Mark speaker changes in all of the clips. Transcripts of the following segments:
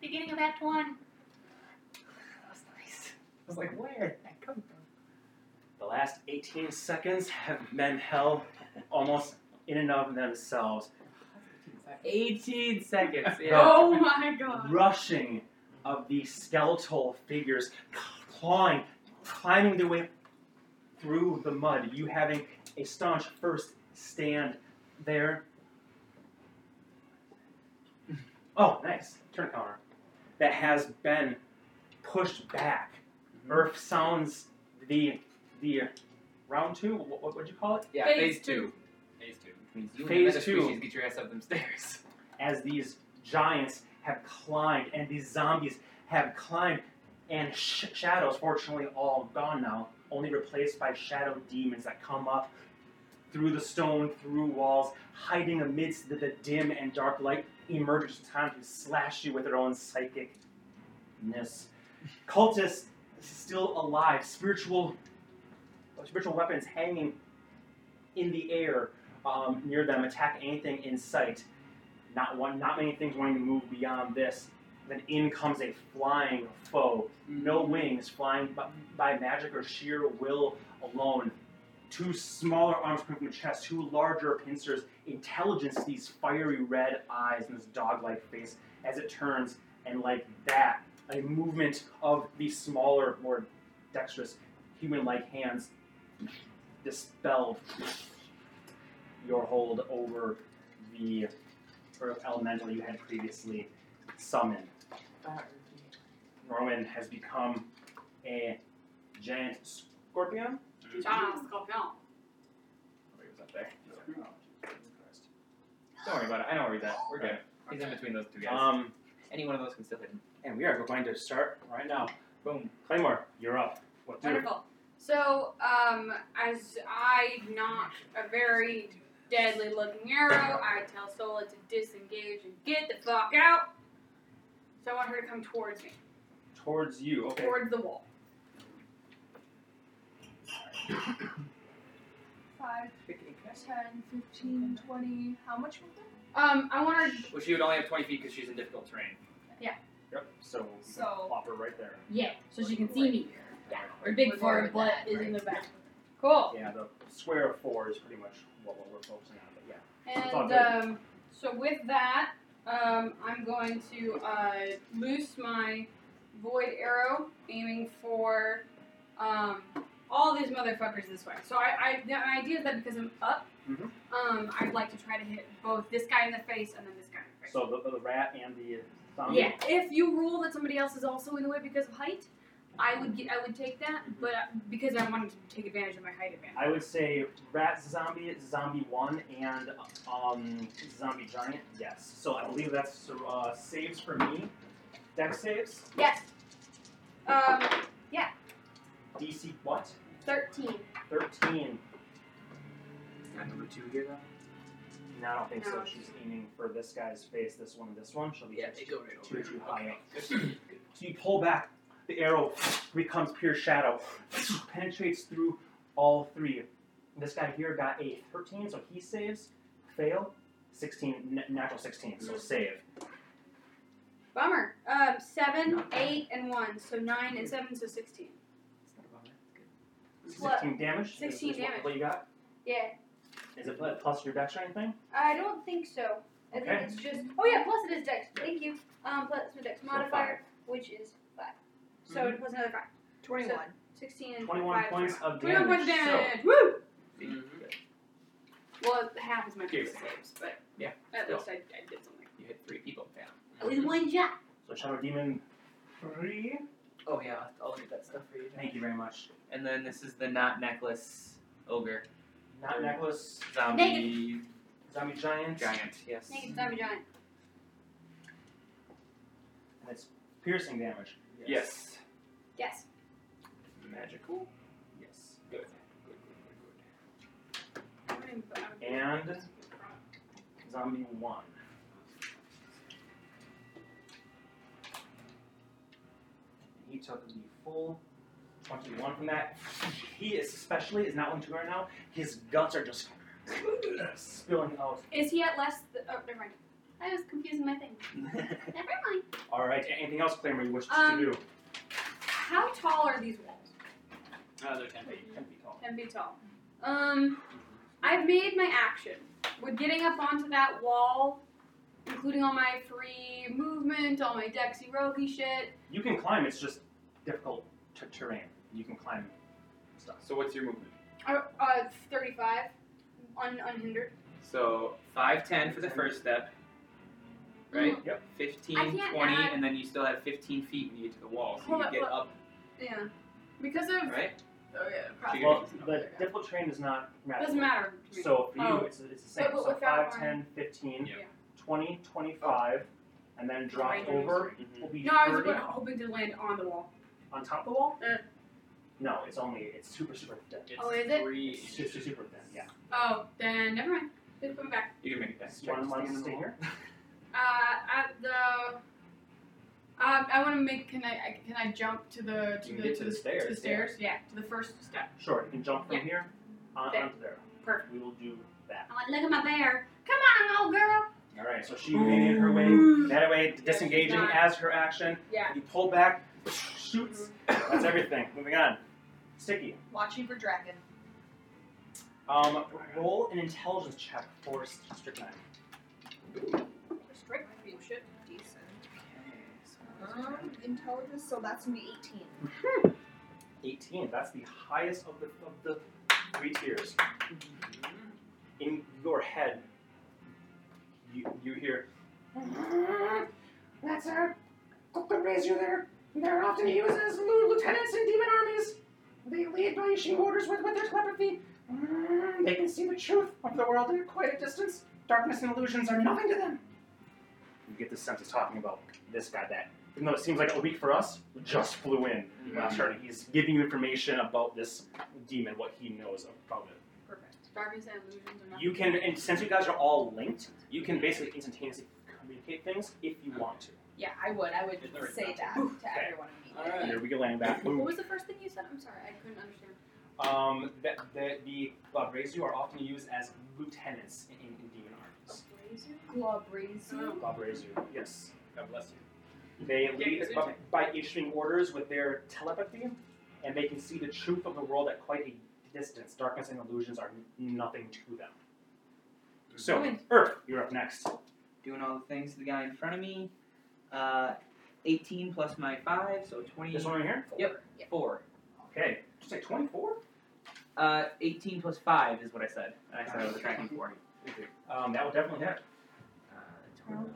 Speaker 1: beginning of Act One.
Speaker 2: That was nice. I was like, where did that come from?
Speaker 3: The last 18 seconds have been held almost in and of themselves.
Speaker 2: 18 seconds. Yeah.
Speaker 3: Go.
Speaker 1: Oh my god.
Speaker 3: Rushing of these skeletal figures, clawing, climbing their way through the mud. You having a staunch first stand there. Oh, nice. Turn counter. That has been pushed back. Earth sounds the the round two. What would you call it?
Speaker 2: yeah,
Speaker 1: Phase
Speaker 2: phase two.
Speaker 1: two.
Speaker 2: Phase two. Which means you and
Speaker 3: Phase
Speaker 2: the
Speaker 3: two.
Speaker 2: species get your ass up them stairs.
Speaker 3: as these giants have climbed and these zombies have climbed and sh- shadows fortunately all gone now only replaced by shadow demons that come up through the stone through walls hiding amidst the, the dim and dark light emerges from time to slash you with their own psychicness cultists still alive spiritual spiritual weapons hanging in the air um, near them attack anything in sight not one, not many things wanting to move beyond this. Then in comes a flying foe, no wings, flying by, by magic or sheer will alone. Two smaller arms coming from the chest, two larger pincers, intelligence, these fiery red eyes and this dog like face as it turns, and like that, a movement of the smaller, more dexterous, human like hands dispel your hold over the earth elemental you had previously summoned. Norman has become a giant scorpion.
Speaker 1: Giant scorpion.
Speaker 2: Wait, was up there?
Speaker 3: Don't worry about it. I know where he's at.
Speaker 2: We're good. He's in between those two guys.
Speaker 3: Um,
Speaker 2: Any one of those can still hit him.
Speaker 3: and we are going to start right now.
Speaker 2: Boom.
Speaker 3: Claymore, you're up. What do?
Speaker 1: Wonderful. So, um, as I knock a very deadly looking arrow, I tell Sola to disengage and get the fuck out. So I want her to come towards me,
Speaker 3: Towards you. Okay.
Speaker 1: towards the wall.
Speaker 4: Five, ten, fifteen, twenty. How much was that?
Speaker 1: Um, I want her.
Speaker 2: Well, she would only have 20 feet because she's in difficult terrain.
Speaker 3: Yep. So, you can
Speaker 4: So-
Speaker 3: plop her right there.
Speaker 5: Yeah, so she can see me. Yeah, we're big
Speaker 4: We're
Speaker 5: for
Speaker 4: good
Speaker 5: her,
Speaker 4: with
Speaker 5: but
Speaker 4: that,
Speaker 5: is in the back.
Speaker 1: Cool.
Speaker 3: Yeah, the square of four is pretty much what, what we're focusing on. But yeah. It's all
Speaker 1: And
Speaker 3: good.
Speaker 1: um, so with that, um, I'm going to uh, loose my void arrow, aiming for um, all these motherfuckers this way. So I, I the idea is that because I'm up,
Speaker 3: Mhm.
Speaker 1: um, I'd like to try to hit both this guy in the face and then this guy in the face.
Speaker 3: So um, the, the rat and the zombie.
Speaker 1: yeah. If you rule that somebody else is also in the way because of height, I would get, I would take that,
Speaker 3: Mhm.
Speaker 1: but uh, because I wanted to take advantage of my height advantage.
Speaker 3: I would say rat zombie, zombie one, and um, zombie giant. Yes. So I believe that's uh, saves for me. Dex saves.
Speaker 1: Yes. Um,
Speaker 3: DC what?
Speaker 1: thirteen.
Speaker 3: Thirteen.
Speaker 2: Got number two here, though?
Speaker 3: No, I don't think so.
Speaker 1: No.
Speaker 3: She's aiming for this guy's face, this one, and this one. She'll be
Speaker 2: Yeah, they go right
Speaker 3: too,
Speaker 2: over.
Speaker 3: too high
Speaker 2: Okay.
Speaker 3: up. So you pull back, the arrow becomes pure shadow, penetrates through all three. This guy here got a 13, so he saves. Fail, 16, n- natural 16, so save.
Speaker 1: Bummer. Um, seven, eight, and one. So nine and seven, so sixteen.
Speaker 2: It's not a bummer. Good.
Speaker 3: 16 damage. is-
Speaker 1: 16
Speaker 3: is what-
Speaker 1: damage.
Speaker 3: What you got?
Speaker 1: Yeah.
Speaker 3: Is it pl- plus your dex or anything?
Speaker 1: I don't think so. I
Speaker 3: Okay.
Speaker 1: think it's just. Oh yeah, plus it is dex. Thank you. Um, plus my dex modifier, which is five. So plus another five.
Speaker 4: Twenty-one.
Speaker 1: Sixteen and
Speaker 3: 21
Speaker 1: five.
Speaker 3: Mm-hmm. points of
Speaker 1: Twenty-one
Speaker 3: damage.
Speaker 1: points of damage. Woo! Well, half is my
Speaker 2: Give
Speaker 1: dex
Speaker 2: it.
Speaker 1: saves, but
Speaker 2: Yeah,
Speaker 1: at
Speaker 2: still.
Speaker 1: least I, I did something.
Speaker 2: You hit three people. Damn.
Speaker 1: At least one shot.
Speaker 3: So, so Shadow Demon 3.
Speaker 2: Oh, yeah. I'll look at that stuff for you.
Speaker 3: Thank you very much.
Speaker 2: And then this is the knot necklace ogre.
Speaker 3: Not necklace,
Speaker 2: Zombie.
Speaker 3: zombie giant.
Speaker 2: Giant, yes.
Speaker 1: Naked zombie giant.
Speaker 3: And it's piercing damage.
Speaker 2: Yes.
Speaker 1: Yes.
Speaker 2: Magical?
Speaker 3: Yes.
Speaker 2: Good. Good, good, good,
Speaker 3: Mm-hmm. And zombie one. And He took the full twenty-one from that. He is especially is not one two right now. His guts are just spilling out.
Speaker 1: Is he at less? Th- oh, never mind. I was confusing my thing. Never mind.
Speaker 3: All right. a- Anything else, Claimer, you wish
Speaker 4: Um,
Speaker 3: to do?
Speaker 4: How tall are these walls?
Speaker 3: Uh, they're 10 feet, 10 feet tall.
Speaker 4: Ten feet tall. Um, I've made my action. Would getting up onto that wall, including all my free movement, all my dexy roguey shit.
Speaker 3: You can climb, it's just difficult t- terrain. You can climb stuff.
Speaker 2: So what's your movement?
Speaker 4: Uh, uh thirty-five, un- unhindered.
Speaker 2: So five ten for the first step, right?
Speaker 3: Mhm. Yep.
Speaker 2: Fifteen,
Speaker 4: I
Speaker 2: twenty,
Speaker 4: can't add-
Speaker 2: and then you still have fifteen feet when you get to the wall, so
Speaker 4: Hold
Speaker 2: you
Speaker 4: up,
Speaker 2: get
Speaker 4: hold
Speaker 2: up,
Speaker 4: Yeah. Because of
Speaker 2: right?
Speaker 4: oh yeah,
Speaker 2: Figure
Speaker 4: probably.
Speaker 3: Well,
Speaker 2: it's not
Speaker 3: the difficult terrain does not matter.
Speaker 4: Doesn't matter. to me.
Speaker 3: So for you,
Speaker 4: Oh.
Speaker 3: it's, it's the same.
Speaker 4: So, but
Speaker 3: So
Speaker 4: without
Speaker 3: 5,
Speaker 4: my-
Speaker 3: 10, 15,
Speaker 2: Yeah.
Speaker 3: 20, 25, and then drop
Speaker 4: Right.
Speaker 3: over will be
Speaker 4: No, I was
Speaker 3: 30
Speaker 4: gonna- hoping to land on the wall.
Speaker 3: on top of the wall.
Speaker 4: Uh.
Speaker 3: No, it's only it's super super thin.
Speaker 2: It's
Speaker 4: Oh, is it?
Speaker 2: three
Speaker 3: It's super
Speaker 2: inches.
Speaker 3: super thin. Yeah.
Speaker 4: Oh, then never mind. Just put it back.
Speaker 2: You can make it back.
Speaker 3: Do you want want to stay here?
Speaker 4: Uh, at the. Um, I want to make. Can I? I- Can I jump to the to
Speaker 2: You can
Speaker 4: the
Speaker 2: get to the
Speaker 4: s- To the
Speaker 2: stairs,
Speaker 4: stairs. Yeah. to the first step.
Speaker 3: Sure. You can jump from
Speaker 4: Yeah.
Speaker 3: here on,
Speaker 4: There.
Speaker 3: onto there.
Speaker 4: Perfect.
Speaker 3: We will do that.
Speaker 4: I'm like, look at my bear. Come on, old girl.
Speaker 3: All right. So she made her way that way, disengaging
Speaker 4: not-
Speaker 3: as her action.
Speaker 4: Yeah.
Speaker 3: You pull back, shoots. That's everything. Moving on. Sticky.
Speaker 5: Watching for dragon.
Speaker 3: Um, roll an intelligence check for strychnine.
Speaker 4: Strict. Oh, shit.
Speaker 5: Decent. Um, intelligence, so that's gonna be 18.
Speaker 3: 18. That's the highest of the, of the three tiers.
Speaker 5: Mm-hmm.
Speaker 3: In your head, you, you hear, That's our golden razor there. They're often used as lieutenants in demon armies. They lead by issuing orders with, with their telepathy. Mm, They can see the truth of the world at quite a distance. Darkness and illusions are nothing to them. You get the sense he's talking about this guy that, even though it seems like a week for us, just flew in
Speaker 2: Mm-hmm.
Speaker 3: last turn. He's giving you information about this demon, what he knows about it.
Speaker 4: Perfect. Darkness and illusions are not.
Speaker 3: You can, and since you guys are all linked, you can basically instantaneously communicate things if you want to.
Speaker 5: Yeah, I would. I would
Speaker 2: There's no
Speaker 5: say
Speaker 2: reason
Speaker 5: that
Speaker 3: to.
Speaker 5: to
Speaker 3: Okay.
Speaker 5: everyone immediately.
Speaker 2: Alright.
Speaker 3: Here we go, land back.
Speaker 4: What
Speaker 3: Boom.
Speaker 4: was the first thing you said? I'm sorry, I couldn't understand.
Speaker 3: Um, the the, the uh, Brazu are often used as lieutenants in, in, in demon armies.
Speaker 5: Claw breeze.
Speaker 4: Oh.
Speaker 3: Bob Brazu, yes.
Speaker 2: God bless you.
Speaker 3: They
Speaker 2: Yeah,
Speaker 3: lead
Speaker 2: 'cause
Speaker 3: by, by issuing orders with their telepathy, and they can see the truth of the world at quite a distance. Darkness and illusions are nothing to them. So,
Speaker 4: Okay.
Speaker 3: Earth, you're up next.
Speaker 2: Doing all the things to the guy in front of me. Uh, eighteen plus my five, so
Speaker 3: This one right here?
Speaker 2: Yep. twenty-four.
Speaker 3: Okay. Did you say 24?
Speaker 2: Uh, eighteen plus five is what I said. I said I was tracking for.
Speaker 3: Um, that would definitely hit.
Speaker 2: Uh, twelve.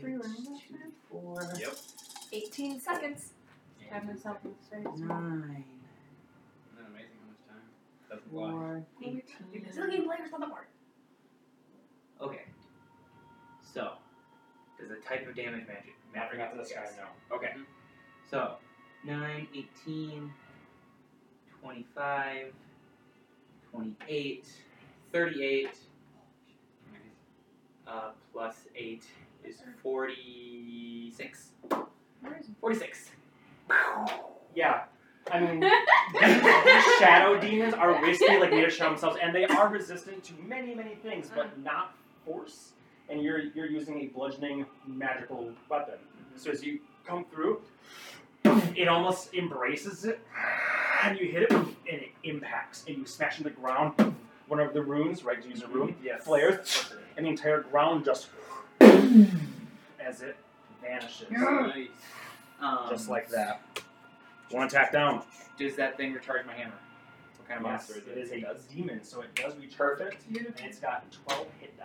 Speaker 5: Three rounds left
Speaker 2: Two, four.
Speaker 5: 18 seconds.
Speaker 1: Have myself in space.
Speaker 2: Nine.
Speaker 6: Isn't that amazing how much time? Doesn't fly.
Speaker 2: Four.
Speaker 4: Because the game players on the board.
Speaker 2: Okay. So, there's a type of damage magic.
Speaker 3: Mapping out to this guy,
Speaker 2: Yes.
Speaker 3: no.
Speaker 2: Okay. So, 9, 18, 25, 28, 38, uh, plus 8 is 46. 46.
Speaker 3: Yeah. I mean, these shadow demons are risky, like they show themselves, and they are resistant to many, many things, but not force. And you're you're using a bludgeoning magical weapon. So as you come through, it almost embraces it, and you hit it, and it impacts, and you smash in the ground. One of the runes, right? To use
Speaker 2: Mm-hmm.
Speaker 3: a rune,
Speaker 6: Yes.
Speaker 3: flares, and the entire ground just as it vanishes,
Speaker 6: Nice.
Speaker 2: Um,
Speaker 3: just like that. One attack down.
Speaker 2: Does that thing recharge my hammer? What kind of
Speaker 3: Yes,
Speaker 2: monster is
Speaker 3: it is a
Speaker 2: It does.
Speaker 3: demon, so it does reach perfect, and
Speaker 1: Beautiful.
Speaker 3: it's got 12 hit die.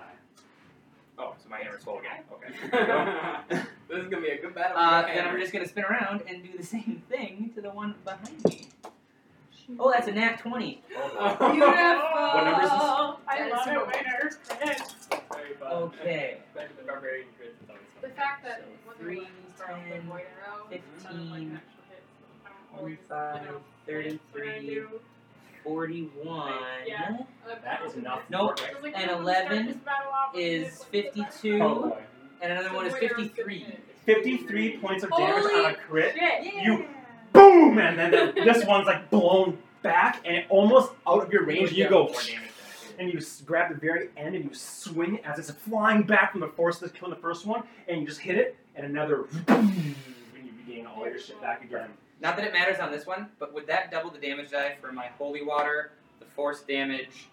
Speaker 2: Oh, so my hammer's full again. Okay.
Speaker 6: this is gonna be a good battle.
Speaker 2: Uh, then I'm just gonna spin around and do the same thing to the one behind me. Oh, that's a nat twenty.
Speaker 3: Oh,
Speaker 4: Beautiful.
Speaker 3: What number is this?
Speaker 5: I love it when
Speaker 6: Very fun.
Speaker 2: Okay.
Speaker 6: Back to the barbarian grid. It's always
Speaker 4: The
Speaker 6: fun.
Speaker 4: fact that
Speaker 2: So
Speaker 4: one
Speaker 2: three,
Speaker 4: of the start off with
Speaker 2: ten,
Speaker 4: void arrow sounded like an
Speaker 2: 15,
Speaker 4: actual hit. so I
Speaker 2: 25,
Speaker 4: don't know. What I
Speaker 2: 33,
Speaker 4: do.
Speaker 2: 41.
Speaker 4: Yeah.
Speaker 3: That is enough.
Speaker 2: Nope.
Speaker 3: Okay.
Speaker 4: It's like,
Speaker 2: And
Speaker 4: I'm gonna start
Speaker 2: 11
Speaker 4: this battle off with
Speaker 2: is
Speaker 4: this, like, the best.
Speaker 2: 52.
Speaker 3: Oh, boy.
Speaker 2: And another
Speaker 4: So
Speaker 2: one is
Speaker 4: void arrow's
Speaker 2: 53.
Speaker 4: good.
Speaker 3: 53 points of damage
Speaker 4: Holy
Speaker 3: on a crit.
Speaker 4: Shit.
Speaker 3: You boom! And then the- this one's like blown back and it almost out of your range. You go,
Speaker 2: more damage than I did.
Speaker 3: and you s- grab the very end and you swing it as it's flying back from the force that's killing the first one, and you just hit it, and another, and you regain all your shit back again.
Speaker 2: Not that it matters on this one, but would that double the damage die for my holy water, the force damage,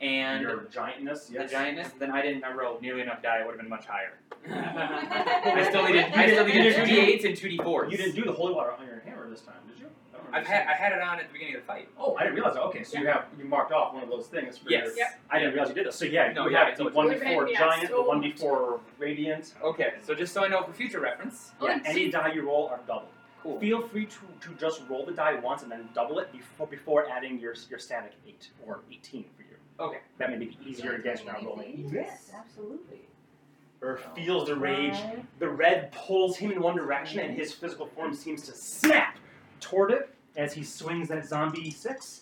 Speaker 2: and
Speaker 3: your giantness,
Speaker 2: the
Speaker 3: yes.
Speaker 2: giantness? Then I didn't I rolled nearly enough die. It would have been much higher. I
Speaker 4: I
Speaker 2: still needed I still
Speaker 3: You
Speaker 2: needed
Speaker 3: didn't-
Speaker 2: two d8s and two d4s.
Speaker 3: You didn't do the holy water on your hammer this time, did you? I don't remember
Speaker 2: I've had I had it on at the beginning of the fight.
Speaker 3: Oh, I didn't realize. that. Okay, so you have you marked off one of those things. For
Speaker 2: Yes.
Speaker 3: Your,
Speaker 4: Yep.
Speaker 3: I didn't realize you did this. So yeah,
Speaker 2: No,
Speaker 3: you
Speaker 2: yeah,
Speaker 3: have
Speaker 2: it's
Speaker 3: the
Speaker 2: always-
Speaker 3: one before
Speaker 4: Yeah,
Speaker 3: giant,
Speaker 4: so-
Speaker 3: the one before radiant.
Speaker 2: Okay, so just so I know for future reference.
Speaker 4: Oh,
Speaker 3: Yeah,
Speaker 4: and
Speaker 3: any die you roll are doubled.
Speaker 2: Cool.
Speaker 3: Feel free to, to just roll the die once and then double it before before adding your your static eight or eighteen for you.
Speaker 2: Okay.
Speaker 3: That may be easier against now rolling.
Speaker 1: Yes, absolutely.
Speaker 3: Or feels the rage. The red pulls him in one direction and his physical form seems to snap toward it as he swings that zombie six.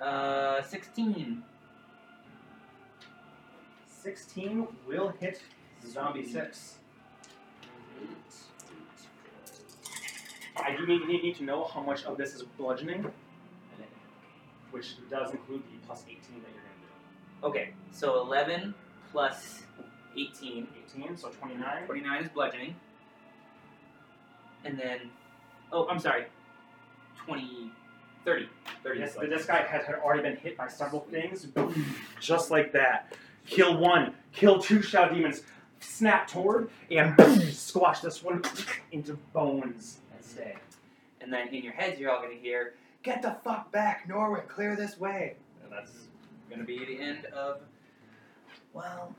Speaker 2: Uh, sixteen.
Speaker 3: 16 will hit zombie 6. I do need, need, need to know how much of this is bludgeoning, which does include the plus 18 that you're
Speaker 2: Okay, so eleven plus eighteen.
Speaker 3: going to do. 18, so 29.
Speaker 2: Twenty-nine is bludgeoning. And then, oh, I'm sorry. 20, 30. 30
Speaker 3: Yes,
Speaker 2: is
Speaker 3: but
Speaker 2: bludgeoning.
Speaker 3: this guy had, had already been hit by several things, just like that. Kill one, kill two Shadow Demons, snap toward, and squash this one into bones.
Speaker 2: That's it. And then in your heads, you're all going to hear,
Speaker 3: Get the fuck back, Norwin, clear this way.
Speaker 2: and that's going to be the end of. Well.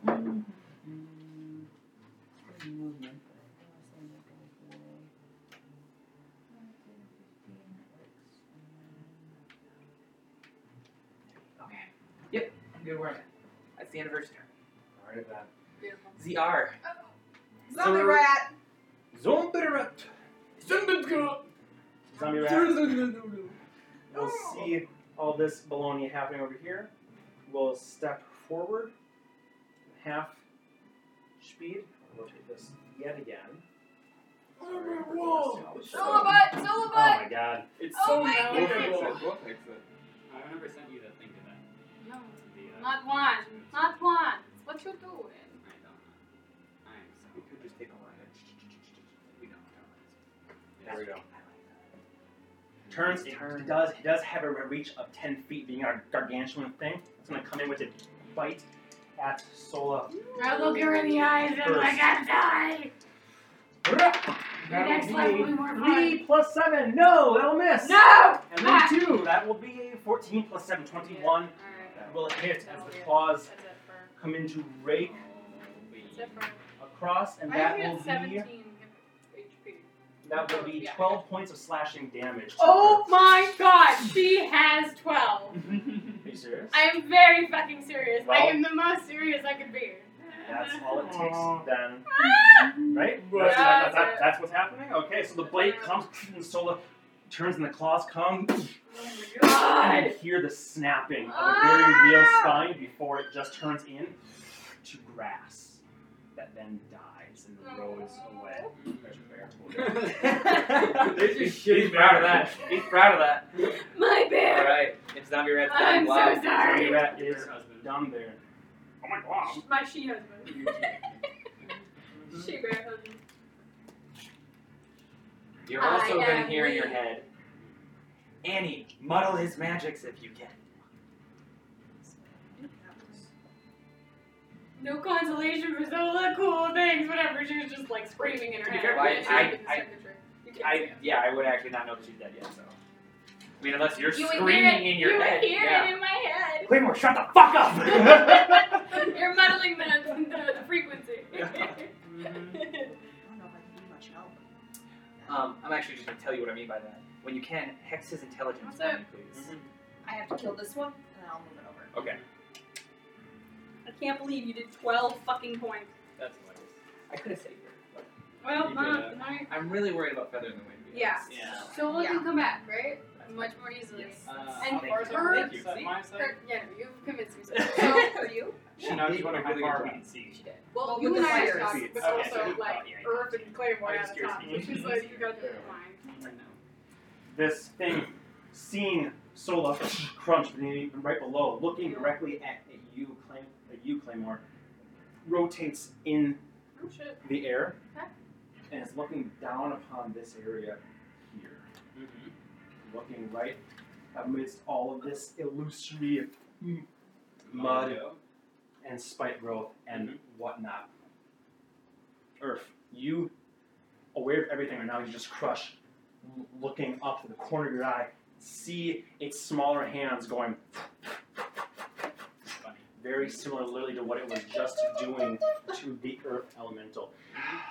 Speaker 2: Okay. Yep. Good work. That's the anniversary.
Speaker 3: Alright then.
Speaker 2: ZR.
Speaker 5: Zombie rat.
Speaker 3: Zombie rat. Zombie rat. We'll see all this baloney happening over here. We'll step forward, half speed. We'll rotate this yet again. Sorry, we're doing this now.
Speaker 5: Syllabut.
Speaker 3: Oh
Speaker 5: Syllabut.
Speaker 3: my god.
Speaker 6: It's
Speaker 5: Oh
Speaker 6: so
Speaker 5: my
Speaker 6: magical.
Speaker 5: goodness.
Speaker 6: We'll fix it. I remember sent you that thing to that.
Speaker 4: No,
Speaker 6: The, uh,
Speaker 4: not one. Not one. What you doing?
Speaker 6: I don't know. I am so. We could just take a line. We don't have
Speaker 3: There we go. Turns, it does it does have a reach of 10 feet, being a gargantuan thing. It's going to come in with a bite at Sola.
Speaker 4: I look her in the eyes and I'm like, I die.
Speaker 3: That'll
Speaker 4: Next
Speaker 3: be
Speaker 4: life will be more
Speaker 3: three
Speaker 4: fun.
Speaker 3: plus seven. No, that'll miss.
Speaker 4: No.
Speaker 3: And
Speaker 4: Ah.
Speaker 3: then two. That will be 14 plus 7, 21. That will hit as the claws
Speaker 4: That's it for.
Speaker 3: come in to rake
Speaker 4: That's it for.
Speaker 3: across, and
Speaker 4: I
Speaker 3: that
Speaker 4: only
Speaker 3: will
Speaker 4: had 17
Speaker 3: be
Speaker 4: HP.
Speaker 3: that will be
Speaker 4: Yeah.
Speaker 3: 12 points of slashing damage. to
Speaker 4: Oh
Speaker 3: her.
Speaker 4: my god, she has 12.
Speaker 3: Are you serious?
Speaker 4: I am very fucking serious. I
Speaker 3: Well-
Speaker 4: am the most serious I could be.
Speaker 3: That's all it takes then. Right?
Speaker 4: Right.
Speaker 3: That's, that- that-
Speaker 4: That's it.
Speaker 3: that's what's happening? Okay, so the blade comes, and Sola turns, and the claws come.
Speaker 4: Oh
Speaker 3: And you hear the snapping of a very real
Speaker 4: Ah!
Speaker 3: spine before it just turns in to grass that then dies and erodes away.
Speaker 6: to. There's your
Speaker 2: He's proud of that. He's proud of that.
Speaker 4: My
Speaker 2: All
Speaker 4: bear.
Speaker 2: right. If zombie rat's done,
Speaker 4: I'm
Speaker 2: wow.
Speaker 4: so sorry.
Speaker 3: Zombie rat is
Speaker 6: husband.
Speaker 3: down there. Oh my god.
Speaker 4: My she husband. she bear husband.
Speaker 2: You're
Speaker 4: I
Speaker 2: also going
Speaker 4: am
Speaker 2: to hear in your
Speaker 4: weak.
Speaker 2: head, Annie, muddle his magics if you can.
Speaker 4: No consolation for Zola. Cool, thanks. Whatever. She was just like screaming in her
Speaker 2: To be
Speaker 4: head.
Speaker 2: fair, I-
Speaker 4: She didn't
Speaker 2: I-
Speaker 4: get the
Speaker 2: I-
Speaker 4: signature. You can't see
Speaker 2: I
Speaker 4: it.
Speaker 2: yeah, I would actually not know that she's dead yet. So, I mean, unless you're
Speaker 4: You would
Speaker 2: screaming
Speaker 4: hear it.
Speaker 2: in your
Speaker 4: you
Speaker 2: head.
Speaker 4: would hear
Speaker 2: yeah.
Speaker 4: it in my head.
Speaker 3: Claymore, shut the fuck up!
Speaker 4: You're muddling the, the, the frequency.
Speaker 3: Yeah.
Speaker 5: I don't know if I can be much help.
Speaker 2: Um, I'm actually just gonna tell you what I mean by that. When you can, hex his intelligence,
Speaker 4: What's
Speaker 2: for
Speaker 4: up?
Speaker 2: me, please.
Speaker 5: I have to kill this one, and then I'll move it over.
Speaker 2: Okay,
Speaker 4: I can't believe you did 12 fucking points.
Speaker 2: that's what it is. I could have saved her. but
Speaker 4: Well,
Speaker 6: You
Speaker 4: Mom,
Speaker 6: did,
Speaker 4: my,
Speaker 2: I'm really worried about feather in the wind. to be
Speaker 4: Yeah.
Speaker 2: honest.
Speaker 6: Yeah.
Speaker 4: Sola
Speaker 5: Yeah.
Speaker 4: can come back, right? Much more easily.
Speaker 6: Uh,
Speaker 4: And
Speaker 6: I'll
Speaker 4: for
Speaker 6: take
Speaker 4: her-
Speaker 6: it. Is that
Speaker 2: See?
Speaker 6: my side?
Speaker 4: Her- yeah, no, you've convinced me. So,
Speaker 5: So for you,
Speaker 2: She knows
Speaker 6: Big
Speaker 2: what I'm
Speaker 6: one,
Speaker 2: really
Speaker 6: how
Speaker 2: good
Speaker 6: far we
Speaker 2: at.
Speaker 6: can see.
Speaker 5: she did.
Speaker 4: well,
Speaker 5: Well,
Speaker 4: you
Speaker 5: with
Speaker 4: and
Speaker 5: the
Speaker 4: I
Speaker 5: fire
Speaker 4: are talking,
Speaker 3: seeds.
Speaker 4: but
Speaker 6: Okay.
Speaker 4: also like
Speaker 6: Oh, yeah, yeah.
Speaker 4: Herb and Claymore
Speaker 3: I'm
Speaker 4: on
Speaker 3: just
Speaker 4: top,
Speaker 3: curious.
Speaker 4: which is like you guys are mine.
Speaker 3: this thing seeing Sola crunch beneath- right below, looking directly at, at you, claim, at you, Claymore, rotates in
Speaker 4: Oh shit.
Speaker 3: the air
Speaker 4: Okay.
Speaker 3: and is looking down upon this area here,
Speaker 2: Mm-hmm.
Speaker 3: looking right amidst all of this illusory m- mud and spite growth and whatnot. Earth, you aware of everything right now, you just crush l- looking up to the corner of your eye, see its smaller hands going very similar literally to what it was just doing to the earth elemental.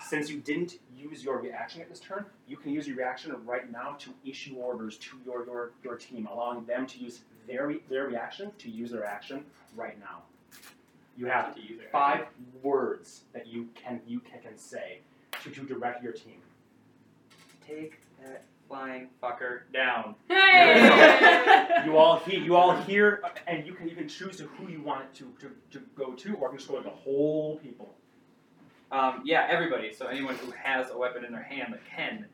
Speaker 3: Since you didn't use your reaction at this turn, you can use your reaction right now to issue orders to your your, your team, allowing them to use their re- their reaction to use their action right now. You have
Speaker 2: to use it.
Speaker 3: five words that you can you can, can say to, to direct your team.
Speaker 2: Take that flying fucker down.
Speaker 4: Hey!
Speaker 3: You all hear you all hear uh, and you can even choose to who you want it to, to, to go to or you can just go to the whole people.
Speaker 2: Um, yeah, everybody. So anyone who has a weapon in their hand that can,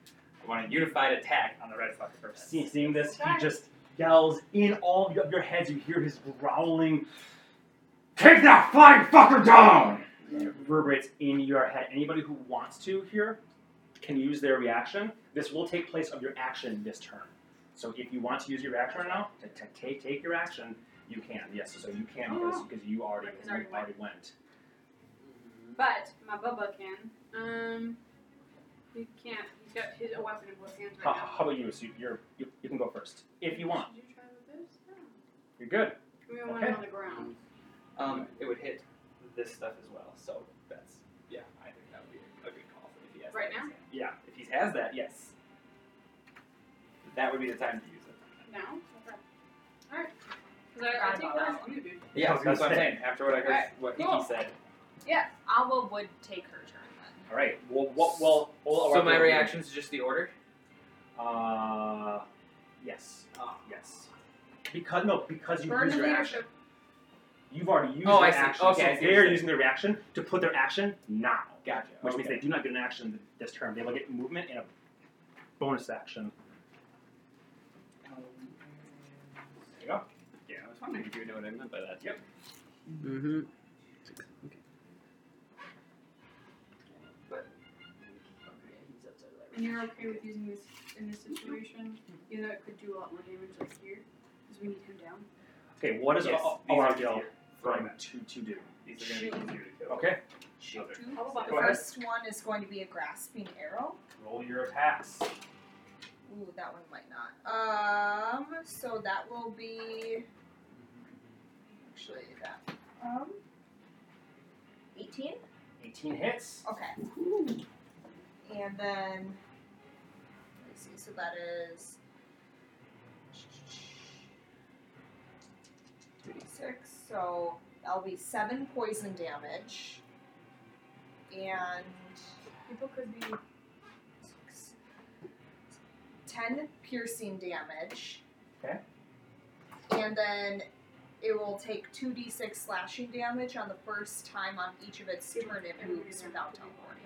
Speaker 2: I want a unified attack on the red fucker person.
Speaker 3: See, seeing this, he just yells in all of your- your heads. You hear his growling, "Take that flying fucker down!" And it reverberates in your head. Anybody who wants to here can use their reaction. This will take place of your action this turn. So if you want to use your reaction right now to, to take take your action, you can. Yes, so you can because, because you already
Speaker 4: Oh. Because I already
Speaker 3: you already went.
Speaker 4: but my Bubba can. Um, he can't. He's got his a weapon in both hands
Speaker 3: How,
Speaker 4: right now.
Speaker 3: how about you? So you're you, you can go first if you want.
Speaker 4: Should you try with this? No.
Speaker 3: You're good.
Speaker 4: We don't want
Speaker 3: Okay.
Speaker 4: it on the ground.
Speaker 2: Um, it would hit this stuff as well. So that's yeah. I think that would be a good call if he has
Speaker 4: Right
Speaker 2: that
Speaker 4: now?
Speaker 2: in his hand. Yeah, if he has that, yes. That would be the time to use it.
Speaker 4: No. Okay. All right. Because I, I take last. You do.
Speaker 3: I
Speaker 2: Yeah,
Speaker 3: was gonna
Speaker 2: that's what I'm
Speaker 3: say.
Speaker 2: saying. After what I heard,
Speaker 4: Alright,
Speaker 2: what
Speaker 4: cool.
Speaker 2: Iki said.
Speaker 5: Alba would take her turn then.
Speaker 3: All right. Well, what? Well, well
Speaker 2: so my reaction is just the order.
Speaker 3: Uh, yes.
Speaker 2: Oh.
Speaker 3: Yes. Because no, because you
Speaker 4: Burn
Speaker 3: used
Speaker 4: the
Speaker 3: your
Speaker 4: leadership.
Speaker 3: action. You've already used
Speaker 2: Oh,
Speaker 3: their
Speaker 2: I see.
Speaker 3: action.
Speaker 2: Okay, I
Speaker 3: so
Speaker 2: see what
Speaker 3: they're
Speaker 2: you're
Speaker 3: using their reaction to put their action now.
Speaker 2: Gotcha.
Speaker 3: Which means
Speaker 2: okay.
Speaker 3: they do not get an action this turn. They will get movement and a bonus action. There you go.
Speaker 2: Yeah, I was wondering if you would know what I meant by that. Yep.
Speaker 6: Mm-hmm.
Speaker 4: And you're okay with using this in this situation? You know it could do a lot more damage like here. Because we need him down.
Speaker 3: Okay, what is
Speaker 2: Yes,
Speaker 3: Al-
Speaker 2: these are
Speaker 3: Alargil
Speaker 2: easier.
Speaker 3: going to, to do?
Speaker 2: These are going to be easier to kill.
Speaker 3: Okay,
Speaker 2: Other-
Speaker 4: How about
Speaker 5: The
Speaker 3: ahead.
Speaker 5: first one is going to be a grasping arrow.
Speaker 3: roll your attacks.
Speaker 5: Ooh, that one might not. Um, so that will be actually that. Um, eighteen.
Speaker 3: 18 hits.
Speaker 5: Okay. And then let's see. So that is thirty-six. So that'll be seven poison damage. And
Speaker 4: People could be.
Speaker 5: six, ten piercing damage.
Speaker 3: Okay.
Speaker 5: And then it will take two d six slashing damage on the first time on each of its turn it moves without teleporting.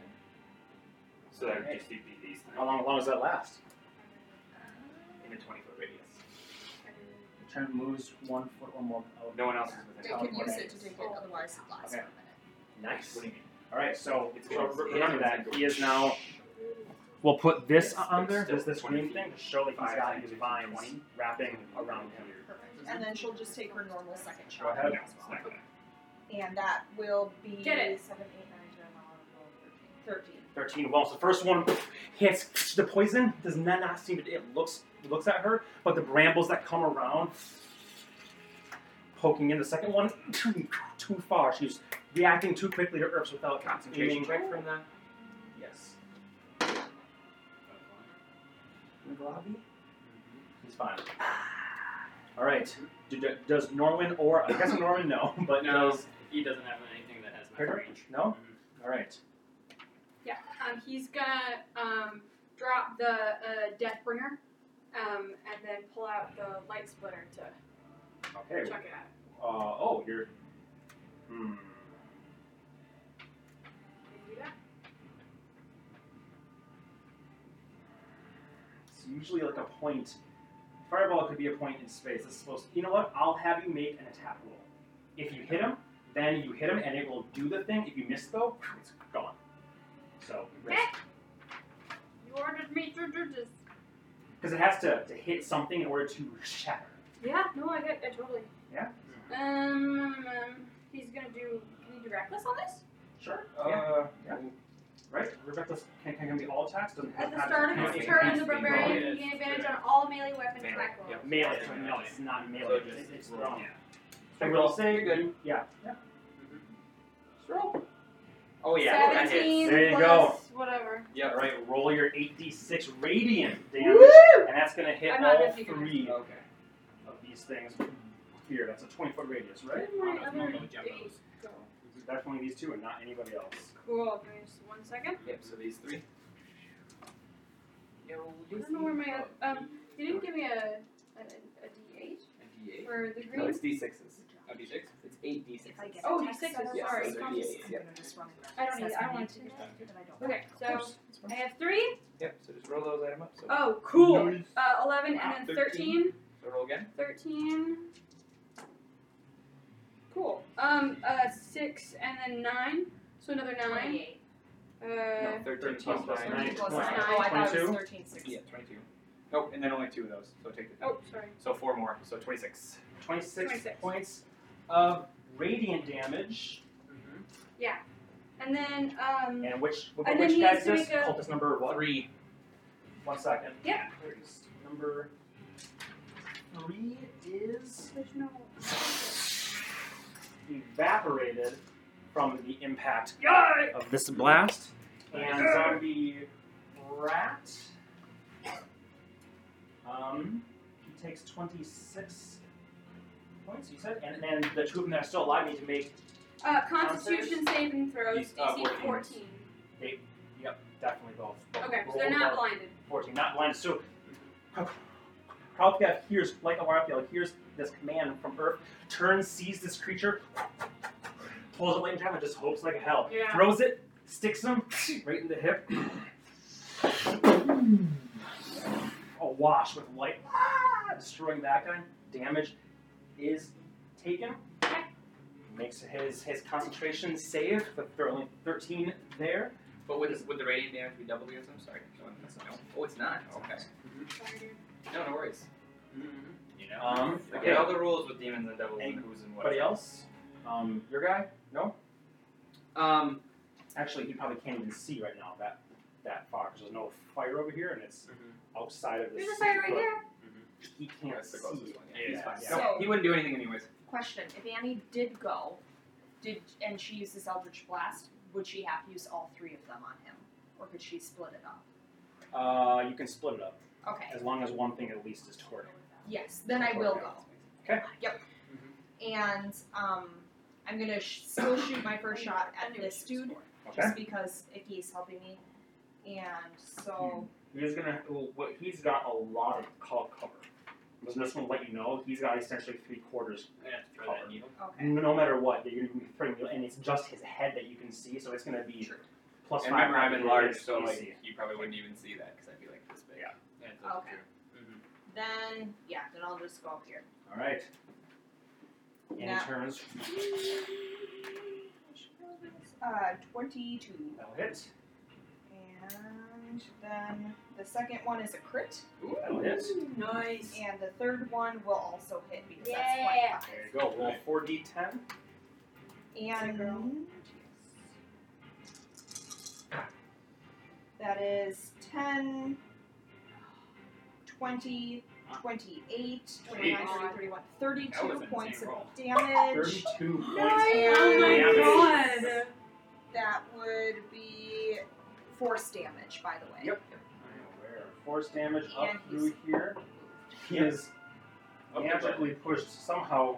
Speaker 2: So that would just be these things
Speaker 3: How long, how long does that last?
Speaker 2: in a 20 foot radius.
Speaker 3: The turn moves one foot or more. Oh,
Speaker 2: No one else is within
Speaker 5: They
Speaker 3: Oh,
Speaker 5: can
Speaker 3: okay.
Speaker 5: use it to take it, otherwise it lasts
Speaker 3: Okay.
Speaker 5: for a minute.
Speaker 3: Nice.
Speaker 2: What do you mean?
Speaker 3: All right, so
Speaker 2: It's
Speaker 3: re-
Speaker 2: close.
Speaker 3: re-
Speaker 2: It
Speaker 3: remember
Speaker 2: is
Speaker 3: that
Speaker 2: close.
Speaker 3: he is now. We'll put this
Speaker 2: Yes,
Speaker 3: on
Speaker 2: it's
Speaker 3: there.
Speaker 2: still
Speaker 3: This this
Speaker 2: 20
Speaker 3: green
Speaker 2: feet.
Speaker 3: thing to show that he's
Speaker 2: Five
Speaker 3: got
Speaker 2: times
Speaker 3: his
Speaker 2: it's
Speaker 3: vines
Speaker 2: 20.
Speaker 3: wrapping around him.
Speaker 5: Perfect. And then she'll just take her normal second shot.
Speaker 3: Go ahead.
Speaker 5: as well. And that will be
Speaker 4: Get it.
Speaker 5: seven, eight, nine, ten, eleven, twelve, thirteen.
Speaker 3: 13 wells. The first one hits the poison. Does not, not seem to. It looks it looks at her, but the brambles that come around, poking in the second one, too, too far. She's reacting too quickly to herbs without
Speaker 2: Concentration
Speaker 3: aiming.
Speaker 2: check from that.
Speaker 3: Yes,
Speaker 2: Lobby?
Speaker 3: he's fine. All right. Do- do- does Norwin or I guess Norwin no, Mm-hmm. but
Speaker 2: No,
Speaker 3: does-
Speaker 2: he doesn't have anything that has my
Speaker 3: Picker?
Speaker 2: range.
Speaker 3: No? all right.
Speaker 4: Yeah. Um, he's gonna um, drop the uh, Deathbringer um, and then pull out the Light Splitter to
Speaker 3: Okay.
Speaker 4: chuck it at him.
Speaker 3: Uh, oh, you're. Hmm.
Speaker 4: Can you do that?
Speaker 3: It's usually like a point Fireball could be a point in space. It's supposed to, you know what? I'll have you make an attack roll. If you hit him, then you hit him and it will do the thing. If you miss though, it's gone. So
Speaker 4: Eh. You ordered me to do this.
Speaker 3: because it has to, to hit something in order to shatter.
Speaker 4: Yeah, no, I get, I totally.
Speaker 3: Yeah.
Speaker 4: Um, um, he's gonna do. Can he do reckless on this?
Speaker 3: Sure.
Speaker 6: Uh,
Speaker 3: Yeah. Right? Reckless can, can, can be all attacks. Doesn't have
Speaker 4: At the
Speaker 3: have to
Speaker 4: start of
Speaker 3: be
Speaker 2: Yeah,
Speaker 4: his
Speaker 2: it
Speaker 4: turn,
Speaker 2: has
Speaker 4: the
Speaker 2: to be
Speaker 4: barbarian
Speaker 2: melee.
Speaker 4: can gain advantage on all melee weapons
Speaker 2: Melee,
Speaker 4: attack rolls.
Speaker 2: yeah.
Speaker 3: Melee,
Speaker 2: Yeah,
Speaker 3: so
Speaker 2: melee.
Speaker 3: no, it's not melee.
Speaker 2: So
Speaker 3: it's,
Speaker 2: just
Speaker 3: it's
Speaker 2: roll.
Speaker 3: wrong.
Speaker 2: Yeah.
Speaker 3: So we'll say
Speaker 6: You're good.
Speaker 3: Yeah. yeah.
Speaker 2: Mm-hmm.
Speaker 6: Just roll. Oh yeah, that hits.
Speaker 4: Seventeen
Speaker 3: There you
Speaker 4: plus whatever.
Speaker 6: Yeah,
Speaker 3: All
Speaker 6: right.
Speaker 3: right. Roll your 8d6 radiant damage,
Speaker 4: Woo!
Speaker 3: and that's gonna hit
Speaker 4: I'm not
Speaker 3: all
Speaker 4: gonna figure
Speaker 3: three
Speaker 6: Okay.
Speaker 3: of these things here. That's a 20 foot radius, right?
Speaker 4: Where did
Speaker 2: Mono-
Speaker 4: my other
Speaker 2: mono
Speaker 4: eight
Speaker 2: jumbos.
Speaker 4: go?
Speaker 3: That's only these two, and not anybody else.
Speaker 4: Cool. Give me just one second.
Speaker 2: Yep, so these three. Yo,
Speaker 4: I don't know where my oth- um. You didn't give me a a, a D eight
Speaker 2: A D8.
Speaker 4: for the
Speaker 6: No,
Speaker 4: green.
Speaker 6: it's d6s.
Speaker 2: A D6? Oh, It's eight D6.
Speaker 5: If I get
Speaker 4: Oh,
Speaker 5: attack
Speaker 4: D6s,
Speaker 5: setup,
Speaker 4: Yeah, sorry.
Speaker 5: I'm
Speaker 4: those are
Speaker 5: gonna
Speaker 6: D8s, yeah.
Speaker 5: just run it.
Speaker 4: I don't need.
Speaker 5: That's
Speaker 4: I
Speaker 5: my
Speaker 4: want
Speaker 5: need
Speaker 4: to.
Speaker 5: do that, but I don't
Speaker 4: Okay,
Speaker 5: want
Speaker 4: so I have three.
Speaker 6: Yep. So just roll those item up. So,
Speaker 4: Oh, cool.
Speaker 6: Nice.
Speaker 4: Uh, eleven
Speaker 2: Wow,
Speaker 4: and then
Speaker 2: 13.
Speaker 4: thirteen.
Speaker 6: so roll again.
Speaker 4: 13. Cool. Um, uh, 6 and then 9. So another 9.
Speaker 5: Twenty-eight.
Speaker 4: Uh,
Speaker 6: No, 13
Speaker 3: plus
Speaker 6: plus
Speaker 3: nine.
Speaker 6: 9.
Speaker 3: Nine.
Speaker 5: Plus
Speaker 3: Twenty.
Speaker 5: nine. Oh, I thought it was
Speaker 3: Twenty-two?
Speaker 5: thirteen six.
Speaker 6: Yeah, 22. Nope, and then only two of those. So take the
Speaker 4: oh, sorry.
Speaker 6: So four more. So 26.
Speaker 3: 26,
Speaker 4: 26.
Speaker 3: points of radiant damage.
Speaker 4: And then, um,
Speaker 3: And which wh-
Speaker 4: And then
Speaker 3: which
Speaker 4: he
Speaker 3: guy
Speaker 4: has
Speaker 3: is
Speaker 4: to
Speaker 3: this?
Speaker 4: make a-
Speaker 3: Cultist number what?
Speaker 2: Three.
Speaker 3: One second.
Speaker 4: Yeah.
Speaker 3: Cultist Number three is
Speaker 4: there's no.
Speaker 3: evaporated from the impact of this blast. And zombie rat. Um, he takes 26 points, you said? And then the two of them that are still alive need to make,
Speaker 4: Uh, Constitution save and throws,
Speaker 6: These, uh,
Speaker 4: DC 14.
Speaker 6: 14.
Speaker 3: yep, definitely both. both
Speaker 4: Okay, so
Speaker 3: roll
Speaker 4: they're not
Speaker 3: both.
Speaker 4: blinded.
Speaker 3: 14, not blinded. So Kropka hears, like Awarapia, hears this command from Earth, turns, sees this creature, pulls it late in time, and just hopes like hell.
Speaker 4: Yeah.
Speaker 3: Throws it, sticks him right in the hip. Awash with light, ah, destroying that guy. Damage is taken. Makes his his concentration save, but there are only 13 there.
Speaker 2: But would, this, would the radiant damage be double because I'm sorry? No. Oh, it's not. Okay.
Speaker 4: Sorry, dude.
Speaker 2: No, no worries. You know?
Speaker 3: Um,
Speaker 2: Forget
Speaker 3: okay.
Speaker 2: all the rules with demons and devils and
Speaker 3: Any-
Speaker 2: who's and what.
Speaker 3: Anybody else? Um, your guy?
Speaker 2: Um,
Speaker 3: Actually, he probably can't even see right now that that far because there's no fire over here and it's outside of this.
Speaker 4: There's a fire right
Speaker 3: 60 foot.
Speaker 4: here.
Speaker 3: He can't
Speaker 2: that's the
Speaker 3: see.
Speaker 2: closest one. Yeah, he's
Speaker 3: Yeah,
Speaker 2: fine.
Speaker 3: yeah.
Speaker 2: No,
Speaker 5: So-
Speaker 2: he wouldn't do anything anyways.
Speaker 5: Question: If Annie did go, did and she used this Eldritch Blast, would she have to use all three of them on him, or could she split it up?
Speaker 3: Uh, you can split it up
Speaker 5: Okay.
Speaker 3: as long as one thing at least is toward him.
Speaker 5: Yes, then I will go.
Speaker 3: Okay. Mm-hmm.
Speaker 5: Yep. And um, I'm gonna sh- still shoot my first shot
Speaker 4: I
Speaker 5: at
Speaker 4: knew what
Speaker 5: this
Speaker 4: she was
Speaker 5: dude,
Speaker 3: Okay.
Speaker 5: just because Icky's helping me, and so
Speaker 3: He's gonna. Well, what he's got a lot of call cover. Doesn't this one let you know he's got essentially three quarters
Speaker 2: Cover.
Speaker 3: cover?
Speaker 5: okay.
Speaker 3: No no matter what, that you're gonna be throwing, and it's just his head that you can see, so it's gonna be
Speaker 5: True.
Speaker 3: plus
Speaker 2: And
Speaker 3: five.
Speaker 2: remember, I'm
Speaker 3: on
Speaker 2: enlarged,
Speaker 3: his
Speaker 2: so
Speaker 3: AC.
Speaker 2: like you probably wouldn't even see that because I'd be like this big.
Speaker 3: Yeah.
Speaker 2: That's
Speaker 5: Okay. Then yeah, then I'll just go up here.
Speaker 3: All right. And he
Speaker 5: Now-
Speaker 3: turns.
Speaker 5: Uh, twenty-two,
Speaker 3: That'll hit.
Speaker 5: and then the second one is a crit.
Speaker 2: Ooh,
Speaker 3: That'll hit.
Speaker 4: Nice.
Speaker 5: And the third one will also hit because
Speaker 4: Yeah.
Speaker 5: that's
Speaker 3: There you go. Roll four d10.
Speaker 5: 25. And that is 10, 20, 28, 29, 30, 31, 32
Speaker 2: That was an
Speaker 5: points
Speaker 2: insane
Speaker 5: of
Speaker 2: roll.
Speaker 5: damage.
Speaker 3: Thirty-two points.
Speaker 5: Nice.
Speaker 4: Oh my
Speaker 3: Damage.
Speaker 4: god.
Speaker 5: That would be force damage, by the way.
Speaker 3: Yep. I am aware. Force damage up
Speaker 5: And he's-
Speaker 3: through here. He is
Speaker 2: Okay,
Speaker 3: magically pushed somehow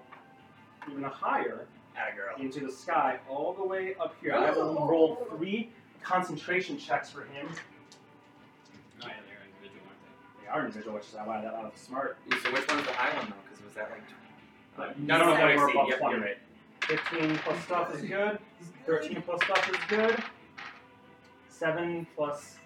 Speaker 3: even higher
Speaker 2: Atta Ah, girl.
Speaker 3: into the sky, all the way up here. I will roll three concentration checks for him.
Speaker 2: Oh, yeah, they're individual, aren't they?
Speaker 3: They are individual, which is why that was smart.
Speaker 2: Yeah, So which one's the high one though? Because was that like? tw-
Speaker 3: But
Speaker 2: no, no, no,
Speaker 3: seven
Speaker 2: no,
Speaker 3: or
Speaker 2: I see.
Speaker 3: above
Speaker 2: Yep,
Speaker 3: 20.
Speaker 2: you're right.
Speaker 3: 15 plus stuff is good. 13 plus stuff is good. 7 plus,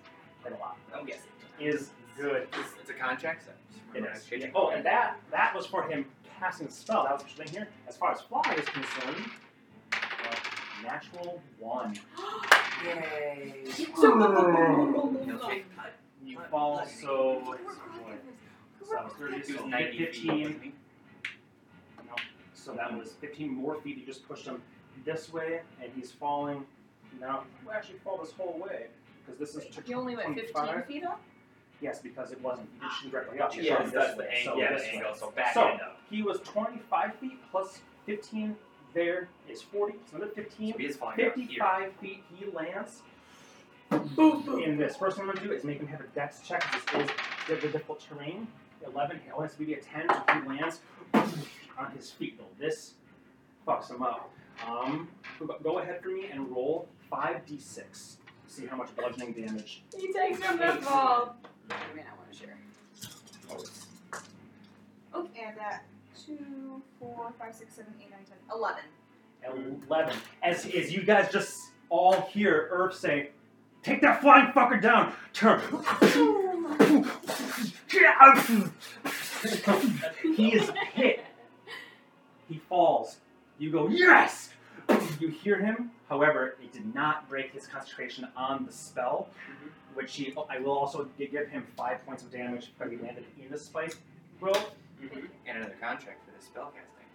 Speaker 3: and a lot,
Speaker 2: Oh yes.
Speaker 3: is Good.
Speaker 6: It's, it's a contract, so just
Speaker 3: It
Speaker 6: remember
Speaker 3: is.
Speaker 6: to change it.
Speaker 3: Oh, and that that was for him casting the spell. That was the thing here. As far as fly is concerned, uh, natural one.
Speaker 6: Yay.
Speaker 4: So-
Speaker 3: You
Speaker 6: What?
Speaker 3: fall
Speaker 6: Let's see.
Speaker 3: so. So, 30,
Speaker 2: He was
Speaker 3: so
Speaker 2: 90 feet,
Speaker 3: 15.
Speaker 2: wasn't he?
Speaker 3: So that was 15 more feet. You just pushed him this way, and he's falling. Now you actually fall this whole way because this is.
Speaker 5: You only went 15
Speaker 3: 25.
Speaker 5: feet up?
Speaker 3: Yes, because it wasn't. You didn't shoot directly up. You
Speaker 2: Yeah,
Speaker 3: shot him
Speaker 2: so
Speaker 3: this
Speaker 2: that's the
Speaker 3: way,
Speaker 2: angle.
Speaker 3: so
Speaker 2: yeah,
Speaker 3: this
Speaker 2: the
Speaker 3: way.
Speaker 2: angle. So back
Speaker 3: So-
Speaker 2: end up.
Speaker 3: He was 25 feet plus 15. There is 40. So another 15.
Speaker 6: So he is falling down here.
Speaker 3: 55 feet he lands. Boom, boom. In this. First thing I'm going to do is make him have a dex check. This is the, the difficult terrain. 11, he always has to be a 10, so he lands on his feet, though. This fucks him up. Um, go- go ahead for me and roll 5d6. See how much bludgeoning damage.
Speaker 4: He takes from the fall. I mean, I want to share.
Speaker 5: Okay, Oh, and that 2, four, five, six, seven, eight, nine, 10, 11.
Speaker 3: 11. As, as you guys just all hear Earth say, Take that flying fucker down! Turn! he is hit. He falls. You go, Yes! You hear him. However, it did not break his concentration on the spell,
Speaker 6: Mm-hmm.
Speaker 3: which he, I will also gi- give him five points of damage because he landed in the spike. Roll.
Speaker 6: And another contract for this spellcasting.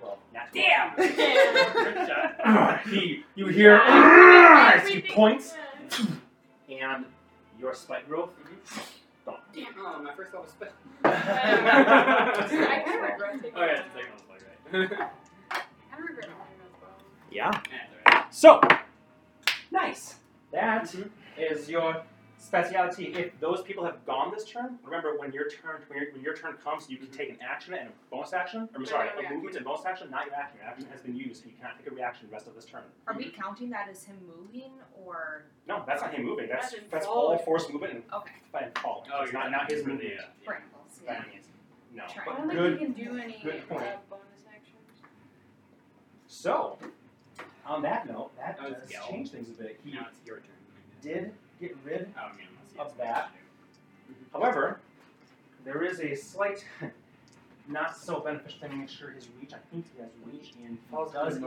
Speaker 3: 12. Not 12.
Speaker 4: Damn!
Speaker 3: he, you hear as he
Speaker 4: Everything-
Speaker 3: points, and your spike growth.
Speaker 4: Damn.
Speaker 6: Mm-hmm. Oh, my first level spell.
Speaker 4: I kind of
Speaker 6: oh,
Speaker 4: regret taking
Speaker 6: yeah,
Speaker 4: that.
Speaker 6: it's the second level spell, right?
Speaker 4: I kind of regret taking that spell.
Speaker 3: Yeah.
Speaker 6: Yeah, it's alright.
Speaker 3: So nice. That is your specialty. If those people have gone this turn, remember when your turn when your, when your turn comes, you can take an action and a bonus action. Or, I'm sorry, a
Speaker 4: reaction.
Speaker 3: movement and bonus action. Not your action. Your action has been used, and you cannot take a reaction the rest of this turn.
Speaker 5: Are we counting that as him moving or.
Speaker 3: No, that's not him moving. That's
Speaker 4: Imagine
Speaker 3: that's
Speaker 4: falling.
Speaker 3: all force movement and,
Speaker 5: Okay,
Speaker 3: and falling.
Speaker 6: Oh,
Speaker 3: it's
Speaker 6: you're
Speaker 3: not not his
Speaker 6: for
Speaker 3: movement.
Speaker 6: the, uh, yeah.
Speaker 5: brambles, yeah.
Speaker 3: No.
Speaker 5: Try.
Speaker 4: I
Speaker 3: But
Speaker 4: don't
Speaker 3: good.
Speaker 4: think we can do any
Speaker 3: good point.
Speaker 4: uh, bonus actions.
Speaker 3: So, on that note, that
Speaker 6: Oh, it's
Speaker 3: does
Speaker 6: yellow.
Speaker 3: change things a bit. He
Speaker 6: Now it's your turn.
Speaker 3: did get rid.
Speaker 6: Oh, I mean, unless he
Speaker 3: Of
Speaker 6: has
Speaker 3: that. However, there is a slight, not so beneficial thing to make sure his reach. I think he has reach and he does indeed.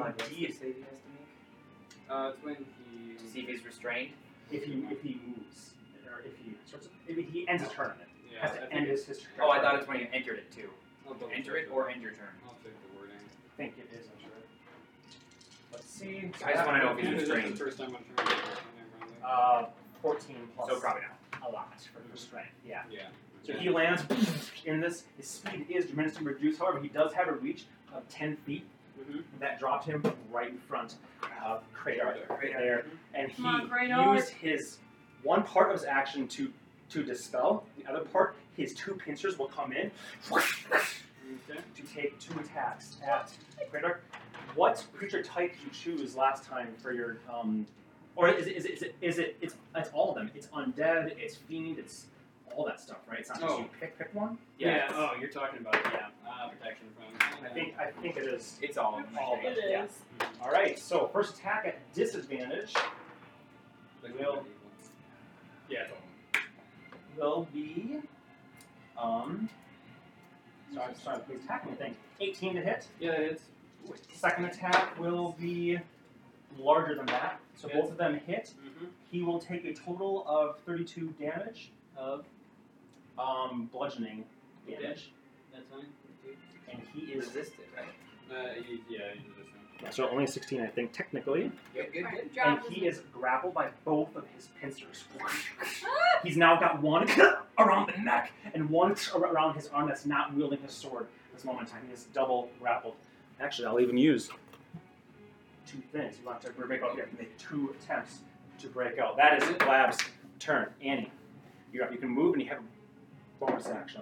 Speaker 6: save he has to make? Uh, it's when he.
Speaker 2: To see if he's restrained.
Speaker 3: If he if he moves or if he starts, if he ends his tournament,
Speaker 6: Yeah,
Speaker 3: has
Speaker 6: I
Speaker 3: to
Speaker 6: think
Speaker 3: end his, his
Speaker 2: Oh, I thought it's when you entered it too.
Speaker 6: I'll double
Speaker 2: Enter it
Speaker 6: check
Speaker 2: or
Speaker 6: the-
Speaker 2: end your turn.
Speaker 6: I'll check the wording.
Speaker 3: I think it is. I'm sure. Let's see. So
Speaker 2: I just
Speaker 3: that-
Speaker 2: wanna know if he's
Speaker 6: This is the
Speaker 2: restrained.
Speaker 6: first time I'm trying to get it, and I'm
Speaker 3: Uh, fourteen plus
Speaker 2: So probably not.
Speaker 3: a lot for for strength. Yeah.
Speaker 2: Uh,
Speaker 6: running. Yeah.
Speaker 3: So he lands in this. His speed is tremendously reduced. However, he does have a reach of 10 feet.
Speaker 6: Mhm.
Speaker 3: That dropped him right in front of Kratar Mm-hmm. right there. And he
Speaker 4: Come on, Kratar.
Speaker 3: used his one part of his action to to dispel. The other part, his two pincers will come in to
Speaker 6: Okay.
Speaker 3: take two attacks at Kratar. What creature type did you choose last time for your um or is it, is it, is it, is it it's, it's all of them. It's undead, it's fiend, it's all that stuff, right? It's not just
Speaker 6: Oh.
Speaker 3: you pick pick one.
Speaker 6: Yeah.
Speaker 2: it's-
Speaker 6: Oh, you're talking about yeah. Uh, protection from.
Speaker 3: I think I think it is.
Speaker 2: It's all of them.
Speaker 3: All of
Speaker 2: I
Speaker 3: them.
Speaker 2: think.
Speaker 3: Yeah. All right. So first attack at disadvantage Will.
Speaker 6: Yeah. It's all.
Speaker 3: will be, um, sorry, I'm sorry, please attack me. Thing. 18 to hit.
Speaker 6: Yeah, it's.
Speaker 3: Second attack will be larger than that. So
Speaker 6: Yes.
Speaker 3: both of them hit.
Speaker 6: Mm-hmm.
Speaker 3: He will take a total of 32 damage of um, bludgeoning damage,
Speaker 6: That's fine.
Speaker 3: and he is.
Speaker 2: Resisted, right?
Speaker 6: Uh, he, yeah, he's just.
Speaker 3: So only 16, I think, technically.
Speaker 2: Good, good, good.
Speaker 4: Alright, drop
Speaker 3: and
Speaker 4: this
Speaker 3: he is grappled by both of his pincers. He's now got one around the neck and one around his arm that's not wielding his sword at this moment in time. He is double grappled. Actually, I'll even use two things. You want to break out? You have to make two attempts to break out. That is Glab's turn. Annie, you're up. You can move and you have a bonus action.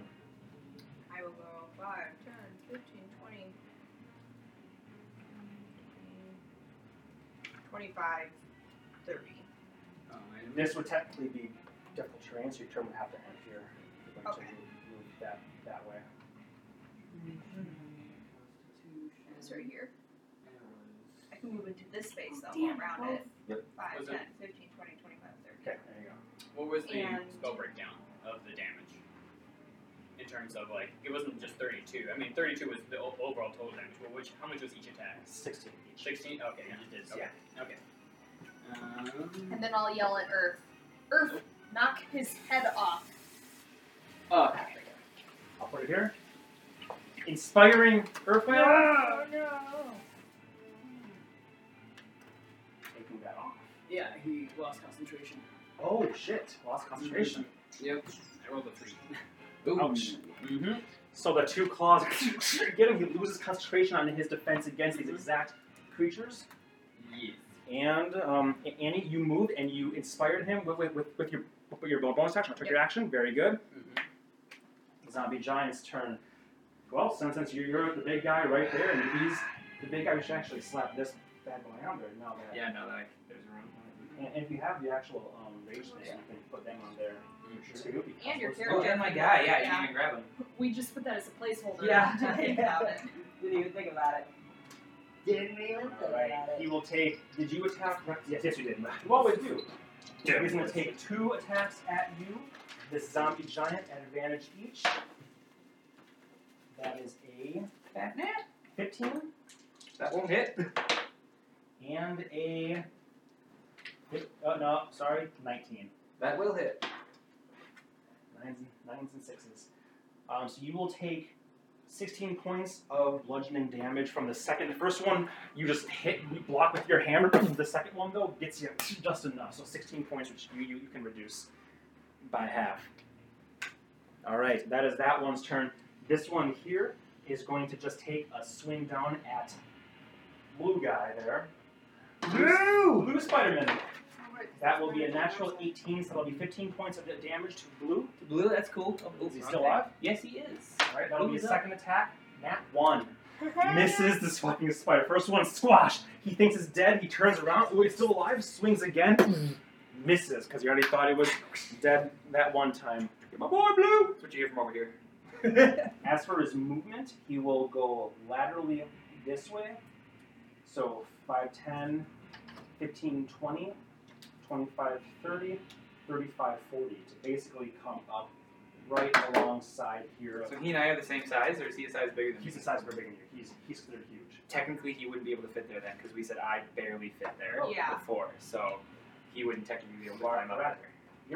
Speaker 5: I will go 5, 10, 15, 20, 25, 30.
Speaker 6: Oh, wait a minute.
Speaker 3: This would technically be difficult terrain, so your turn would have to end here. If you're going to
Speaker 5: Okay.
Speaker 3: move- move that, that way.
Speaker 5: It's right here.
Speaker 6: Yeah,
Speaker 5: I
Speaker 6: it
Speaker 5: can move into this space though,
Speaker 4: Damn,
Speaker 5: around
Speaker 4: both.
Speaker 5: it.
Speaker 3: Yep.
Speaker 5: 5,
Speaker 6: Was
Speaker 5: 10,
Speaker 6: it-
Speaker 5: 15, 20, 25, 30.
Speaker 3: Okay, there you go.
Speaker 6: was.
Speaker 2: What was the
Speaker 4: And-
Speaker 2: spell breakdown of the damage? In terms of like, it wasn't just thirty-two. I mean, thirty-two was the o- overall total damage. Well, which how much was each attack?
Speaker 3: 16 each.
Speaker 2: Sixteen. Okay, yeah, it is. Okay. Okay.
Speaker 7: Mm.
Speaker 2: Um,
Speaker 5: And then I'll yell at Earth. Earth, knock his head off.
Speaker 2: uh,
Speaker 3: I'll put it here. Inspiring Earthbound.
Speaker 5: Oh no.
Speaker 3: Taking that off.
Speaker 2: yeah, he lost concentration.
Speaker 3: Oh shit! Lost concentration.
Speaker 2: Yep. I rolled a three.
Speaker 3: Ouch.
Speaker 2: Mm-hmm.
Speaker 3: So the two claws get him. He loses concentration on his defense against these exact creatures.
Speaker 2: Yes.
Speaker 3: And um, A- Annie, you moved and you inspired him with with, with, with your with your bonus action. I took your action. Very good.
Speaker 2: Mm-hmm.
Speaker 3: Zombie Giant's turn. Well, since, since you're, you're the big guy right there, and he's the big guy, we should actually slap this bad boy on there. Now that
Speaker 2: Yeah. No, like there's a room.
Speaker 3: and, and if you have the actual um, rage things, you can put them on there. So you'll be
Speaker 4: And your
Speaker 3: close.
Speaker 4: character.
Speaker 2: Oh, and my guy. Yeah,
Speaker 5: Yeah.
Speaker 2: you can grab him.
Speaker 5: We just put that as a placeholder.
Speaker 8: Yeah.
Speaker 5: To think about it.
Speaker 8: Didn't even think about it. Didn't even think
Speaker 3: Alright,
Speaker 8: about it.
Speaker 3: he will take. Did you attack? Yes, yes, you did. You always do.
Speaker 2: Yeah.
Speaker 3: He's going to take two attacks at you. This zombie giant at advantage each. That is a
Speaker 8: Fat man.
Speaker 3: 15
Speaker 2: That won't hit.
Speaker 3: and a. Oh, no, sorry, 19.
Speaker 6: That will hit.
Speaker 3: Nines and, nines and sixes. Um, so you will take 16 points of bludgeoning damage from the second. The first one, you just hit, you block with your hammer. the second one, though, gets you just enough. So 16 points, which you, you, you can reduce by half. All right, that is that one's turn. This one here is going to just take a swing down at blue guy there. Blue! Blue Spider-Man. That will be a natural 18, so that'll be 15 points of damage to blue.
Speaker 2: Blue. That's cool. Oh,
Speaker 3: Is he
Speaker 2: wrong
Speaker 3: still
Speaker 2: thing.
Speaker 3: alive?
Speaker 2: Yes, he is.
Speaker 3: All right, that'll be
Speaker 2: Who's
Speaker 3: a
Speaker 2: up?
Speaker 3: second attack. Nat one misses this fucking spider. First one squash. He thinks it's dead. He turns around. Ooh, he's still alive. Swings again. misses because he already thought it was dead that one time. Get my boy blue.
Speaker 2: That's what you hear from over here.
Speaker 3: As for his movement, he will go laterally this way. So 5, 10, 15, 20, 25, 30, 35, 40 to basically come up right alongside here.
Speaker 2: So he and I are the same size, or is he a size bigger than
Speaker 3: He's
Speaker 2: me?
Speaker 3: the size of a big one here. He's, he's considered huge.
Speaker 2: Technically, he wouldn't be able to fit there then, because we said I barely fit there
Speaker 5: Yeah.
Speaker 2: before, so he wouldn't technically be able to
Speaker 3: You are
Speaker 2: climb up
Speaker 3: correct.
Speaker 2: there.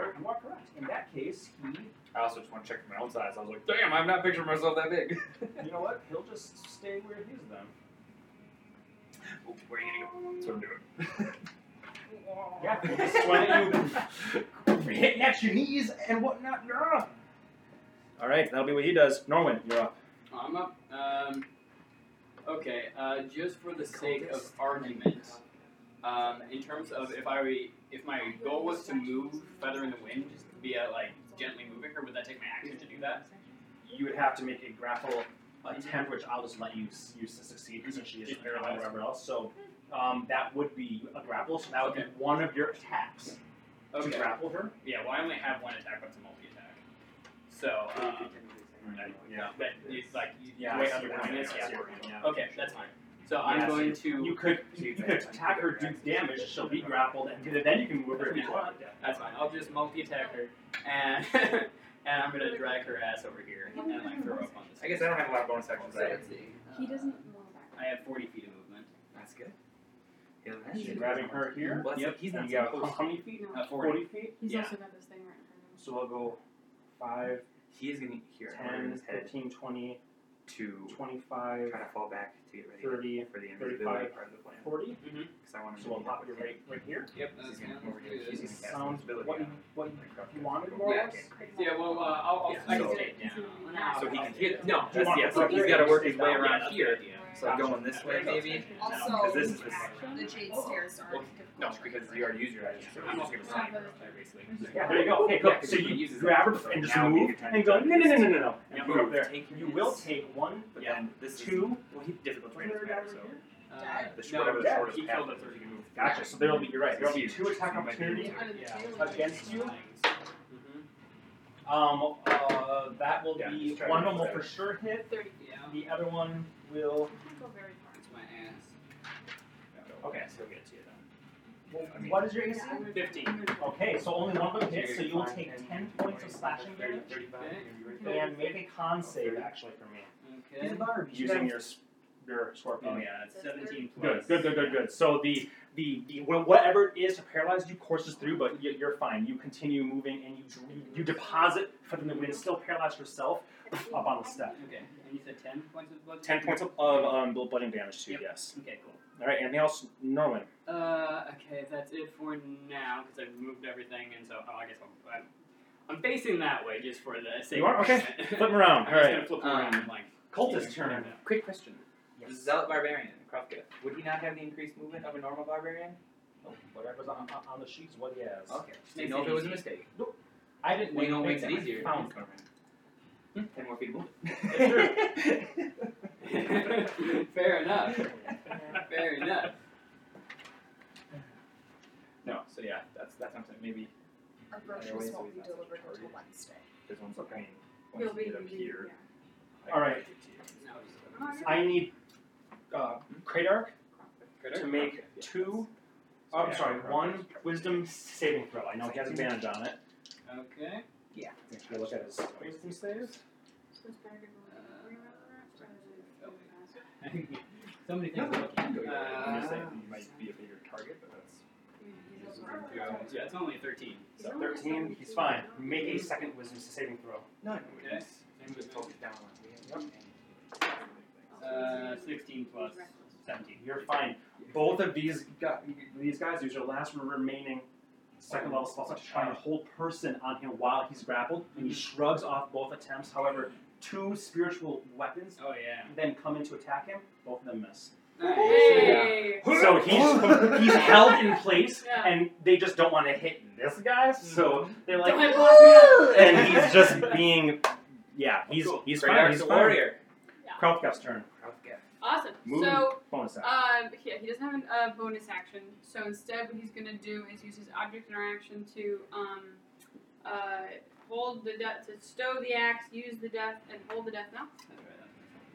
Speaker 3: You're, you are correct. In that case, he,
Speaker 2: I also just want to check my own size. I was like, damn, I'm not picturing myself that big.
Speaker 3: you know what? He'll just stay where he is then.
Speaker 2: Oh, Where are you gonna go? That's what I'm
Speaker 3: Yeah, he'll just
Speaker 2: doing.
Speaker 3: swing at you, hitting at your knees and whatnot. All right, that'll be what he does. Norwin, you're up.
Speaker 7: I'm up. Um, okay, uh, just for the sake of argument, um, in terms of if I re- if my goal was to move Feather in the Wind, just via like gently moving her, would that take my action to do that?
Speaker 3: You would have to make a grapple attempt, which I'll just let you s- use to succeed since she is
Speaker 7: She's
Speaker 3: paralyzed or
Speaker 7: paralyzed.
Speaker 3: whatever else. So um, that would be a grapple. So that would
Speaker 7: Okay.
Speaker 3: be one of your attacks to
Speaker 7: Okay.
Speaker 3: grapple her.
Speaker 7: Yeah. Well, I only have one attack, but it's a multi attack. So. Um,
Speaker 3: Yeah.
Speaker 7: but it's like you-
Speaker 3: Yeah,
Speaker 7: the way
Speaker 3: I see
Speaker 7: other
Speaker 3: what
Speaker 7: one
Speaker 3: you're
Speaker 7: is.
Speaker 3: saying.
Speaker 7: Yeah.
Speaker 3: Yeah.
Speaker 7: Okay, that's fine. So I'm
Speaker 3: Yeah, so
Speaker 7: going to.
Speaker 3: You could you could attack her, do damage. She'll be grappled, and then you can move her if you want.
Speaker 7: That's fine. I'll just multi attack her, and and I'm gonna drag her ass over here and like throw up on this.
Speaker 2: I guess I don't have a lot of bonus actions
Speaker 7: So
Speaker 2: either.
Speaker 7: let's see.
Speaker 1: He
Speaker 7: Uh,
Speaker 1: doesn't.
Speaker 7: I have 40 feet of movement.
Speaker 2: That's good. Yeah,
Speaker 3: So You're grabbing her here.
Speaker 2: Well, that's-
Speaker 3: yep.
Speaker 2: he's
Speaker 3: and
Speaker 2: not
Speaker 3: you
Speaker 2: so
Speaker 3: got
Speaker 2: close.
Speaker 3: how many feet?
Speaker 7: Uh, 40.
Speaker 3: 40 feet.
Speaker 1: He's
Speaker 7: Yeah.
Speaker 1: also got this thing right in front of him.
Speaker 3: So I'll go 5,
Speaker 2: He is gonna hear in
Speaker 3: 10,
Speaker 2: his head
Speaker 3: 15, 20,
Speaker 2: to
Speaker 3: 25,
Speaker 2: try to fall back to get ready
Speaker 3: 30,
Speaker 2: for the
Speaker 3: 35,
Speaker 2: invisibility part of the plan.
Speaker 3: 40.
Speaker 2: Because I want him
Speaker 3: So
Speaker 2: to
Speaker 3: we'll
Speaker 2: be
Speaker 3: pop
Speaker 2: up
Speaker 3: your
Speaker 2: with
Speaker 3: right, right here.
Speaker 7: Yep, that
Speaker 2: He's
Speaker 7: sounds
Speaker 2: gonna over here.
Speaker 7: good.
Speaker 2: He's gonna cast
Speaker 3: Sounds
Speaker 2: invisibility
Speaker 3: what you,
Speaker 2: on him.
Speaker 3: what you,
Speaker 2: Like, up
Speaker 3: you
Speaker 2: to-
Speaker 3: wanted more.
Speaker 7: Yes. Yeah, well, uh, I'll, I'll
Speaker 2: Yeah,
Speaker 7: I can
Speaker 2: so-
Speaker 7: stay down.
Speaker 2: So he can hear.
Speaker 3: Do you
Speaker 2: No, that's
Speaker 3: want
Speaker 2: yeah.
Speaker 3: to
Speaker 2: So he's
Speaker 3: upgrade
Speaker 2: got to
Speaker 3: or
Speaker 2: work
Speaker 3: stay
Speaker 2: his way
Speaker 3: down?
Speaker 2: around
Speaker 3: That's the
Speaker 2: here.
Speaker 3: idea.
Speaker 2: So going this way, maybe.
Speaker 5: Also,
Speaker 2: Because this is this.
Speaker 5: the jade stairs are difficult.
Speaker 2: No, because you already used your action. So I'm also gonna sign her up there, basically.
Speaker 3: Yeah, there you go. Okay, cool.
Speaker 2: Yeah, 'cause
Speaker 3: So
Speaker 2: he
Speaker 3: you
Speaker 2: uses
Speaker 3: grab
Speaker 2: it.
Speaker 3: her and just
Speaker 2: Now would be
Speaker 3: move
Speaker 2: your time
Speaker 3: and
Speaker 2: to
Speaker 3: go,
Speaker 2: grab
Speaker 3: no, no,
Speaker 2: it.
Speaker 3: no, no, no, no.
Speaker 2: Now
Speaker 3: And
Speaker 2: move
Speaker 3: move
Speaker 2: up
Speaker 3: there.
Speaker 2: Take
Speaker 3: You will take one,
Speaker 2: But
Speaker 3: yeah,
Speaker 2: then this is
Speaker 3: two.
Speaker 2: well, he difficult terrain doesn't matter. So
Speaker 7: Uh,
Speaker 5: Dead.
Speaker 2: the
Speaker 7: no,
Speaker 2: shorter, the
Speaker 3: dead.
Speaker 2: shortest
Speaker 7: he
Speaker 2: path
Speaker 7: killed
Speaker 2: is
Speaker 7: it, so he can move.
Speaker 3: Gotcha. So there'll be, you're right,
Speaker 2: It's
Speaker 3: there'll be
Speaker 2: huge.
Speaker 3: two attack
Speaker 2: You might be able
Speaker 3: opportunities
Speaker 2: to-
Speaker 3: against you.
Speaker 7: Mhm.
Speaker 3: Um, uh, that will
Speaker 2: Yeah,
Speaker 3: be
Speaker 2: just try to
Speaker 3: one
Speaker 2: get
Speaker 3: of them will
Speaker 2: better.
Speaker 3: for sure hit.
Speaker 7: Yeah,
Speaker 3: The other one will.
Speaker 1: He can't go very far.
Speaker 7: it's my ass.
Speaker 3: Okay.
Speaker 2: So he'll get to you then.
Speaker 3: Well, what is your AC?
Speaker 7: 15.
Speaker 3: Okay, so only one of them hits, so you will take 10 points of slashing damage. And make a con save, actually, for me.
Speaker 7: Okay.
Speaker 3: Using your, s- your scorpion.
Speaker 7: Oh yeah, it's
Speaker 5: That's
Speaker 7: 17 plus.
Speaker 3: Good, good, good, good, good. So the the, the wh- whatever it is to paralyze you courses through, but you, you're fine. You continue moving and you dr- you, you deposit feather in the wind, still paralyzed yourself, up on the step.
Speaker 7: Okay. And you said 10 points of blood?
Speaker 3: Ten points of, of um, blood and damage too.
Speaker 7: Yep.
Speaker 3: Yes.
Speaker 7: Okay, cool.
Speaker 3: All right. Anything else, Norman?
Speaker 7: Uh, okay, that's it for now because I've moved everything, and so oh, I guess I'm, I'm, I'm facing that way just for the sake.
Speaker 3: You are?
Speaker 7: of
Speaker 3: Okay.
Speaker 7: argument.
Speaker 3: Flip 'em around. All
Speaker 7: I'm just
Speaker 3: right.
Speaker 7: gonna flip 'em
Speaker 2: Um,
Speaker 7: around. and, like
Speaker 3: Cultist
Speaker 7: yeah,
Speaker 3: turn.
Speaker 7: yeah.
Speaker 2: Quick question. The
Speaker 3: Yes.
Speaker 2: zealot barbarian, Krofka, would he not have the increased movement of a normal barbarian?
Speaker 3: Nope, Whatever's on, on- on the sheets, what he has.
Speaker 2: Okay. Just
Speaker 7: Makes
Speaker 2: know
Speaker 7: it
Speaker 2: if it was a
Speaker 7: easy.
Speaker 2: mistake.
Speaker 3: I didn't.
Speaker 2: We know what
Speaker 3: make
Speaker 2: makes it
Speaker 3: that.
Speaker 2: easier.
Speaker 3: Found
Speaker 2: Ten more feet of movement.
Speaker 7: Fair enough. Fair enough.
Speaker 2: No. So yeah, that's that's what I'm saying. Maybe
Speaker 5: Our groceries won't be delivered until Wednesday.
Speaker 2: this one's
Speaker 3: Okay.
Speaker 2: coming.
Speaker 1: We'll
Speaker 2: Once you
Speaker 1: be Oh,
Speaker 2: get up here. I can
Speaker 3: All right.
Speaker 2: get it to you.
Speaker 7: No,
Speaker 3: I need uh, Kratark
Speaker 2: Critter?
Speaker 3: to make
Speaker 2: Yeah.
Speaker 3: two.
Speaker 2: So
Speaker 3: Oh, I'm
Speaker 2: yeah,
Speaker 3: sorry,
Speaker 2: Krofka.
Speaker 3: one wisdom saving throw. I know he has advantage on it.
Speaker 7: okay.
Speaker 3: Make sure you look at his wisdom saves.
Speaker 7: so many things.
Speaker 2: No, it can go either way. I'm just
Speaker 7: Uh,
Speaker 2: saying you might be a bigger target, but that's.
Speaker 7: yeah, it's only thirteen.
Speaker 3: So 13, he's fine. Make a second wisdom saving throw.
Speaker 2: No.
Speaker 7: Okay.
Speaker 2: I'm just focus down on it.
Speaker 7: Uh, sixteen plus seventeen.
Speaker 3: You're fine. Both of these guys, these guys use their last remaining second level spell slot to try and hold person on him while he's grappled, and he
Speaker 2: Mm-hmm.
Speaker 3: shrugs off both attempts. However, two spiritual weapons
Speaker 7: Oh yeah.
Speaker 3: then come in to attack him. Both of them miss.
Speaker 4: Hey.
Speaker 3: So he's he's held in place,
Speaker 4: Yeah.
Speaker 3: and they just don't want to hit this guy.
Speaker 2: Mm-hmm.
Speaker 3: So they're
Speaker 4: Don't
Speaker 3: like,
Speaker 4: hit boss man.
Speaker 3: and he's just being, yeah, he's
Speaker 7: Cool.
Speaker 3: he's
Speaker 2: Kratark's
Speaker 3: fine. He's
Speaker 2: a
Speaker 3: fine.
Speaker 2: warrior.
Speaker 3: Kropkow's turn.
Speaker 2: Krofka.
Speaker 4: Awesome.
Speaker 3: Move
Speaker 4: So
Speaker 3: bonus action.
Speaker 4: Um, yeah, he doesn't have a uh, bonus action, so instead, what he's gonna do is use his object interaction to um, uh, hold the death, to stow the axe, use the death, and hold the death now,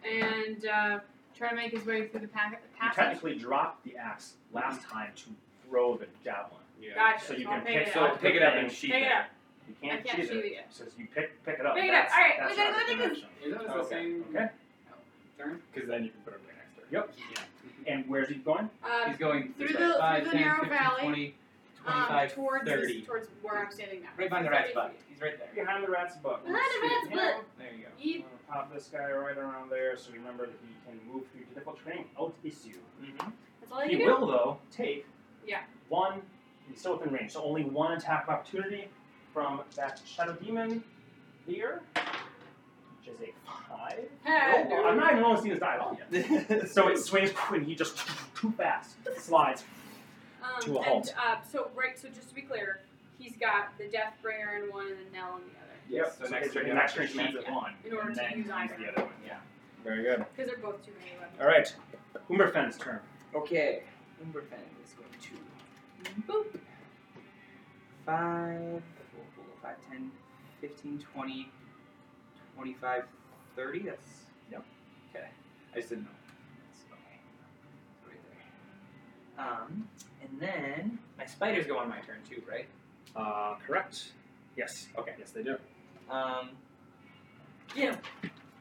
Speaker 4: and uh, try to make his way through the packet.
Speaker 3: You
Speaker 4: Passage.
Speaker 3: technically dropped the axe last time to throw the javelin.
Speaker 4: Gotcha.
Speaker 3: So you
Speaker 4: I'll
Speaker 3: can
Speaker 4: pick
Speaker 3: pick
Speaker 4: it
Speaker 3: so
Speaker 4: up.
Speaker 3: pick it up and
Speaker 4: Pick it up.
Speaker 3: You
Speaker 4: I
Speaker 3: can't,
Speaker 4: can't
Speaker 3: cheat
Speaker 4: shoot
Speaker 3: it.
Speaker 4: it yet.
Speaker 3: So you pick pick it up.
Speaker 4: Pick it
Speaker 3: that's,
Speaker 4: up. All right,
Speaker 3: that's
Speaker 4: we gotta
Speaker 3: your
Speaker 4: go do
Speaker 3: action.
Speaker 7: Is that the
Speaker 2: Okay.
Speaker 7: same
Speaker 3: Okay.
Speaker 7: turn?
Speaker 2: Because then you can put him right next to her.
Speaker 3: Yep. And where's he going?
Speaker 4: Um,
Speaker 2: He's going
Speaker 4: through
Speaker 2: this
Speaker 4: the-
Speaker 2: way.
Speaker 4: through
Speaker 2: Five,
Speaker 4: the
Speaker 2: 10,
Speaker 4: narrow
Speaker 2: 15,
Speaker 4: valley,
Speaker 2: 20,
Speaker 4: um,
Speaker 2: 25,
Speaker 4: towards
Speaker 2: 30.
Speaker 4: towards where I'm standing now.
Speaker 2: Right behind the rat's butt. He's right there.
Speaker 3: Behind the rat's butt.
Speaker 4: Behind the rat's butt.
Speaker 2: There you go.
Speaker 4: Yeet.
Speaker 3: Uh, Pop this guy right around there, so remember that he can move through difficult terrain. Oh, it's you.
Speaker 2: Mm-hmm.
Speaker 4: That's all I
Speaker 3: He
Speaker 4: can do.
Speaker 3: will though take.
Speaker 4: Yeah.
Speaker 3: One. He's still within range, so only one attack of opportunity from that shadow demon here, which is a five.
Speaker 4: Hey,
Speaker 3: Oh, I'm not even going to see this die at all yet. so it swings and he just too fast slides.
Speaker 4: Um,
Speaker 3: To a
Speaker 4: and,
Speaker 3: halt.
Speaker 4: uh, so right, so just to be clear, he's got the Deathbringer in one and the Nell in the other,
Speaker 3: Yep.
Speaker 2: So next
Speaker 3: turn,
Speaker 2: turn,
Speaker 3: next turn,
Speaker 2: you
Speaker 3: she
Speaker 2: have
Speaker 3: ends
Speaker 2: to
Speaker 3: at one.
Speaker 4: in order
Speaker 3: and
Speaker 4: to
Speaker 3: then
Speaker 4: use
Speaker 3: use
Speaker 4: either.
Speaker 3: the other one. Yeah. Very good.
Speaker 4: Because they're both too many weapons.
Speaker 3: All right, Umberfen's turn.
Speaker 2: Okay. Umberfang is going to
Speaker 4: Boop.
Speaker 2: five, four, four, five, 10, 15, 20, 25, 30. That's.
Speaker 3: Yep.
Speaker 2: Okay. I just didn't know. That's okay. It's right there. Um, and then my spiders go on my turn too, right?
Speaker 3: Uh, correct. Yes.
Speaker 2: Okay.
Speaker 3: Yes, they do.
Speaker 2: Um,
Speaker 4: Yeah.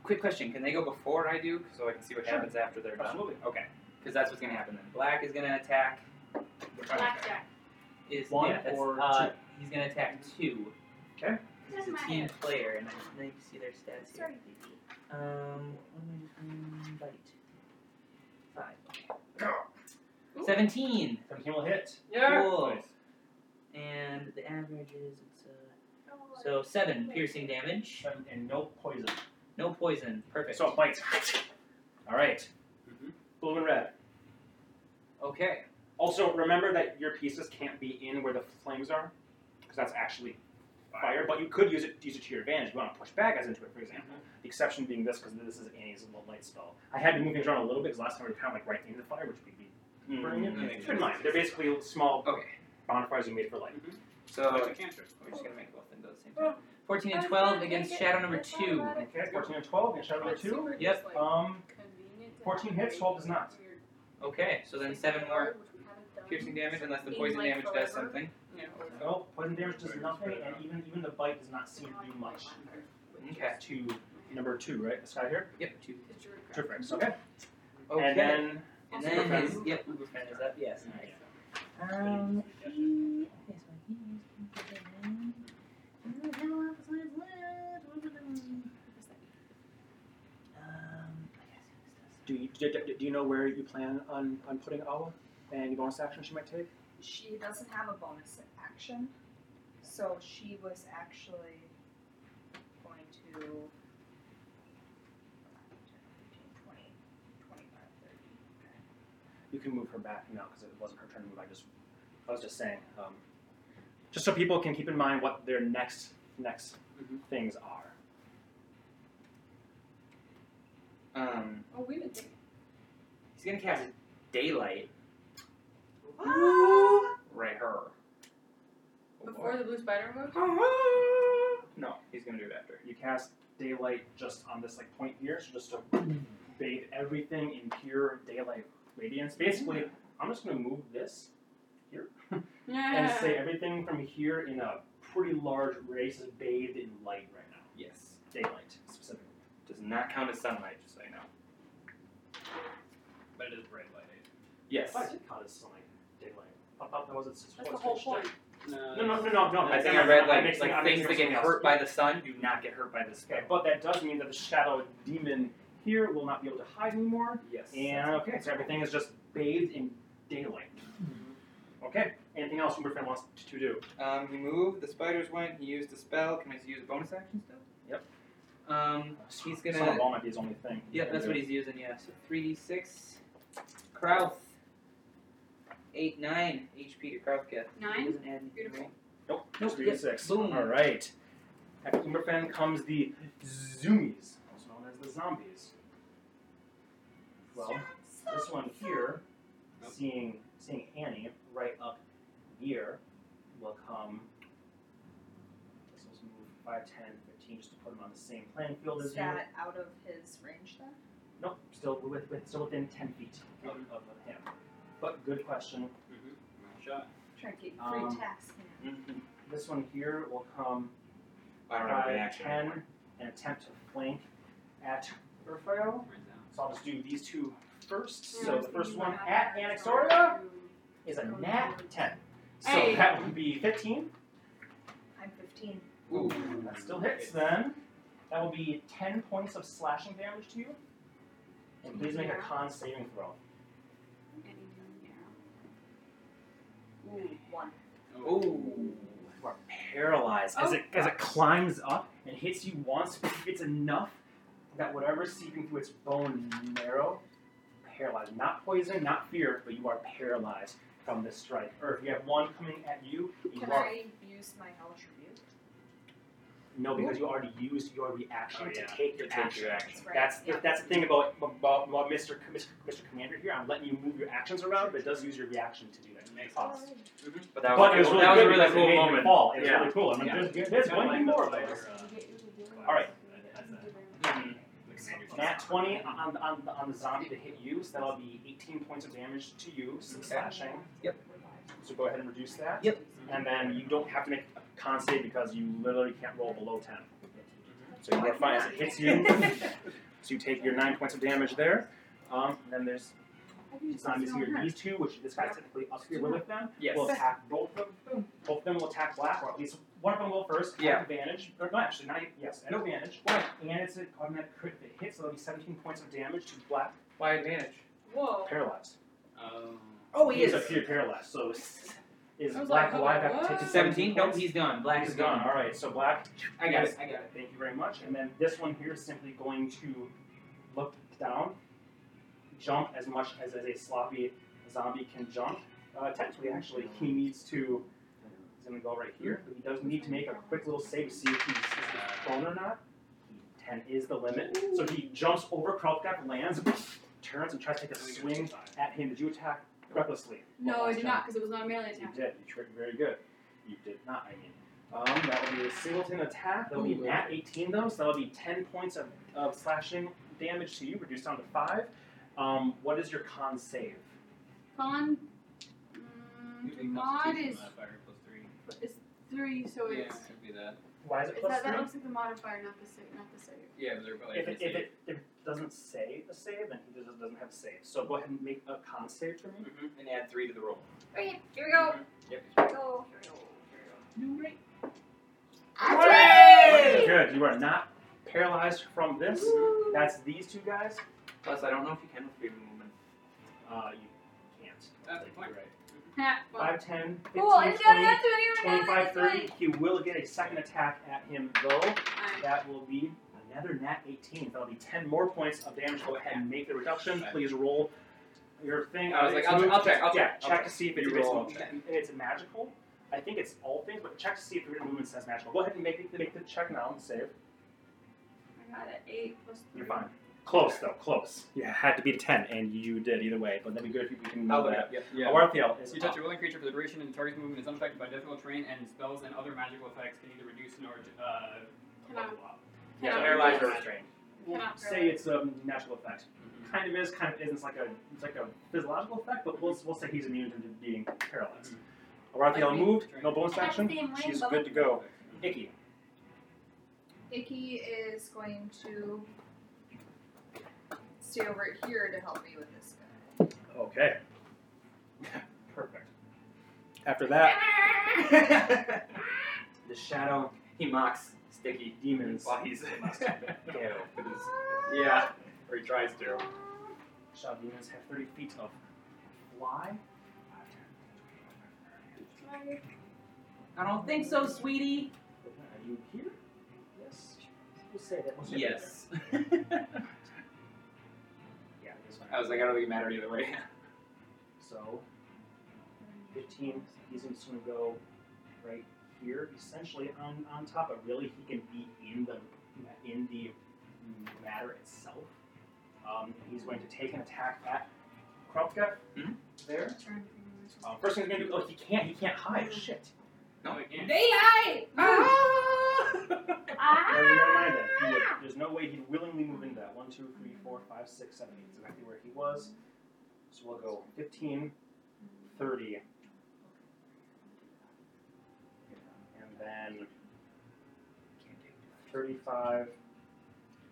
Speaker 2: Quick question: Can they go before I do, so I can see what
Speaker 3: Sure.
Speaker 2: happens after they're done?
Speaker 3: Absolutely.
Speaker 2: Okay, because that's what's gonna happen then. Black is gonna attack. which one
Speaker 4: Blackjack.
Speaker 2: Is
Speaker 3: One
Speaker 2: yeah, that's,
Speaker 3: or
Speaker 2: uh, He's gonna attack two.
Speaker 3: 'Kay.
Speaker 2: He's a team player, and I just need to see their stats here. Um, what am I doing? bite. Five.
Speaker 4: Ooh.
Speaker 2: Seventeen.
Speaker 3: Seventeen will hit.
Speaker 2: Cool. And the average is it's uh, so seven piercing damage.
Speaker 3: Seven and no poison.
Speaker 2: No poison. Perfect.
Speaker 3: So it bites. All right.
Speaker 7: Mhm.
Speaker 3: Blue and red.
Speaker 2: okay.
Speaker 3: Also, remember that your pieces can't be in where the flames are, because that's actually fire. But you could use it use it to your advantage. You want to push back as into it, for example. The exception being this, because this is Annie's little light spell. I had to move things around a little bit because last time we were kind of like right into the fire, which would be brilliant.
Speaker 2: that makes
Speaker 3: Keep in Mm-hmm. mind, they're basically small
Speaker 2: Okay.
Speaker 3: bonfires you made for light.
Speaker 2: So
Speaker 7: Like Oh, a cantrip.
Speaker 2: We're just gonna make both of those at the same time. Fourteen and twelve against shadow number two.
Speaker 3: Okay, 14 and 12, and shadow number two.
Speaker 2: Yep.
Speaker 3: Um, 14 um, hits, 12 does not.
Speaker 2: Okay, so then seven more.
Speaker 5: Which we haven't done
Speaker 2: piercing damage unless the
Speaker 5: In,
Speaker 2: poison
Speaker 5: like,
Speaker 2: damage does
Speaker 5: forever?
Speaker 2: something.
Speaker 3: No, poison damage does nothing, and even even the bite does not seem to do much.
Speaker 2: Okay.
Speaker 3: To number two, right? This guy here,
Speaker 2: Yep. Two.
Speaker 3: two friends. Okay.
Speaker 2: Okay.
Speaker 3: And then
Speaker 2: and
Speaker 3: Uber
Speaker 2: then his
Speaker 3: friend.
Speaker 2: yep Uber friend is up. Yes. Nice.
Speaker 3: Um, do you do, do- do you know where you plan on on putting Awa? And any bonus action she might take?
Speaker 5: She doesn't have a bonus action, so she was actually going to. 11, 12, 13, 20, 25, 30.
Speaker 3: You can move her back now because it wasn't her turn to move. I just I was just saying, um, just so people can keep in mind what their next next
Speaker 2: Mhm.
Speaker 3: things are.
Speaker 2: Um,
Speaker 4: Oh, we didn't think.
Speaker 2: he's gonna cast daylight
Speaker 3: Right, her. Oh,
Speaker 4: Before the blue spider moved?
Speaker 2: No, he's gonna do it after.
Speaker 3: You cast daylight just on this like point here, so just to bathe everything in pure daylight radiance. Basically,
Speaker 2: Mm-hmm.
Speaker 3: I'm just gonna move this and say everything from here in a pretty large radius is bathed in light right now.
Speaker 2: Yes.
Speaker 3: Daylight specifically.
Speaker 2: Does not count as sunlight, just so you know.
Speaker 7: But it is bright lighting.
Speaker 2: Yes.
Speaker 3: I did count as sunlight daylight. I thought that was its
Speaker 4: That's the whole point.
Speaker 7: No,
Speaker 3: No, no, no, no, no.
Speaker 2: I
Speaker 3: that's-
Speaker 2: think I read
Speaker 3: I'm
Speaker 2: like
Speaker 3: mixing-
Speaker 2: like
Speaker 3: I'm
Speaker 2: things
Speaker 3: mixing
Speaker 2: that
Speaker 3: with
Speaker 2: get
Speaker 3: something
Speaker 2: hurt
Speaker 3: else.
Speaker 2: by the sun do not get hurt by the
Speaker 3: Okay,
Speaker 2: spell.
Speaker 3: but that does mean that the shadow demon here will not be able to hide anymore.
Speaker 2: Yes.
Speaker 3: And okay, so everything is just bathed in daylight.
Speaker 2: Mm-hmm.
Speaker 3: Okay. Anything else Uberfan wants t- to do?
Speaker 2: Um, he moved. The spiders went. He used a spell. Can I use a bonus action still?
Speaker 3: Yep.
Speaker 2: Um, he's gonna.
Speaker 3: Son of Ball might be his only thing.
Speaker 2: Yeah, that's what he's using, yeah. So 3d6. Krauth. 8, 9 HP to Krauth gets. He
Speaker 4: Nine?
Speaker 2: doesn't add anything,
Speaker 4: Beautiful.
Speaker 2: right?
Speaker 3: Nope.
Speaker 2: Nope,
Speaker 3: Three
Speaker 2: yeah,
Speaker 3: to six.
Speaker 2: boom.
Speaker 3: All right. After Uberfan comes the zoomies, also known as the zombies. Well, this one here, seeing seeing Annie right up here, will come. This will move 5, 10, 15, just to put him on the same playing field as
Speaker 5: Is
Speaker 3: you.
Speaker 5: that out of his range then?
Speaker 3: Nope, still with, with still within ten feet of, of him. But good question.
Speaker 7: Shot.
Speaker 5: Trying to get you free
Speaker 3: Um,
Speaker 5: attacks, man.
Speaker 3: This one here will come
Speaker 6: I don't have
Speaker 3: by
Speaker 6: an action.
Speaker 3: ten and attempt to flank at Urfael.
Speaker 7: Right now.
Speaker 3: So I'll just do these two first.
Speaker 4: Yeah,
Speaker 3: So
Speaker 4: so
Speaker 3: the first
Speaker 4: you
Speaker 3: one
Speaker 4: might
Speaker 3: at
Speaker 4: have to-
Speaker 3: Anaxoria is a nat ten. So
Speaker 4: Hey.
Speaker 3: that would be fifteen.
Speaker 5: I'm 15.
Speaker 2: Ooh.
Speaker 3: That still hits then. That will be ten points of slashing damage to you. And please make a
Speaker 4: Yeah.
Speaker 3: con saving throw.
Speaker 5: Ooh, one.
Speaker 2: Ooh.
Speaker 3: You are paralyzed as it as it climbs up and hits you once. It's enough that whatever's seeping through its bone marrow, paralyzed. Not poison, not fear, but you are paralyzed from this strike. Or if you have one coming at you, you
Speaker 5: Can
Speaker 3: are
Speaker 5: I use my hellish rebuke?
Speaker 3: no because you already used your reaction
Speaker 7: Oh, yeah.
Speaker 3: to take your
Speaker 2: To take your action.
Speaker 3: action.
Speaker 5: That's right.
Speaker 3: That's
Speaker 5: yeah.
Speaker 3: that's the thing about about, about Mr. Com- Mr. Mr. Commander here. I'm letting you move your actions around, but it does use your reaction to do that. It makes sense.
Speaker 2: But that
Speaker 3: But it
Speaker 2: was, cool.
Speaker 3: was really
Speaker 2: that was a
Speaker 3: good
Speaker 2: really
Speaker 3: because it
Speaker 2: cool
Speaker 3: made you
Speaker 2: moment.
Speaker 3: fall. It was
Speaker 2: Yeah.
Speaker 3: really cool. I mean,
Speaker 7: Yeah.
Speaker 3: there's, there's
Speaker 7: Kinda
Speaker 3: going to be
Speaker 7: like the
Speaker 3: more of
Speaker 7: spider,
Speaker 3: those.
Speaker 7: uh,
Speaker 3: All right.
Speaker 7: That's a-
Speaker 2: Mhm.
Speaker 3: Hmm. Nat 20
Speaker 7: Um,
Speaker 3: on, on, on the zombie to hit you, so that'll be 18 points of damage to you, so slashing.
Speaker 2: Yep.
Speaker 3: So go ahead and reduce that.
Speaker 2: Yep.
Speaker 3: And then you don't have to make a con save because you literally can't roll below 10. So you are fine as it hits you. so you take your 9 points of damage there. Um, and then there's zombies here. These two, which this guy's typically up here with them,
Speaker 2: Yes.
Speaker 3: will attack both of them. Both of them will attack black, or at least one of them will first. at
Speaker 2: Yeah.
Speaker 3: Advantage. Or no, actually, not even- yes, at advantage. And it's an automatic crit if it hits, so that'll be 17 points of damage to black
Speaker 2: Why advantage?
Speaker 4: Whoa.
Speaker 3: paralyzed.
Speaker 7: Um,
Speaker 2: Oh,
Speaker 3: He's up here paralyzed, so is is
Speaker 4: I was
Speaker 3: black
Speaker 4: like,
Speaker 3: alive
Speaker 4: what?
Speaker 3: after taking
Speaker 2: 17? Nope,
Speaker 3: points?
Speaker 2: he's gone. Black
Speaker 3: He's
Speaker 2: is gone.
Speaker 3: All right, so black.
Speaker 2: I got
Speaker 3: yes,
Speaker 2: it. I got it.
Speaker 3: Thank you very much. And then this one here is simply going to look down, jump as much as, as a sloppy zombie can jump. Uh, technically, actually, he needs to. He's gonna go right here, but he does need to make a quick little save to see if he's, if he's prone or not. Ten is the limit, so he jumps over Krelpgap, lands, turns, and tries to take a swing at him. Did you attack recklessly?
Speaker 4: No, I
Speaker 3: Last
Speaker 4: did
Speaker 3: time.
Speaker 4: not, because it was not a melee
Speaker 3: You
Speaker 4: attack.
Speaker 3: did. You tricked very good. You did not, I mean. Um, that will be a singleton attack. That'll be
Speaker 2: Ooh,
Speaker 3: nat 18, though, so that'll be 10 points of, of slashing damage to you, reduced down to 5. Um, what is your con save?
Speaker 4: Con.
Speaker 7: Maybe
Speaker 4: Mm, mod
Speaker 7: Constitution
Speaker 4: is-
Speaker 7: modifier plus three.
Speaker 1: It's three, so
Speaker 7: yeah,
Speaker 1: it's.
Speaker 7: it'd be that.
Speaker 3: Why is it
Speaker 1: Is
Speaker 3: plus
Speaker 1: that, that
Speaker 3: three?
Speaker 1: looks like the modifier, not the save, not the save.
Speaker 7: Yeah, but they're probably
Speaker 3: If it, if, it, if it doesn't say a save, then he just doesn't have a save. So go ahead and make a con save for me.
Speaker 7: Mhm.
Speaker 2: And add three to the roll.
Speaker 5: Okay, here we go.
Speaker 2: Yep.
Speaker 5: Here we go. Here we go.
Speaker 3: Very
Speaker 5: Here we go.
Speaker 3: Good. You are not paralyzed from this. That's these two guys.
Speaker 2: Plus, I don't know if you can with freedom of movement.
Speaker 3: Uh, you can't.
Speaker 7: That's the point, right?
Speaker 4: Nah, well,
Speaker 3: 5, 10, 15,
Speaker 4: cool. It's got
Speaker 3: 20,
Speaker 4: enough to it even
Speaker 3: 25,
Speaker 4: now.
Speaker 3: 30. He will get a second attack at him, though. That will be another nat 18. That'll be 10 more points of damage. Go ahead and make the reduction. Please roll your thing.
Speaker 2: I was like,
Speaker 3: it's
Speaker 2: I'll-
Speaker 3: move-
Speaker 2: I'll check, I'll
Speaker 3: yeah,
Speaker 2: check,
Speaker 3: check
Speaker 2: I'll
Speaker 3: to see if
Speaker 2: You
Speaker 3: it's,
Speaker 2: roll,
Speaker 3: it's,
Speaker 2: I'll check.
Speaker 3: it's magical. I think it's all things, but check to see if your movement says magical. Go ahead and make, it- make the check now and save.
Speaker 4: I got an eight plus three.
Speaker 3: You're fine. Close though, close. Yeah, had to be a ten, and you did either way. But that'd be good if you we can
Speaker 2: I'll
Speaker 3: move
Speaker 2: look it
Speaker 3: that.
Speaker 2: up. Yep.
Speaker 7: Yeah.
Speaker 3: Awarthiel is
Speaker 7: You
Speaker 3: up.
Speaker 7: touch a willing creature for the duration, and the target's movement is unaffected by difficult terrain, and spells and other magical effects can either reduce nor uh,
Speaker 1: Can I-
Speaker 3: Yeah,
Speaker 1: Cannot
Speaker 2: paralyzed or
Speaker 1: reduce.
Speaker 2: restrained.
Speaker 3: We'll
Speaker 1: Cannot
Speaker 3: say it's a natural effect. Kind of is, kind of isn't. It's like a it's like a physiological effect, but we'll, we'll say he's immune to being paralyzed. Awarthiel
Speaker 7: Like me.
Speaker 3: moved. No bonus
Speaker 1: That's
Speaker 3: action.
Speaker 1: the same
Speaker 3: She's
Speaker 1: rainbow.
Speaker 3: good to go. Icky.
Speaker 5: Icky is going to stay over here to help me with this guy.
Speaker 3: Okay. Perfect. After that,
Speaker 2: The shadow. He mocks sticky
Speaker 3: demons
Speaker 2: while he's
Speaker 3: go.
Speaker 2: yeah, or he tries to.
Speaker 3: Shall demons have thirty feet of fly?
Speaker 2: I don't think so, sweetie.
Speaker 3: Are you here? Yes. We'll say that. We'll say that.
Speaker 2: Yes.
Speaker 3: Yeah, it is fine.
Speaker 2: I was like, I don't think it mattered either way.
Speaker 3: So, 15, he's just going to go right here, essentially on, on top, but really he can be in the in the matter itself. Um, he's going to take an attack at Kropka
Speaker 2: Mhm.
Speaker 3: there. Um, first thing he's going to do, oh, he can't, he can't hide. Shit.
Speaker 7: No, it can't.
Speaker 5: They hide!
Speaker 4: Ah!
Speaker 2: "Ah!"
Speaker 5: Ah.
Speaker 3: Yeah, we never mind that. He would, there's no way he'd willingly move into that. One, two, three, four, five, six, seven, eight. It's exactly where he was. So we'll go 15, 30. And then 35,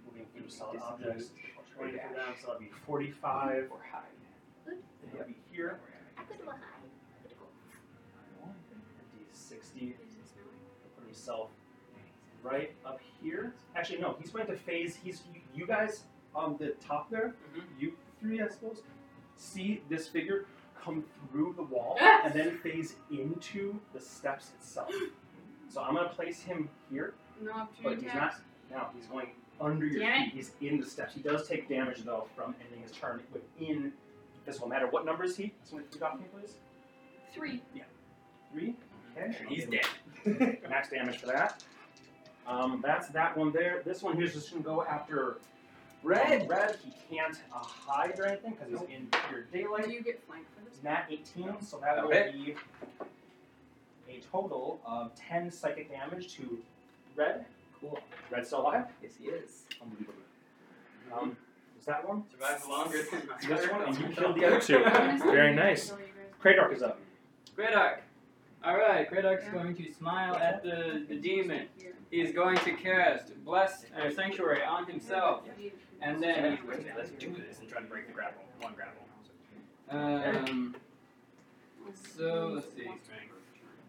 Speaker 3: moving through solid objects. 20 for them, so that'll be 45.
Speaker 2: Or hide.
Speaker 3: It'll be here. D 60. Put himself right up here. Actually, no, he's going to phase. He's you, you guys on the top there. You three, I suppose, see this figure come through the wall and then phase into the steps itself. So I'm gonna place him here,
Speaker 4: No
Speaker 3: but
Speaker 4: opportunity
Speaker 3: he's
Speaker 4: attacks.
Speaker 3: not. Now he's going under your
Speaker 4: Damn
Speaker 3: feet. He's in the steps. He does take damage though from ending his turn within this will matter. What number is he? Someone can you talk to me, please.
Speaker 5: Three.
Speaker 3: Three. Okay.
Speaker 2: He's dead.
Speaker 3: Max damage for that. Um, that's that one there. This one here's just gonna go after red. Red. He can't uh, hide or anything because he's in pure
Speaker 4: Do
Speaker 3: daylight.
Speaker 4: you get flanked for this?
Speaker 3: Nat 18, so that will
Speaker 2: Okay.
Speaker 3: be a total of 10 psychic damage to red.
Speaker 2: Cool.
Speaker 3: Red still alive.
Speaker 2: Yes, he is.
Speaker 3: Unbelievable. Um, is that one?
Speaker 7: Survive longer than my
Speaker 3: This one, and you
Speaker 7: other-
Speaker 3: killed the other two.
Speaker 4: I'm gonna
Speaker 3: Very
Speaker 4: say-
Speaker 3: nice.
Speaker 4: kill you guys.
Speaker 3: Kratark is up.
Speaker 7: Gredark. All right, Gredark's
Speaker 4: Yeah.
Speaker 7: going to smile at the, the demon.
Speaker 4: Here.
Speaker 7: He is going to cast Bless uh, Sanctuary on himself, and then
Speaker 2: Wait a minute, let's do this and try to break the grapple. One grapple.
Speaker 7: um, so let's see.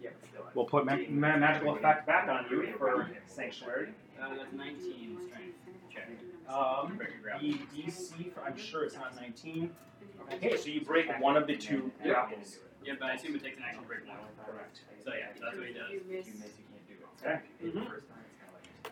Speaker 2: Yeah, but still.
Speaker 3: We'll put ma- ma- magical effect back on you for Sanctuary.
Speaker 7: Uh, that's 19 strength.
Speaker 2: Check.
Speaker 3: Um,
Speaker 2: Break the
Speaker 3: the
Speaker 2: grapple.
Speaker 3: DC, for, I'm sure it's not 19. Okay, so you break one of the two
Speaker 7: Yeah.
Speaker 3: grapples.
Speaker 7: Yeah, but I assume it takes an action to break one.
Speaker 3: Correct.
Speaker 7: So yeah, that's what he does.
Speaker 3: Okay.
Speaker 2: Mm-hmm.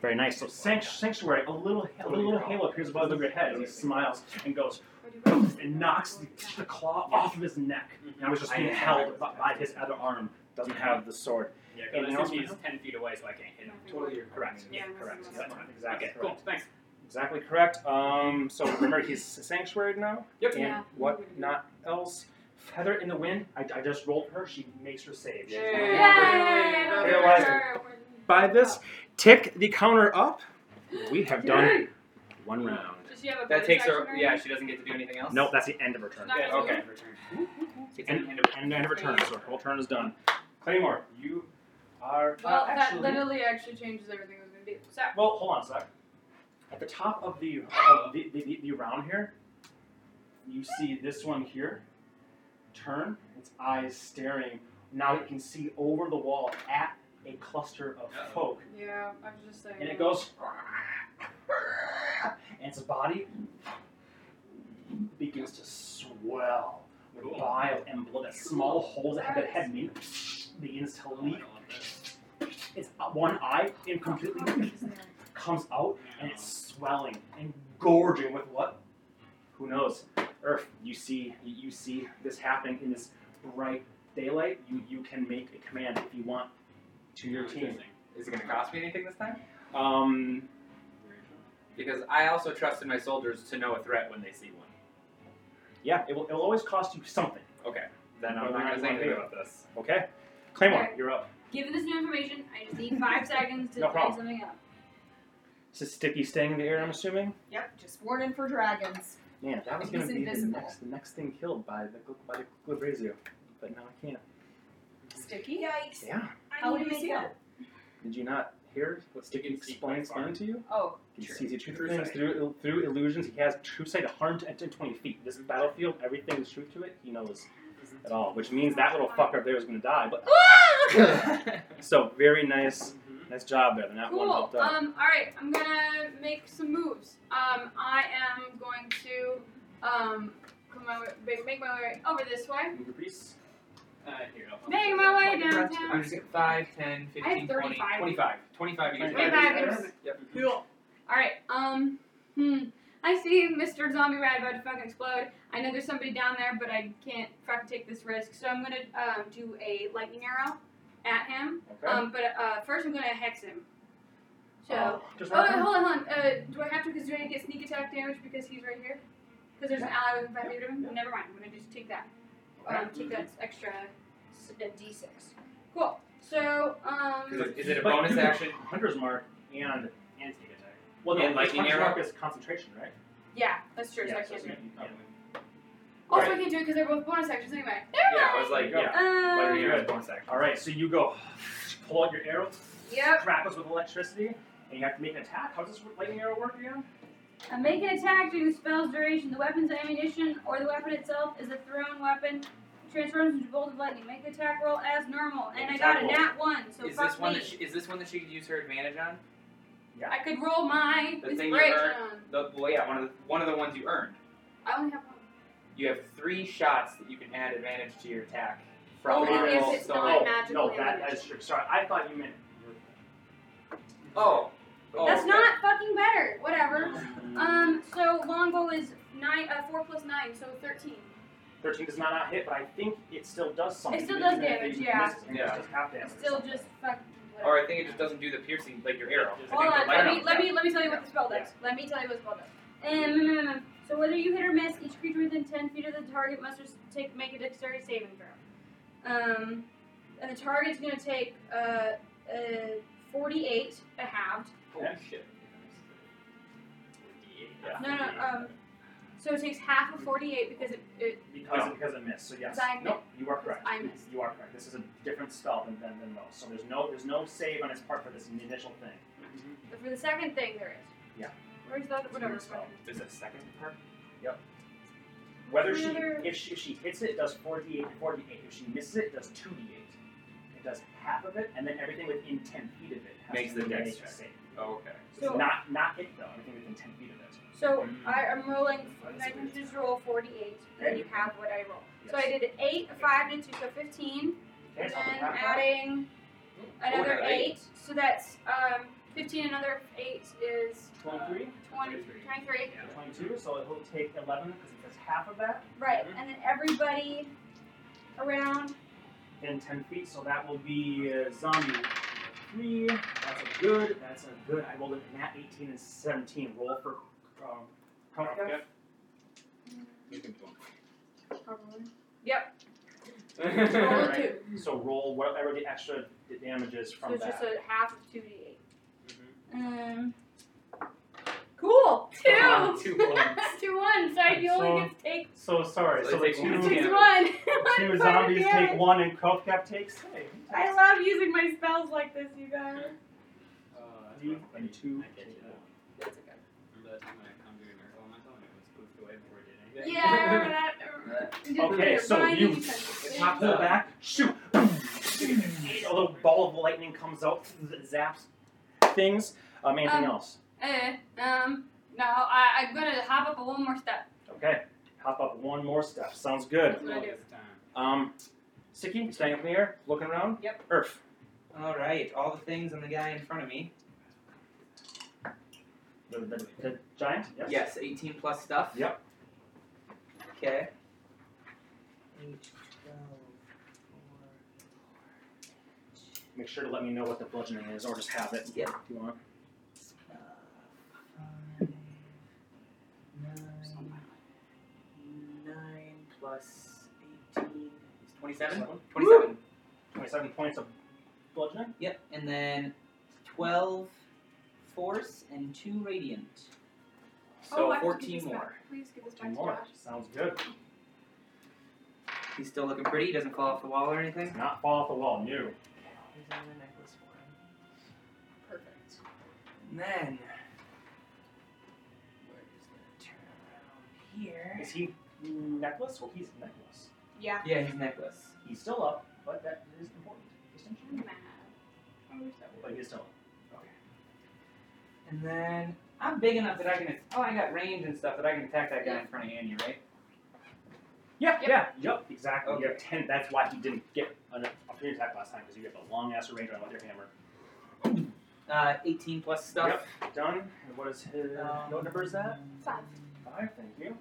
Speaker 3: Very nice. So sanct- sanctuary, a little, a little halo appears above your head as he smiles and goes, "Boom," and knocks the, the claw off of his neck. Now he's just being held by, by his other arm. Doesn't have the sword.
Speaker 7: Yeah,
Speaker 3: And
Speaker 7: because I
Speaker 3: also-
Speaker 7: assume he's 10 feet away, so I can't hit him.
Speaker 6: Totally your
Speaker 3: Correct.
Speaker 4: Yeah,
Speaker 3: correct.
Speaker 4: that's
Speaker 3: That's
Speaker 4: right.
Speaker 3: exactly
Speaker 7: okay, cool.
Speaker 3: correct.
Speaker 7: Thanks.
Speaker 3: Exactly correct. Um, so remember, he's sanctuary now.
Speaker 7: Yep.
Speaker 3: And
Speaker 4: Yeah.
Speaker 3: what not else? Feather in the wind. I, I just rolled her. She makes her save. She's
Speaker 7: Yay.
Speaker 3: fine.
Speaker 4: Yay!
Speaker 7: Yeah.
Speaker 3: Realize by this, tick the counter up. We have done one round.
Speaker 4: Just she have a
Speaker 2: That
Speaker 4: bonus
Speaker 2: takes her.
Speaker 4: action or
Speaker 2: Yeah,
Speaker 4: anything?
Speaker 2: she doesn't get to do anything else.
Speaker 3: Nope, that's the end of her turn.
Speaker 4: Not
Speaker 2: Yeah,
Speaker 4: gonna
Speaker 2: okay.
Speaker 4: move.
Speaker 2: It's
Speaker 3: End,
Speaker 2: an
Speaker 3: end, of, end, end of her turn. So her whole turn is done. Claymore, you are.
Speaker 4: Well,
Speaker 3: uh, actually,
Speaker 4: that literally actually changes everything I was gonna do. So
Speaker 3: Well, hold on a sec. At the top of the of the, the, the, the round here, you see this one here turn, its eyes staring. Now it can see over the wall at a cluster of
Speaker 7: Uh-oh.
Speaker 3: folk.
Speaker 4: yeah, I was just saying.
Speaker 3: And it goes and its body begins to swell with
Speaker 7: Cool.
Speaker 3: bile and blood. That small holes that have that head made begins to
Speaker 7: Oh, I
Speaker 3: leak.
Speaker 7: don't want this.
Speaker 3: It's uh, one eye and completely comes out and it's swelling and gorging with what? Who knows? Earth. You see, you see this happening in this bright daylight. You you can make a command if you want to your team.
Speaker 7: Interesting.
Speaker 2: Is it going to cost me anything this time?
Speaker 3: Um,
Speaker 2: Because I also trust in my soldiers to know a threat when they see one.
Speaker 3: yeah, it will. It will always cost you something.
Speaker 2: Then I'm
Speaker 3: Whether
Speaker 2: not
Speaker 3: or not
Speaker 2: going
Speaker 3: you
Speaker 2: to say
Speaker 3: wanna
Speaker 2: anything
Speaker 3: do
Speaker 2: about this.
Speaker 3: Okay, Claymore,
Speaker 4: Okay.
Speaker 3: you're up.
Speaker 4: Given this new information, I just need five seconds to
Speaker 3: No
Speaker 4: type
Speaker 3: problem.
Speaker 4: something up.
Speaker 3: Is it Sticky staying in the air? I'm assuming.
Speaker 5: Yep, just warning for dragons.
Speaker 3: Man, that was
Speaker 5: He's
Speaker 3: gonna be the
Speaker 5: invisible.
Speaker 3: next, the next thing killed by the gl- by the Glabrazio, but now I can't.
Speaker 5: Sticky. Yikes.
Speaker 3: Yeah.
Speaker 4: I need
Speaker 5: How would
Speaker 4: to
Speaker 5: you
Speaker 4: make
Speaker 5: see
Speaker 4: a-
Speaker 5: them?
Speaker 3: Did you not hear what Sticky
Speaker 7: can see quite
Speaker 3: explained
Speaker 7: far.
Speaker 3: explained to you?
Speaker 5: Oh,
Speaker 3: He
Speaker 2: True.
Speaker 3: sees you two
Speaker 2: True
Speaker 3: things
Speaker 2: sight.
Speaker 3: through through illusions. He has true sight 120 feet. This battlefield, everything is true to it. He knows it all, which means that little fucker up there is going to die. But so very nice,
Speaker 7: Mhm.
Speaker 3: nice job there. They're not one
Speaker 4: Cool.
Speaker 3: helped out.
Speaker 4: Um, all right, I'm gonna make some moves. Um, I am going to um, come my way, make- make my way over this way.
Speaker 3: Move your piece.
Speaker 7: Uh, here, I'll-
Speaker 4: Make my way
Speaker 2: I'm
Speaker 4: downtown.
Speaker 2: just getting 5, 10, 15,
Speaker 4: I have
Speaker 2: 20,
Speaker 4: 35.
Speaker 2: 25. 25 you get to
Speaker 4: Twenty-five
Speaker 2: drive this
Speaker 4: is-
Speaker 2: drive. Yep.
Speaker 4: All right. Um. Hmm. I see Mr. Zombie Rat about to fucking explode. I know there's somebody down there, but I can't fucking take this risk. So I'm gonna um, do a lightning arrow at him.
Speaker 3: Okay.
Speaker 4: Um. But uh, first I'm gonna hex him. So.
Speaker 3: Uh, just
Speaker 4: Oh,
Speaker 3: wrap
Speaker 4: wait,
Speaker 3: him.
Speaker 4: hold on, hold on. Uh, do I have to? Because do I get sneak attack damage because he's right here? Because there's an ally with five feet of him. Never mind. I'm gonna just take that. Um, take that extra s- uh, d6. Cool. So,
Speaker 2: Is
Speaker 4: um,
Speaker 2: it- Is it a
Speaker 3: But
Speaker 2: bonus
Speaker 3: you can-
Speaker 2: action?
Speaker 3: Hunter's mark and and sneak attack. Well, no,
Speaker 2: And lightning
Speaker 3: hunter's
Speaker 2: arrow?
Speaker 3: mark is concentration, right?
Speaker 4: yeah, that's true. so I
Speaker 3: yeah,
Speaker 4: can't do it.
Speaker 3: you can-
Speaker 4: Also, I
Speaker 2: Right.
Speaker 4: can't do it because they're both bonus actions anyway. Never
Speaker 2: Yeah, I
Speaker 4: mind.
Speaker 2: was like, yeah.
Speaker 4: Um,
Speaker 2: Lightning arrow
Speaker 3: you're good.
Speaker 2: is bonus action.
Speaker 3: All right, so you go pull out your arrow,
Speaker 4: Yep.
Speaker 3: crackles with electricity, and you have to make an attack. How does this lightning arrow work again?
Speaker 4: I make an attack during the spell's duration. The weapon's ammunition or the weapon itself is a thrown weapon. Transforms into bolt of lightning. Make the attack roll as normal.
Speaker 2: Make
Speaker 4: And I
Speaker 2: attack
Speaker 4: got a
Speaker 2: roll.
Speaker 4: nat one, so
Speaker 2: is
Speaker 4: fuck
Speaker 2: this one
Speaker 4: me.
Speaker 2: that she, is this one that she could use her advantage on?
Speaker 4: I could roll my
Speaker 2: The
Speaker 4: it's
Speaker 2: thing you
Speaker 4: great.
Speaker 2: earn. The well, yeah, one of the one of the ones you earned.
Speaker 4: I only have one.
Speaker 2: You have three shots that you can add advantage to your attack from
Speaker 4: Only
Speaker 2: your
Speaker 4: if
Speaker 2: roll.
Speaker 4: it's
Speaker 2: so
Speaker 4: not
Speaker 3: oh,
Speaker 4: magically
Speaker 3: No, that,
Speaker 4: related.
Speaker 3: that is true. Sorry, I thought you meant.
Speaker 2: oh, oh,
Speaker 4: That's
Speaker 2: okay.
Speaker 4: not fucking better. Whatever. Um. So longbow is nine. Uh, four plus nine, so thirteen.
Speaker 3: 13 does not, not hit, but I think it still does something.
Speaker 4: still does
Speaker 3: even if
Speaker 4: damage,
Speaker 3: you miss
Speaker 4: yeah.
Speaker 3: it, it
Speaker 2: Yeah.
Speaker 3: just half damage
Speaker 4: It's
Speaker 3: or
Speaker 4: still
Speaker 3: something.
Speaker 4: just fucking.
Speaker 2: Or
Speaker 4: Whatever.
Speaker 2: I think it just doesn't do the piercing like your arrow. I
Speaker 4: Hold
Speaker 2: think
Speaker 4: on.
Speaker 2: the
Speaker 4: Let
Speaker 2: lightning-
Speaker 4: me let me let me tell you what the spell
Speaker 2: Yeah.
Speaker 4: does. Let me tell you what the spell does. And um, so whether you hit or miss, each creature within ten feet of the target must res- take make a dexterity saving throw. Um, and the target's gonna take uh uh forty-eight a halved.
Speaker 7: Holy shit.
Speaker 3: Yeah.
Speaker 4: No, no. Um, so it takes half of forty-eight because it, it
Speaker 3: Because, because it missed, so yes.
Speaker 4: Oh. Because I
Speaker 3: Nope, you are correct.
Speaker 4: I missed.
Speaker 3: You are correct. This is a different spell than, than, than those. So there's no there's no save on his part for this initial thing.
Speaker 7: Mm-hmm.
Speaker 4: But for the second thing, there is.
Speaker 3: Yeah.
Speaker 4: Where's that?
Speaker 3: It's
Speaker 4: Whatever.
Speaker 3: weird spell.
Speaker 2: There's a second part.
Speaker 3: Whether she
Speaker 4: Another-
Speaker 3: if, she if she hits it, it does 4d8 and 4d8. If she misses it, it does 2d8. It does half of it, and then everything within 10 feet of it has
Speaker 2: Makes
Speaker 3: to
Speaker 2: the
Speaker 3: make
Speaker 2: dex
Speaker 3: a
Speaker 2: check.
Speaker 3: save.
Speaker 2: Oh, okay.
Speaker 3: So it's
Speaker 4: So-
Speaker 3: not, not hit, though. Everything within 10 feet of it.
Speaker 4: So
Speaker 2: Mm.
Speaker 4: I am rolling. I can just roll forty-eight, and then you have what I roll. So I
Speaker 3: Yes.
Speaker 4: did an eight, a five, and a two, so fifteen.
Speaker 3: Okay,
Speaker 4: And
Speaker 3: so I'll
Speaker 4: then
Speaker 3: put that back.
Speaker 4: adding another
Speaker 2: another
Speaker 4: eight.
Speaker 2: eight.
Speaker 4: So that's um, 15, another eight is
Speaker 3: 23,
Speaker 4: 20, 23.
Speaker 7: 23.
Speaker 3: 22, so it'll take 11 because it does half of that,
Speaker 4: Right.
Speaker 2: Mhm.
Speaker 4: And then everybody around.
Speaker 3: then 10 feet, so that will be uh, zombie 3. That's a good, that's a good. I rolled a nat 18 and 17. Roll for um, Kropka.
Speaker 7: Okay.
Speaker 2: You can do
Speaker 4: Yep.
Speaker 3: Roll
Speaker 2: one.
Speaker 3: a two. So roll whatever the extra d- damage is
Speaker 4: So
Speaker 3: from
Speaker 4: it's
Speaker 3: that.
Speaker 4: just a half of 2d8. Um, Cool. Two.
Speaker 2: Um, two ones.
Speaker 4: That's two ones. So you only get to take
Speaker 3: So sorry.
Speaker 2: So
Speaker 3: So,
Speaker 2: they
Speaker 3: the
Speaker 2: take one
Speaker 3: two,
Speaker 4: six
Speaker 2: and damage.
Speaker 3: two
Speaker 4: one. One point of
Speaker 3: zombies
Speaker 4: damage.
Speaker 3: take one, and Krovkap takes. Hey,
Speaker 4: I love using my spells like this, you guys.
Speaker 7: Uh,
Speaker 3: You and two.
Speaker 7: I get you.
Speaker 2: That's okay.
Speaker 7: Remember that time I conjured a miracle on my phone? It was poofed away before it did anything.
Speaker 4: Yeah, I remember that. I remember that. You did
Speaker 3: Okay,
Speaker 4: your
Speaker 3: so
Speaker 4: binding
Speaker 3: you-
Speaker 4: touch.
Speaker 3: Pop the back. Shoot. A little ball of lightning comes out, zaps things. Um, anything
Speaker 4: Um,
Speaker 3: else?
Speaker 4: Eh, um, no, I, I'm gonna hop up one more step.
Speaker 3: Okay. Hop up one more step. Sounds good.
Speaker 4: That's what I do.
Speaker 7: This time.
Speaker 3: Um, Sticky, standing up in the air, looking around.
Speaker 5: Yep.
Speaker 3: Earth.
Speaker 2: All right, all the things on the guy in front of me.
Speaker 3: The, the, the giant. Yes.
Speaker 2: 18 plus stuff.
Speaker 3: Yep.
Speaker 2: Okay.
Speaker 3: Make sure to let me know what the bludgeoning is, or just have it.
Speaker 2: Yep.
Speaker 3: If you want.
Speaker 2: Nine plus 18 is 27.
Speaker 3: Seven.
Speaker 2: 27.
Speaker 3: Twenty-seven points of bludgeoning.
Speaker 2: Yep, and then 12 force and 2 radiant.
Speaker 1: oh,
Speaker 2: So
Speaker 1: I have to give
Speaker 2: 14
Speaker 1: this
Speaker 2: more.
Speaker 1: Back. Please give this
Speaker 3: Two
Speaker 1: back to
Speaker 3: more.
Speaker 1: Josh.
Speaker 3: Sounds good.
Speaker 2: He's still looking pretty, he doesn't fall off the wall or anything.
Speaker 3: Does Not fall off the wall. New.
Speaker 8: He's on the necklace for him.
Speaker 5: Perfect.
Speaker 2: And then. Where's the turnaround here?
Speaker 3: Is he necklace or he's necklace?
Speaker 5: Yeah.
Speaker 2: Yeah, his necklace.
Speaker 3: He's still up, but that is important distinction.
Speaker 1: Mad. I wish that
Speaker 3: But he's still up.
Speaker 2: And then I'm big enough that I can. Oh, I got range and stuff that I can attack that guy in front of Annie, right?
Speaker 3: Yeah, yeah, yep, exactly. You have
Speaker 2: Okay.
Speaker 3: ten. That's why he didn't get an opportunity attack last time because you have a long ass range on with your hammer.
Speaker 2: Uh, 18 plus stuff.
Speaker 3: Done. And what is his?
Speaker 2: Um,
Speaker 3: what number is that?
Speaker 1: Five.
Speaker 3: Five. Thank you.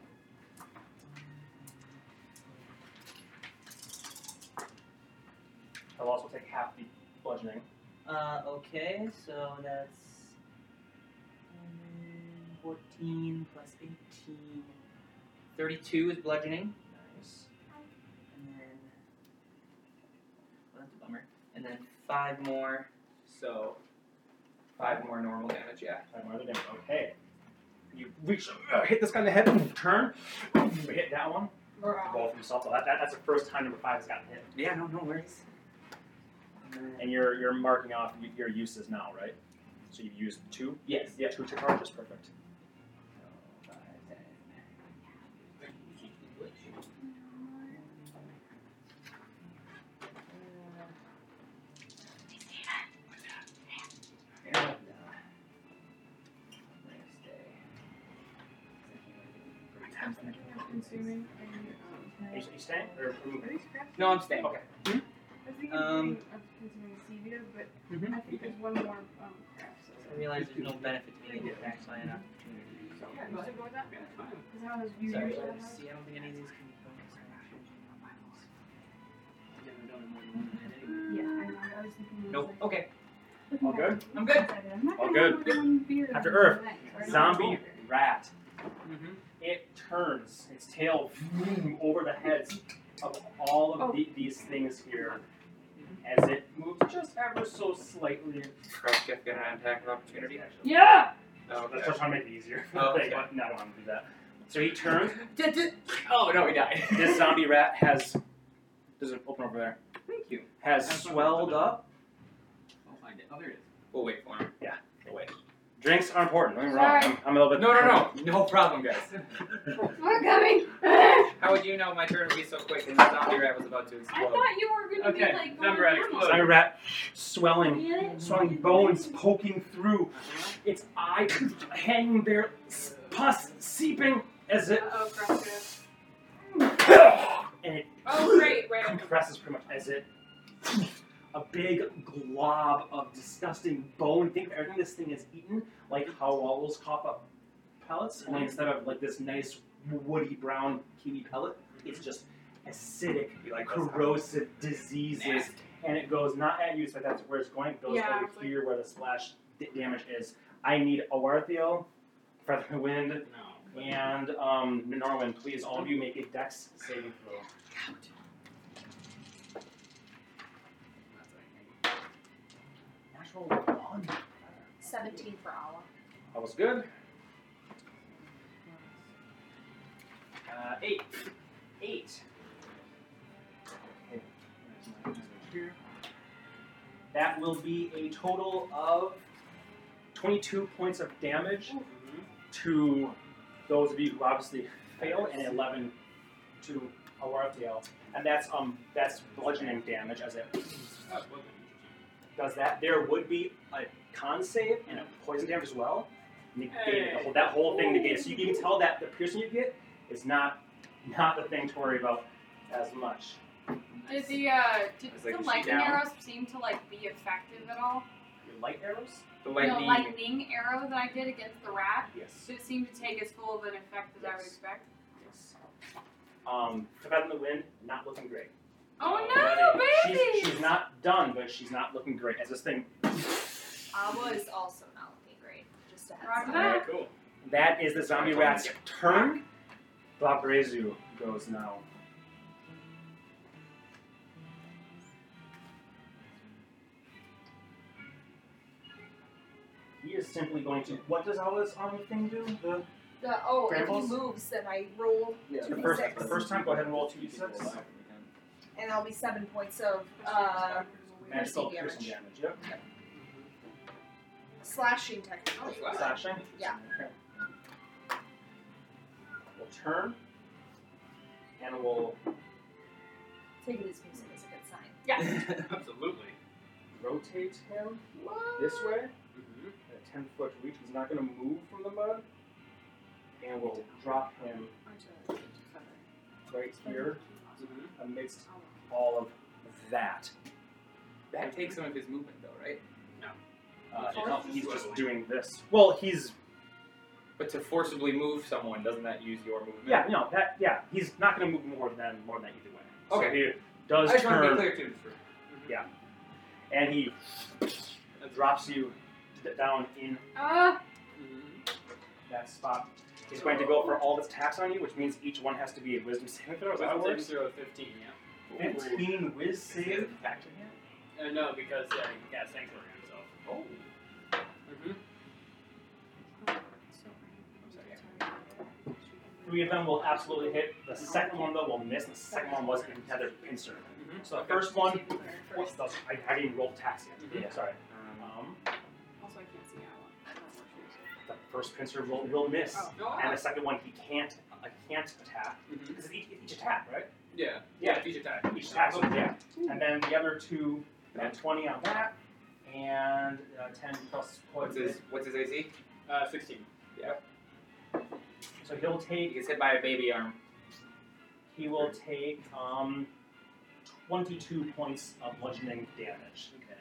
Speaker 3: I'll also take half the bludgeoning.
Speaker 2: Uh, okay, so that's um, 14 plus 18. 32 is bludgeoning.
Speaker 3: Nice.
Speaker 2: And then. Well, that's a bummer. And then five more. So. Five more normal damage, yeah.
Speaker 3: Five more damage. Okay. You reach, uh, hit this guy in the head, turn, hit that one. Roll from yourself. That, that, that's the first time number five has gotten hit.
Speaker 2: Yeah, no, no worries. And then,
Speaker 3: And you're you're marking off y- your uses now, right? So you've used two.
Speaker 2: yes.
Speaker 3: Yeah, two to charge is perfect.
Speaker 1: I'm consuming. I,
Speaker 3: Are you, are you staying or are you
Speaker 1: um, are
Speaker 3: moving?
Speaker 1: these scraps?
Speaker 2: No, I'm staying. Hmm?
Speaker 3: Okay.
Speaker 1: I was thinking
Speaker 2: Um,
Speaker 1: of consuming Stevia, but
Speaker 2: Mhm.
Speaker 1: I think there's one more um, craft. So,
Speaker 2: I realize there's no benefit to me to get back by an opportunity. So.
Speaker 1: yeah, you should go with that.
Speaker 7: Yeah, it's fine.
Speaker 1: Because I was using
Speaker 2: Sorry,
Speaker 1: it.
Speaker 2: I don't see, I don't think any of these can be bonus action. I've never done more than one of that anyway.
Speaker 1: Yeah, I know. I was thinking. it was
Speaker 2: Nope.
Speaker 1: Like,
Speaker 2: Okay.
Speaker 1: looking
Speaker 3: All
Speaker 1: back
Speaker 3: good?
Speaker 1: at
Speaker 2: I'm
Speaker 1: what I
Speaker 2: good.
Speaker 1: did. I'm not
Speaker 3: All
Speaker 1: gonna
Speaker 3: good.
Speaker 1: have more than one beer
Speaker 3: After
Speaker 1: in
Speaker 3: Earth.
Speaker 1: tonight, or not.
Speaker 3: Zombie rat.
Speaker 2: Mm-hmm.
Speaker 3: It turns its tail vroom over the heads of all of
Speaker 1: Oh.
Speaker 3: the, these things here as it moves just ever so slightly.
Speaker 2: Crosscut gonna attack an opportunity.
Speaker 4: Yeah.
Speaker 2: Oh,
Speaker 3: That's just trying to make it easier.
Speaker 2: Oh, okay.
Speaker 3: but no, I don't want to do that. So he turns.
Speaker 2: Oh no, he died.
Speaker 3: this zombie rat has. There's an open over there.
Speaker 2: Thank you.
Speaker 3: Has
Speaker 7: That's what-
Speaker 3: swelled up.
Speaker 7: I'll find it. Oh, there it is.
Speaker 2: We'll wait for him.
Speaker 3: Drinks are important. Don't get me wrong. I'm, I'm a little
Speaker 2: No,
Speaker 3: bit.
Speaker 2: no, no, no problem, guys.
Speaker 4: We're coming.
Speaker 2: How would you know my turn would be so quick and the zombie rat was about to
Speaker 4: I
Speaker 2: explode?
Speaker 4: thought you were gonna
Speaker 7: Okay,
Speaker 4: be like going
Speaker 7: number
Speaker 4: normal.
Speaker 7: explode.
Speaker 3: Zombie rat swelling,
Speaker 4: Get it?
Speaker 3: swelling bones poking through. Its eye hanging there, s- pus seeping as it.
Speaker 1: Uh-oh, Crosscut.
Speaker 3: and it
Speaker 4: Oh great, wait.
Speaker 3: compresses pretty much as it. A big glob of disgusting bone. Think of everything this thing has eaten, like how owls cough up pellets, only instead of like this nice woody brown kiwi pellet, it's just acidic,
Speaker 2: You like those
Speaker 3: corrosive diseases,
Speaker 2: Nasty.
Speaker 3: and it goes not at you, so that's where it's going. It goes
Speaker 1: Yeah,
Speaker 3: over
Speaker 1: it's like-
Speaker 3: here where the splash d- damage is. I need Awarthiel, Featherwind,
Speaker 7: No.
Speaker 3: and um, Norman. Please, all of you, make a Dex saving throw. Natural one.
Speaker 5: Seventeen for Awa.
Speaker 3: That was good. Uh, eight. Eight. Okay. There's my number here. That will be a total of 22 points of damage to those of you who obviously fail, and 11 to Awaratiel. And that's um that's bludgeoning damage as it does that. There would be a con save and a poison damage as well. Negated. The whole, that whole thing negated. So you can tell that the piercing you get is not not the thing to worry about as much.
Speaker 4: Did the uh, did
Speaker 2: It's like,
Speaker 4: the
Speaker 2: is she
Speaker 4: lightning
Speaker 2: down?
Speaker 4: arrows seem to like be effective at all?
Speaker 3: Your light arrows?
Speaker 2: The lightning.
Speaker 4: The lightning arrow that I did against the rat.
Speaker 3: Yes.
Speaker 4: Did it seem to take as full of an effect as I would
Speaker 3: Yes.
Speaker 4: expect?
Speaker 3: Yes. Um, Tibet in the wind, not looking great.
Speaker 4: Oh
Speaker 3: Already.
Speaker 4: no, baby!
Speaker 3: She's, she's not done, but she's not looking great. As this thing,
Speaker 5: I was also not looking great. Just a heads
Speaker 4: Roger
Speaker 5: up.
Speaker 4: that.
Speaker 7: Alright, cool.
Speaker 3: that is the zombie rat's turn. Blaprezu goes now. He is simply going to. What does all this army thing do? The,
Speaker 5: The, oh, if he
Speaker 3: Variables?
Speaker 5: moves, then I roll,
Speaker 3: the first, the first time. Go ahead and roll two d six.
Speaker 5: and that'll be seven points of uh,
Speaker 3: Magical
Speaker 5: Piercing
Speaker 3: piercing damage. Yep.
Speaker 5: slashing technically.
Speaker 2: Oh, slash.
Speaker 3: Slashing.
Speaker 5: Yeah.
Speaker 3: Okay. We'll turn. And we'll
Speaker 5: Taking this music is a good sign.
Speaker 7: Absolutely.
Speaker 3: rotate him this way.
Speaker 7: Mm-hmm.
Speaker 3: at a 10 foot reach. He's not going to move from the mud. And we'll drop him right here amidst all of that.
Speaker 2: That takes some of his movement, though, right?
Speaker 3: Uh,
Speaker 7: Of course.
Speaker 3: he's just doing this. Well, he's
Speaker 2: But to forcibly move someone, doesn't that use your movement?
Speaker 3: yeah, no, that yeah, he's not going to move more than more than either way. So
Speaker 2: Okay.
Speaker 3: he
Speaker 2: I
Speaker 3: does
Speaker 2: just want to be
Speaker 3: turn
Speaker 2: clear too.
Speaker 3: and he drops you d- down in
Speaker 4: Uh,
Speaker 7: Mm-hmm.
Speaker 3: that spot. He's going to go for all his attacks on you, which means each one has to be a wisdom saving throw. Is that how it
Speaker 7: Wisdom
Speaker 3: works?
Speaker 7: saving throw of 15, yeah.
Speaker 3: Fifteen whiz
Speaker 2: Is he
Speaker 3: save.
Speaker 2: a factor here?
Speaker 7: Uh, no, because yeah, he cast sanctuary on himself.
Speaker 2: Oh.
Speaker 7: Mm-hmm.
Speaker 3: Three of them will absolutely hit. The second one though will miss. The second one was another pincer.
Speaker 7: Mm-hmm.
Speaker 3: So the first one, what's the, I haven't even rolled tax yet.
Speaker 7: Mhm.
Speaker 3: Yeah, sorry.
Speaker 2: Um,
Speaker 3: Um,
Speaker 4: also, I can't see how
Speaker 3: the first pincer will, will miss,
Speaker 4: Oh.
Speaker 7: No,
Speaker 3: and the second one he can't uh, can't attack
Speaker 7: Mhm.
Speaker 3: because it's each, it's each attack, right?
Speaker 7: Yeah.
Speaker 3: Yeah.
Speaker 7: Each attack.
Speaker 3: Each attack, so yeah. And then the other two, uh, twenty on that, and uh, ten plus
Speaker 2: What's his What's his AC?
Speaker 7: Uh, 16.
Speaker 3: So he'll
Speaker 2: He
Speaker 3: take
Speaker 2: gets hit by a baby arm.
Speaker 3: he will take um, twenty two points of bludgeoning damage.
Speaker 7: Okay.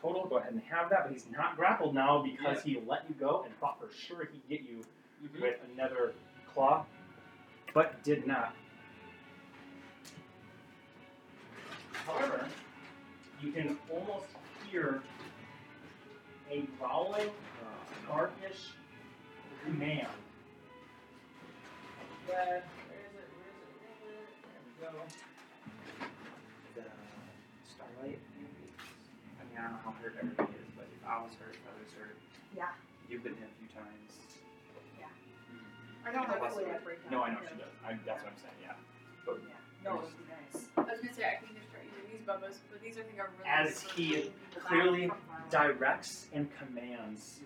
Speaker 3: total. Go ahead and have that, but he's not grappled now because he let you go and thought for sure he'd get you
Speaker 7: Mm-hmm.
Speaker 3: with another claw, but did not. However, you can almost hear a growling,
Speaker 7: Oh,
Speaker 3: darkish command. That- where is it? Where is it? Where is it? There we go.
Speaker 6: The starlight, maybe? I mean, I don't know how hurt everybody is, but if I was hurt, others hurt.
Speaker 5: Yeah.
Speaker 6: You've been hit a few times.
Speaker 5: I don't have
Speaker 6: Plus
Speaker 5: a way
Speaker 6: one.
Speaker 5: to break down.
Speaker 6: No, I know she does. I, that's what I'm saying, yeah.
Speaker 5: No, it would be nice.
Speaker 4: long. I was gonna say I can just start using these bubbles, but these I think are really
Speaker 3: As
Speaker 4: good for
Speaker 3: he
Speaker 4: pushing people back
Speaker 3: clearly
Speaker 4: from far away.
Speaker 3: directs and commands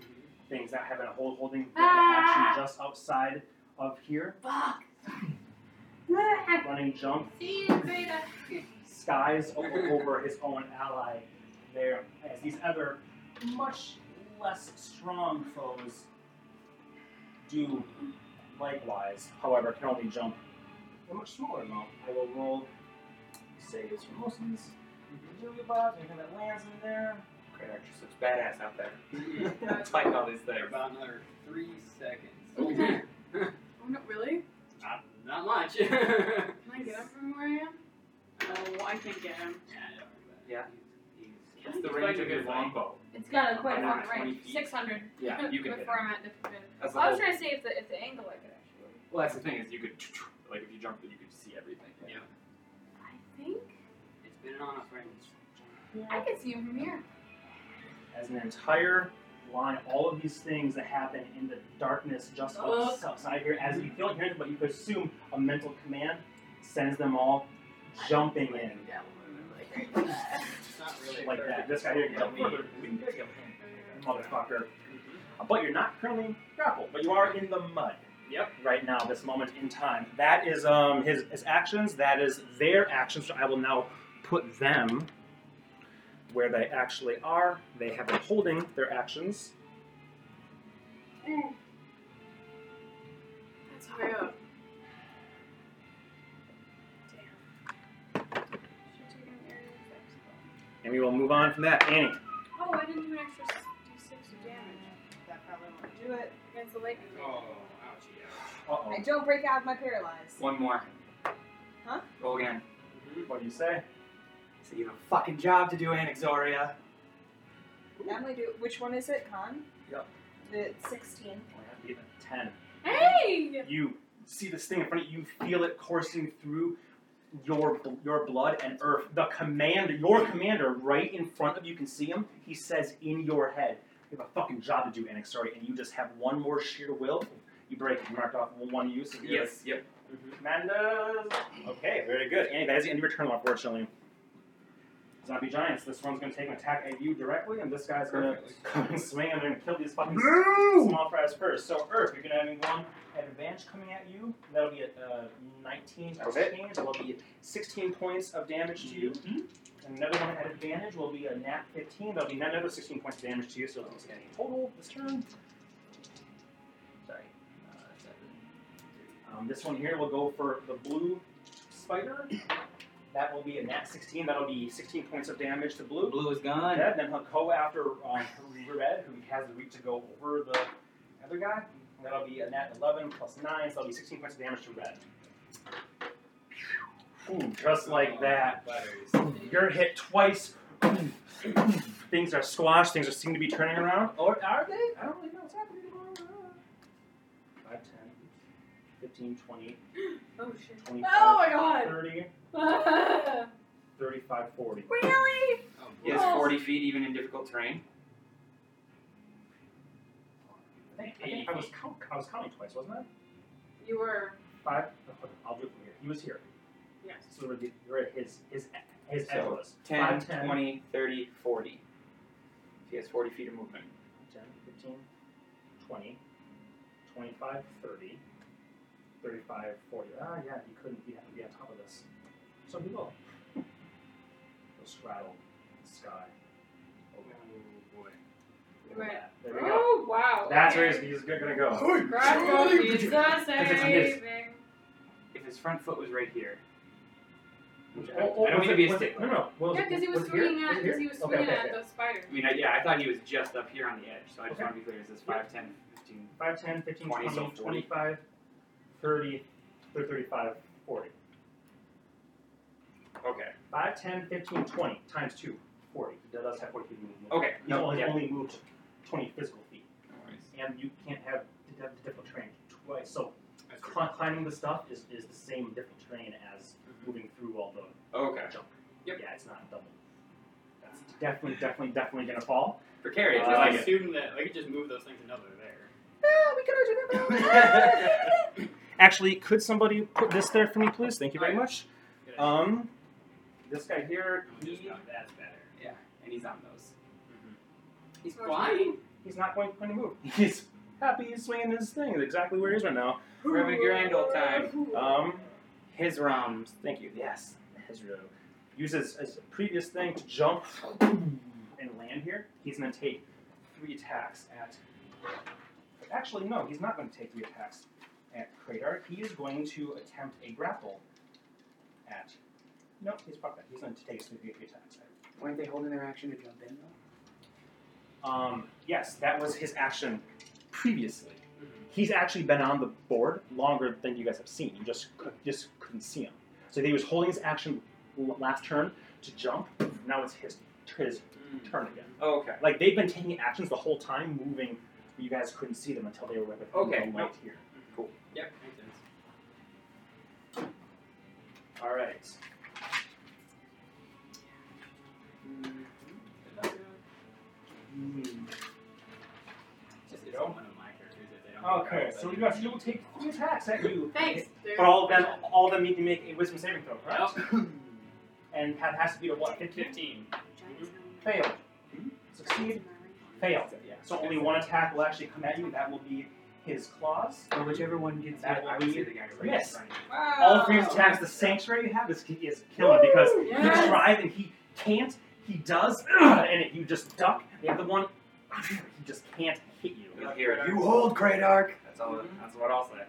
Speaker 3: things that have been hold, holding the
Speaker 4: Ah!
Speaker 3: action just outside of here.
Speaker 4: Fuck.
Speaker 3: Running jump,
Speaker 4: See you, Oh, beta.
Speaker 3: skies over, over his own ally there as these other much less strong foes do likewise. However, can only jump a much smaller amount. I will roll saves for most of these. Agility bots, anything that lands in there.
Speaker 2: Great actress looks badass out there.
Speaker 7: Mhm.
Speaker 2: That's like all these
Speaker 7: They're
Speaker 2: things.
Speaker 7: about another three seconds.
Speaker 4: Ooh. Oh no, really?
Speaker 7: not, not much. yeah, don't
Speaker 4: Can I get him from where I am? No, Oh, I can't get him.
Speaker 7: do
Speaker 2: Yeah.
Speaker 7: that.
Speaker 2: It's the range of his
Speaker 7: his long
Speaker 2: longbow.
Speaker 4: It's got a quite a
Speaker 7: Hundred
Speaker 4: long
Speaker 7: and twenty
Speaker 4: range.
Speaker 7: feet.
Speaker 4: Six hundred.
Speaker 2: Yeah, you can hit
Speaker 4: Before I'm at disadvantage.
Speaker 2: That's the
Speaker 4: I was
Speaker 2: whole.
Speaker 4: trying to say if the if the angle I could actually.
Speaker 2: Well, that's the thing is you could like if you jump, then you could see everything.
Speaker 7: Yeah.
Speaker 4: I think
Speaker 7: It's been on a range.
Speaker 4: I can see him from here.
Speaker 3: As an entire line, all of these things that happen in the darkness just
Speaker 4: Oh.
Speaker 3: outside here, as you don't hear them, but you could assume a mental command sends them all jumping in.
Speaker 7: It's not really
Speaker 3: Like that. This guy here can jump
Speaker 7: Mm-hmm.
Speaker 3: further. Motherfucker. But you're not currently grappled, but you are in the mud.
Speaker 7: Yep.
Speaker 3: Right now, this moment in time. That is um his, his actions, that is their actions. So I will now put them where they actually are. They have been holding their actions.
Speaker 4: That's high up.
Speaker 3: And we will move on from that. Annie.
Speaker 4: Oh, I didn't do an extra s- d6 of damage. That probably won't do it against the lightning.
Speaker 7: Oh, ouchie,
Speaker 3: Uh oh.
Speaker 5: I don't break out of my paralyzed.
Speaker 6: One more.
Speaker 5: Huh?
Speaker 6: Roll again.
Speaker 3: What do you say?
Speaker 6: So you have a fucking job to do, Anaxoria.
Speaker 5: That might do. Which one is it? Con.
Speaker 3: Yep.
Speaker 5: The sixteen.
Speaker 3: Well, that'd be a 10.
Speaker 4: Hey!
Speaker 3: You see this thing in front of you, you feel it coursing through your your blood and earth. The commander, your commander, right in front of you, you can see him. He says in your head, "You have a fucking job to do, Anix. Sorry, and you just have one more sheer will. You break it. You marked off one use. Of your
Speaker 2: Yes. Yep.
Speaker 7: Mm-hmm.
Speaker 3: Commanders. Okay, very good. Annie, that is the end of your turn, unfortunately. Zombie giants. This one's going to take an attack at you directly, and this guy's going to come and swing, and they're going to kill these fucking small fries first. So Earth, you're going to have one advantage coming at you. That'll be a uh, 19
Speaker 6: That'll hit.
Speaker 3: change. That'll be 16 points of damage to you. Another one at advantage will be a nat 15. That'll be another 16 points of damage to you, so it'll be any total this turn.
Speaker 2: Sorry. Uh, seven.
Speaker 3: Um, this one here will go for the blue spider. That will be a nat 16. That'll be 16 points of damage to blue.
Speaker 2: Blue is gone.
Speaker 3: Dead. Then he'll go after um, red, who has the reach to go over the other guy. That'll be a nat 11 plus 9, so that'll be 16 points of damage to red. Ooh, just
Speaker 7: Oh,
Speaker 3: like that. You're hit twice. things are squashed. Things are seem to be turning around. Or are they? I don't really know what's happening anymore. 5, 10, 15, 20,
Speaker 4: Oh shit.
Speaker 3: 25,
Speaker 4: Oh my God.
Speaker 3: 30,
Speaker 4: Ah,
Speaker 3: 35, 40.
Speaker 4: really?
Speaker 7: Oh, boy.
Speaker 6: He has
Speaker 4: Oh.
Speaker 6: 40 feet even in difficult terrain.
Speaker 3: I think, I, think I was count, I was counting twice, wasn't I?
Speaker 4: You were.
Speaker 3: Five. I'll do it from here. He was here.
Speaker 4: Yes.
Speaker 3: So we're, we're at his his his
Speaker 6: So,
Speaker 3: edge was
Speaker 6: 10,
Speaker 3: 5, 10,
Speaker 6: 20, 30, 40. He has 40 feet of movement.
Speaker 3: 10, 15, 20, 25, 30, 35, 40. Ah, yeah, you couldn't. You have to be on top of this. So he will. He'll straddle the sky. Over
Speaker 7: Oh, boy.
Speaker 3: Look at
Speaker 4: Right.
Speaker 3: that. There we go.
Speaker 4: Oh wow.
Speaker 3: That's where
Speaker 4: okay.
Speaker 3: he's, he's gonna go.
Speaker 4: Christ of Jesus
Speaker 3: his.
Speaker 4: saving.
Speaker 6: If his front foot was right here.
Speaker 3: Oh, oh,
Speaker 6: I
Speaker 3: was
Speaker 6: don't mean to
Speaker 3: it-
Speaker 6: be a
Speaker 3: was it-
Speaker 6: stick.
Speaker 3: No, no. Well,
Speaker 4: Yeah, because he was,
Speaker 3: was it here?
Speaker 4: swinging
Speaker 3: Was
Speaker 4: at
Speaker 3: it here?
Speaker 4: because he was
Speaker 3: Okay,
Speaker 4: swinging
Speaker 3: okay,
Speaker 4: at
Speaker 3: okay.
Speaker 4: the spider.
Speaker 6: I mean, I, yeah, I thought he was just up here on the edge, so I just
Speaker 3: Okay.
Speaker 6: want to be clear. Is this 5, 10, 15?
Speaker 3: 5, 10, 15,
Speaker 6: 20,
Speaker 3: 20,
Speaker 6: so 40.
Speaker 3: 25, 30, 30, 35, 40.
Speaker 6: Okay.
Speaker 3: 5, 10, 15, 20 times 2, 40. That does have 40 feet of movement.
Speaker 6: Okay.
Speaker 3: He's
Speaker 6: No,
Speaker 3: only,
Speaker 6: yeah.
Speaker 3: only moved 20 physical feet.
Speaker 7: No worries.
Speaker 3: And you can't have the def- difficult terrain twice. So
Speaker 7: That's good.
Speaker 3: cl- climbing the stuff is, is the same difficult terrain as moving through all the
Speaker 6: Mm-hmm. Okay.
Speaker 3: junk.
Speaker 7: Yep.
Speaker 3: Yeah, it's not double. That's definitely, definitely, definitely going to fall.
Speaker 6: Precarious.
Speaker 3: Uh,
Speaker 6: I like
Speaker 7: I
Speaker 6: it.
Speaker 7: just assume that I could just move those things another there.
Speaker 5: Ah, we could have done that.
Speaker 3: Actually, could somebody put this there for me, please? Thank you very
Speaker 7: Oh, yeah.
Speaker 3: much.
Speaker 7: Good idea.
Speaker 3: Um, This guy here,
Speaker 7: No, just not- that's better.
Speaker 6: And he's on those.
Speaker 7: He's
Speaker 4: Or-
Speaker 7: flying.
Speaker 3: he's not going, going to move. He's happy he's swinging his thing exactly where he is right now.
Speaker 6: We're having a grand old time.
Speaker 3: Um,
Speaker 6: His rounds.
Speaker 3: thank you. Yes, Hezro uses his previous thing to jump and land here. He's going to take three attacks at. Actually, no, he's not going to take three attacks at Kratar. He is going to attempt a grapple at. No, he's fucked that. He's going to take three attacks at
Speaker 6: Weren't they holding their action to jump in, though?
Speaker 3: Um, yes, that was his action previously. He's actually been on the board longer than you guys have seen. You just cou- just couldn't see him. So he was holding his action l- last turn to jump. Now it's his his
Speaker 7: Mm-hmm.
Speaker 3: turn again.
Speaker 6: Oh, okay.
Speaker 3: Like they've been taking actions the whole time, moving. but You guys couldn't see them until they were right within
Speaker 6: Okay,
Speaker 3: the light here.
Speaker 7: Yep, makes sense.
Speaker 3: All right.
Speaker 7: Mhm.
Speaker 3: Hmm. Okay, so you guys, you will take three attacks at you.
Speaker 4: Thanks.
Speaker 3: But all of them, all of them need to make a wisdom saving throw, right?
Speaker 7: Yep.
Speaker 3: And Pat has to beat a what? 15?
Speaker 7: 15.
Speaker 3: Fail. Hmm? Succeed. Fail. Yeah. So only one attack will actually come at you. That will be his claws.
Speaker 6: Or whichever one gets
Speaker 3: That
Speaker 6: hit, I
Speaker 3: would
Speaker 6: would
Speaker 3: be
Speaker 6: say the guy right in
Speaker 3: miss.
Speaker 6: front of
Speaker 4: Wow.
Speaker 3: All three of his attacks, the sanctuary you have is, is killing because You
Speaker 4: Yes.
Speaker 3: tries and he can't. He does, and if you just duck, the other one, he just can't hit
Speaker 6: you.
Speaker 3: you.
Speaker 6: You'll hear it.
Speaker 2: You
Speaker 6: hold, Great Arc! That's all. That's what I'll say.
Speaker 7: What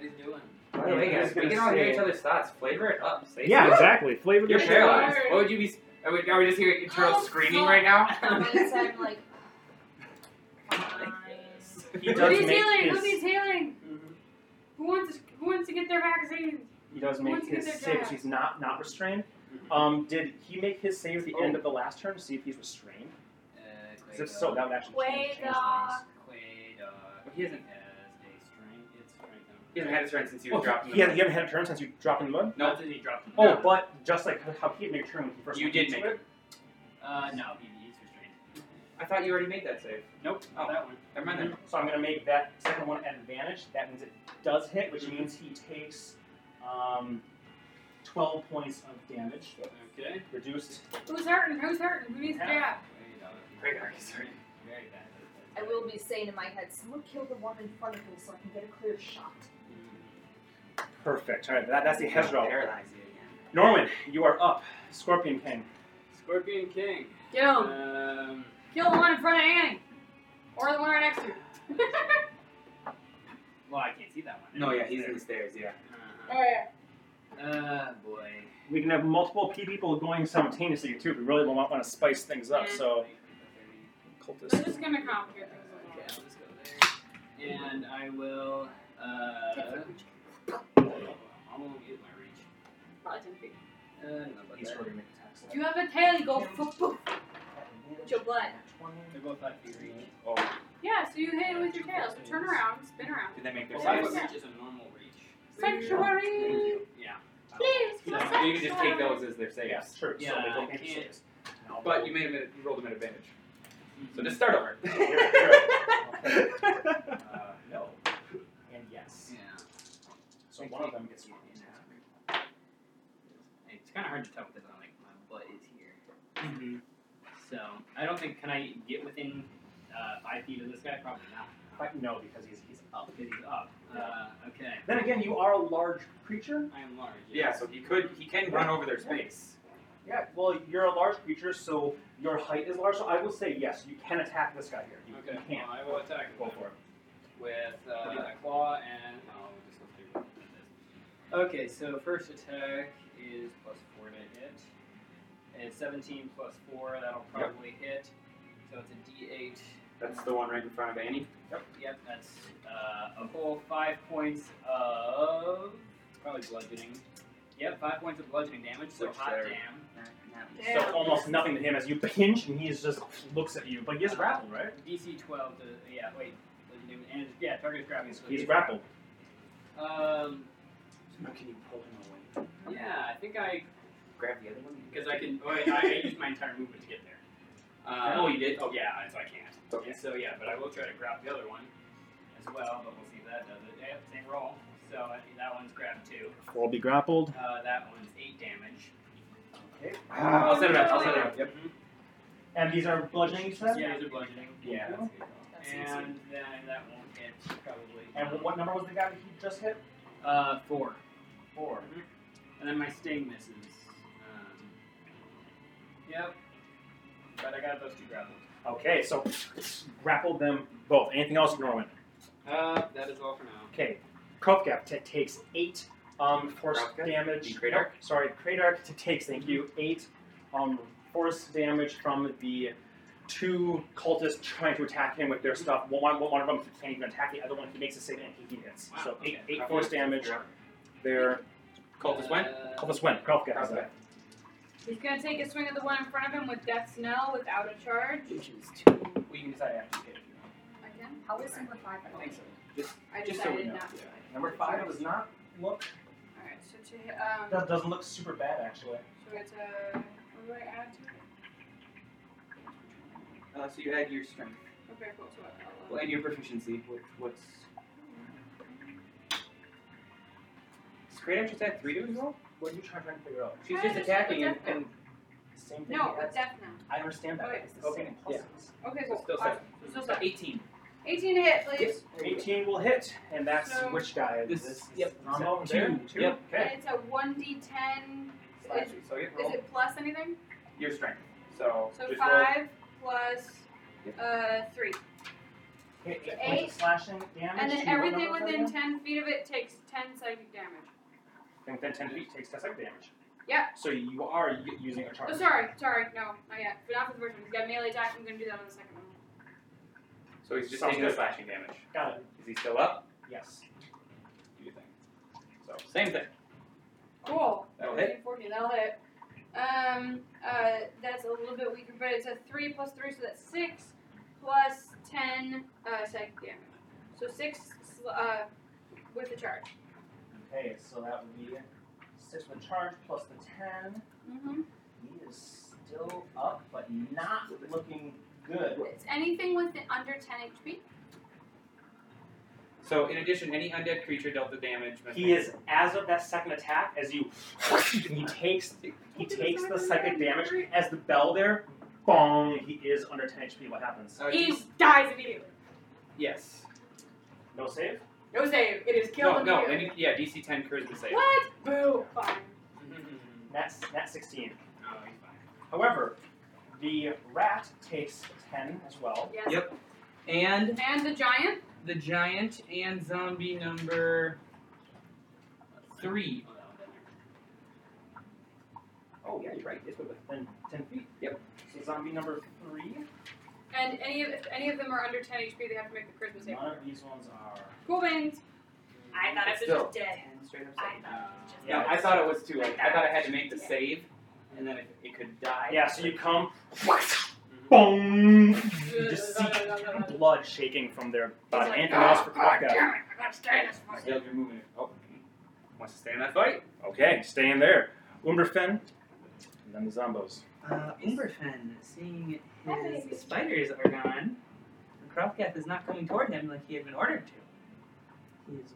Speaker 7: he's doing.
Speaker 2: By the way,
Speaker 3: Yeah, I was
Speaker 2: guys, we
Speaker 3: gonna
Speaker 2: can all hear
Speaker 3: say-
Speaker 2: each other's thoughts. Flavor it up. Say
Speaker 3: Yeah,
Speaker 2: something.
Speaker 3: exactly. Flavor
Speaker 2: You're
Speaker 4: It's
Speaker 2: paralyzed.
Speaker 4: hard.
Speaker 2: What would you be? Are we, are we just hearing internal
Speaker 5: Oh,
Speaker 2: screaming
Speaker 5: fuck.
Speaker 2: right now?
Speaker 5: But it's, Um, I'm like, fine.
Speaker 3: He does
Speaker 4: Who needs
Speaker 3: make
Speaker 4: healing?
Speaker 3: his.
Speaker 4: Who needs healing?
Speaker 7: Mm-hmm.
Speaker 4: Who wants to, who wants to get their vaccine?
Speaker 3: He does
Speaker 4: Who
Speaker 3: make
Speaker 4: wants to
Speaker 3: his
Speaker 4: get their
Speaker 3: save.
Speaker 4: jab?
Speaker 3: so He's not not restrained.
Speaker 7: Mhm.
Speaker 3: Um, did he make his save at the
Speaker 7: Oh.
Speaker 3: end of the last turn to see if he's restrained?
Speaker 7: Uh,
Speaker 3: 'Cause if so, that would actually change, change
Speaker 4: Quaidar.
Speaker 3: things.
Speaker 7: Quaidar.
Speaker 6: But he hasn't-
Speaker 7: has a strength. It's strength.
Speaker 2: He hasn't had his turn since Oh, he was
Speaker 3: Well,
Speaker 2: dropped. in
Speaker 3: he
Speaker 2: the
Speaker 3: hasn't, he hasn't had a turn since Oh, you dropped in the mud.
Speaker 7: No, did he dropped him.
Speaker 3: Oh, but just like how he had made a turn when he first
Speaker 2: You
Speaker 3: went
Speaker 2: did
Speaker 3: into
Speaker 2: make
Speaker 3: it.
Speaker 7: Oh. Uh, no, he, he's restrained.
Speaker 2: I thought you already made that save.
Speaker 7: Nope,
Speaker 2: Oh.
Speaker 7: not that one.
Speaker 2: Never mind then.
Speaker 3: So I'm gonna make that second one at advantage. That means it does hit, which means he takes um, 12 points of damage,
Speaker 7: Okay.
Speaker 3: reduced.
Speaker 4: Who's hurting? Who's hurting? Who needs a jab?
Speaker 7: Quaidar.
Speaker 2: Great Arc is hurting.
Speaker 7: Very bad.
Speaker 5: I will be saying in my head, someone kill the one in front of me so I can get a clear shot.
Speaker 3: Perfect. All right, that, that's the Hezro.
Speaker 2: Paralyze you again.
Speaker 3: Norman, you are up. Scorpion King.
Speaker 7: Scorpion King.
Speaker 5: Oh.
Speaker 4: Kill him.
Speaker 7: Um,
Speaker 4: Kill the one in front of Annie. Or the one right next to her.
Speaker 7: well, I can't see that one.
Speaker 2: No, yeah, he's in the stairs. Yeah.
Speaker 7: Uh,
Speaker 4: Oh, yeah.
Speaker 7: uh, boy.
Speaker 3: We can have multiple P people going simultaneously too. if We really want, want to spice things up. So
Speaker 4: They're
Speaker 3: cultist.
Speaker 4: just going to complicate things a
Speaker 7: Okay,
Speaker 4: little.
Speaker 7: I'll just go there. And I will. Uh, I'm gonna get my reach.
Speaker 4: Probably 10 feet.
Speaker 7: Uh, no, but
Speaker 3: He's
Speaker 7: that-
Speaker 3: already making attacks.
Speaker 4: Do you have a tail? You go poof poof with your blood.
Speaker 7: they're both five feet reach.
Speaker 3: Oh,
Speaker 4: Yeah, so you hit it with your tail. So turn around, spin around.
Speaker 2: Did they make their
Speaker 7: Well,
Speaker 4: Five
Speaker 7: five
Speaker 2: saves?
Speaker 7: foot
Speaker 4: percent.
Speaker 7: reach is a normal reach.
Speaker 4: Sanctuary.
Speaker 7: Yeah.
Speaker 4: Please,
Speaker 2: So
Speaker 4: for
Speaker 2: you can just take
Speaker 4: sanctuary.
Speaker 2: those as their saves.
Speaker 3: yes, true.
Speaker 7: Yeah,
Speaker 3: so they
Speaker 7: I
Speaker 3: don't hit
Speaker 7: can't-
Speaker 3: saves. Now
Speaker 2: But
Speaker 3: roll.
Speaker 2: you made him. at- You rolled him at advantage.
Speaker 7: Mm-hmm.
Speaker 2: So just start over.
Speaker 3: You're- you're- okay. Uh, no. And yes.
Speaker 7: Yeah.
Speaker 3: So one of them gets you.
Speaker 7: It's kind of hard to tell because I'm like my butt is here.
Speaker 2: Mm-hmm.
Speaker 7: So I don't think can I get within uh, five feet of this guy? Probably not.
Speaker 3: But no, because he's, he's
Speaker 7: Up because he's up. Uh, okay.
Speaker 3: Then again, you are a large creature.
Speaker 7: I am large.
Speaker 2: Yeah. So he could. He can run over their space.
Speaker 3: Yeah, well, you're a large creature, so your height is large. So I will say yes, you can attack this guy here. You
Speaker 7: Okay.
Speaker 3: can.
Speaker 7: Well, I will attack him
Speaker 3: Go
Speaker 7: then.
Speaker 3: for it.
Speaker 7: with uh, a claw and. Oh, we'll just go through what that is. Okay, so first attack is plus four to hit. It's 17 plus four. That'll probably hit. So it's
Speaker 2: That's the one right in front of Annie.
Speaker 7: a D8. Yep, that's uh, a whole five points of probably bludgeoning. Yep, five points of bludgeoning damage. So
Speaker 2: Which
Speaker 7: hot
Speaker 2: there-
Speaker 7: damn.
Speaker 4: Yeah.
Speaker 3: So almost nothing to him as you pinch, and he is just looks at you. But he is grappled, right?
Speaker 7: DC 12 to yeah. Wait, bludgeoning and it's- yeah, target is grabbing. So
Speaker 3: He's
Speaker 7: it's-
Speaker 3: grappled.
Speaker 7: Um.
Speaker 2: Now can you pull him away?
Speaker 7: Yeah, I think I
Speaker 2: Grab the other one.
Speaker 7: Because I can, oh, I, I used my entire movement to get there. Uh,
Speaker 2: Oh, you did?
Speaker 7: Oh, yeah, so I can't.
Speaker 2: It's okay.
Speaker 7: And so, yeah, but I will try to grab the other one as well, but we'll see if that does it. Yep, same roll. So I think that one's grabbed two.
Speaker 3: I'll be grappled.
Speaker 7: Uh, that one's eight damage. Okay.
Speaker 2: Ah, I'll set it up. I'll set it up. Yep.
Speaker 3: And these are bludgeoning, you said?
Speaker 7: Mm-hmm. Yeah, these are bludgeoning.
Speaker 3: Yeah.
Speaker 2: that's good.
Speaker 5: That's easy.
Speaker 7: And then that won't hit, probably.
Speaker 3: And what- what number was the guy that he just hit?
Speaker 7: Uh, four.
Speaker 3: Four.
Speaker 7: And then my sting misses. Um, yep. But I got those two grappled.
Speaker 3: Okay, so grappled them both. Anything else, Norman?
Speaker 7: Uh, that is all for now.
Speaker 3: Okay, Kropgap t- takes eight um, force
Speaker 2: Kropgap?
Speaker 3: damage.
Speaker 2: You Kratark?
Speaker 3: Nope, sorry, Kratark t- takes, thank you, eight um, force damage from the two cultists trying to attack him with their stuff. One, one, one of them can't even attack the other one. He makes a save and he hits.
Speaker 7: Wow,
Speaker 3: so eight,
Speaker 7: okay.
Speaker 3: eight force damage. Their
Speaker 2: Cultist went.
Speaker 7: Uh,
Speaker 3: cultists win. Kropgap. is
Speaker 2: Kropgap.
Speaker 3: back.
Speaker 4: He's going to take a swing at the one in front of him with Death Snell without a charge.
Speaker 2: We can decide after you hit if you want.
Speaker 4: Again,
Speaker 5: How is number five?
Speaker 2: I think so.
Speaker 4: I
Speaker 2: Just so we
Speaker 4: decided
Speaker 2: know.
Speaker 4: not to.
Speaker 2: Yeah.
Speaker 3: Number five does not look.
Speaker 4: Alright, so to hit, um,
Speaker 3: That doesn't look super bad actually.
Speaker 4: so it's a. What do I add to it?
Speaker 2: Uh, so you add your strength
Speaker 4: Okay, cool. So I- I'll, uh,
Speaker 2: well, and your proficiency. What, what's Great Actress had three to his roll?
Speaker 3: What are you trying, trying to figure out?
Speaker 2: She's
Speaker 4: I
Speaker 2: just
Speaker 4: just
Speaker 2: attacking and,
Speaker 4: looked at
Speaker 2: and
Speaker 3: Same thing.
Speaker 4: No,
Speaker 3: that's-
Speaker 4: death now.
Speaker 3: I understand that.
Speaker 4: Oh, it's the
Speaker 3: okay.
Speaker 4: same.
Speaker 3: Yeah.
Speaker 4: Okay,
Speaker 2: so
Speaker 4: cool.
Speaker 2: still
Speaker 4: Uh,
Speaker 2: second.
Speaker 4: so sorry.
Speaker 2: 18.
Speaker 4: 18 to hit, please.
Speaker 2: Yes. there you go.
Speaker 3: Eighteen will hit, and that's
Speaker 4: So-
Speaker 3: which guy?
Speaker 2: This-
Speaker 3: is
Speaker 2: yep.
Speaker 3: Rambo
Speaker 2: Two,
Speaker 3: there? Two.
Speaker 2: yep.
Speaker 3: Okay.
Speaker 4: And it's a 1d10.
Speaker 2: Slash
Speaker 4: Is,
Speaker 2: you. So you
Speaker 4: is
Speaker 2: roll
Speaker 4: it plus anything?
Speaker 2: your strength. So,
Speaker 4: So
Speaker 2: just roll.
Speaker 4: 5 plus uh, 3.
Speaker 3: Okay, eight,
Speaker 4: Eight.
Speaker 3: points of slashing damage.
Speaker 4: And
Speaker 3: Do
Speaker 4: then
Speaker 3: you want
Speaker 4: everything
Speaker 3: numbers right
Speaker 4: within
Speaker 3: now?
Speaker 4: 10 feet of it takes 10 psychic damage.
Speaker 3: And then ten feet takes test damage.
Speaker 4: Yep.
Speaker 3: So you are y- using a charge.
Speaker 4: Oh, sorry, sorry, no, not yet. But not for the first one. He's got melee attack. I'm gonna do that on the second one.
Speaker 2: So he's just
Speaker 3: Sounds
Speaker 2: taking the
Speaker 3: good.
Speaker 2: slashing damage.
Speaker 3: Got it.
Speaker 2: Is he still up?
Speaker 3: Yes.
Speaker 2: Do you think? So same thing.
Speaker 4: Cool.
Speaker 2: That'll hit.
Speaker 4: 14, that'll hit. Um, uh, that's a little bit weaker, but it's a three plus three, so that's six plus ten uh, psychic damage. So six sl- uh, with the charge.
Speaker 3: Okay, so that would be six with charge plus the ten.
Speaker 4: Mm-hmm.
Speaker 3: He is still up, but not looking good.
Speaker 4: It's anything with an under ten HP.
Speaker 2: So in addition, any undead creature dealt the damage. must
Speaker 3: He
Speaker 2: make-
Speaker 3: is as of that second attack as you he takes he takes the psychic damage as the bell there bong he is under 10 HP what happens
Speaker 2: Uh,
Speaker 4: he
Speaker 2: just-
Speaker 4: dies immediately.
Speaker 2: yes.
Speaker 3: no save
Speaker 4: No save. It is
Speaker 2: No,
Speaker 4: killed
Speaker 2: no.
Speaker 4: immediately.
Speaker 2: Any, yeah, DC 10 charisma save.
Speaker 4: What? Boo. Fine.
Speaker 3: that's that's 16
Speaker 2: Oh, he's fine.
Speaker 3: however the rat takes 10 as well
Speaker 4: Yes.
Speaker 2: Yep. And
Speaker 4: And the giant.
Speaker 2: the giant and zombie number three. Oh yeah, you're right. This would
Speaker 3: then 10 feet
Speaker 2: Yep.
Speaker 3: so zombie number three
Speaker 4: And any of if any of them are under ten HP, they have to make the Christmas save.
Speaker 3: none of these ones are
Speaker 4: Cool beans. I thought it was
Speaker 2: Still.
Speaker 4: just dead.
Speaker 2: ten straight up.
Speaker 4: I
Speaker 2: save.
Speaker 4: thought it was just
Speaker 3: Yeah,
Speaker 2: no, I thought it was too. Like I thought I had to make the save, and then it, it could die.
Speaker 3: yeah so you come bong you just see blood shaking from their body
Speaker 4: like, ah,
Speaker 3: anything else for clock
Speaker 4: God damn it, I gotta stay in this fight.
Speaker 2: Still, you're moving it. Oh, wants to stay in that fight.
Speaker 3: Okay, staying there. Umberfen, and then the Zombos.
Speaker 2: Uh, Umberfen, seeing
Speaker 4: Hi.
Speaker 2: his spiders are gone, and Krovkath is not coming toward him like he had been ordered to. He is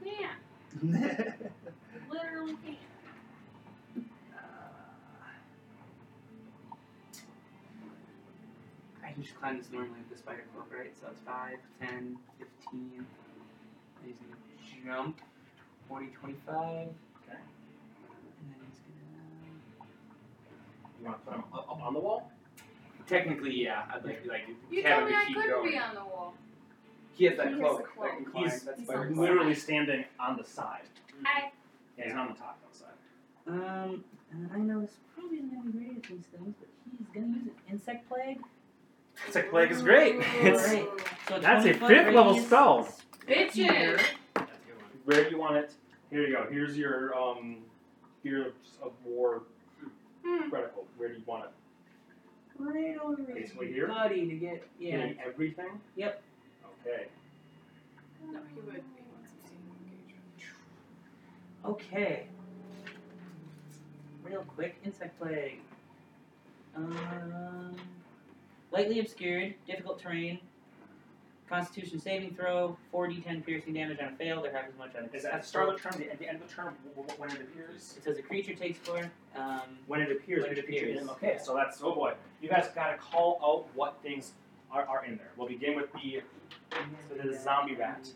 Speaker 4: You can't.
Speaker 2: lying.
Speaker 4: You literally can't.
Speaker 2: Uh, I can just climb this normally with the spider cloak, right? So it's 5, 10, 15. And he's gonna jump 40, 25. Okay. And then he's gonna.
Speaker 3: You want to put them up, up on the wall?
Speaker 2: Technically, yeah. I'd like to like
Speaker 4: You
Speaker 2: have
Speaker 4: told
Speaker 2: him
Speaker 4: me
Speaker 2: to
Speaker 4: I
Speaker 2: keep
Speaker 4: couldn't
Speaker 2: going.
Speaker 4: be on the wall.
Speaker 2: He has that
Speaker 4: He has
Speaker 2: cloak.
Speaker 4: a cloak.
Speaker 2: That can climb.
Speaker 3: He's-
Speaker 2: That's
Speaker 4: he's
Speaker 2: spider
Speaker 4: on
Speaker 2: cloak.
Speaker 3: Literally standing on the side.
Speaker 4: I
Speaker 3: Yeah, he's not on the top, on the side.
Speaker 2: Um, and I know this probably isn't gonna be great at these things, but he's gonna use an insect plague.
Speaker 3: Sick plague is great. It's
Speaker 4: Ooh.
Speaker 2: So
Speaker 3: That's a
Speaker 2: 20 foot
Speaker 3: fifth level
Speaker 2: radius.
Speaker 3: spell.
Speaker 4: Bitches.
Speaker 2: That's a good one.
Speaker 3: Where do you want it? Here you go. Here's your um, Gears of War
Speaker 4: Hmm.
Speaker 3: reticle. Where do you want it?
Speaker 2: Right over his
Speaker 3: Basically here?
Speaker 2: body to get yeah.
Speaker 3: Hitting everything?
Speaker 2: Yep.
Speaker 3: Okay.
Speaker 4: No, he would. He wants to see you engage.
Speaker 2: Okay. Real quick, insect plague. Um, lightly obscured, difficult terrain. Constitution saving throw, 4d10 piercing damage on a fail. There happens much on a
Speaker 3: Is that at the start of the turn, the, at the end of the turn, w- w- when it appears?
Speaker 2: It says a creature takes four. Um,
Speaker 3: When it appears,
Speaker 2: When it
Speaker 3: which feature
Speaker 2: appears.
Speaker 3: is- Okay, so that's oh boy. You guys gotta call out what things are, are in there. We'll begin with the So there's a zombie rat.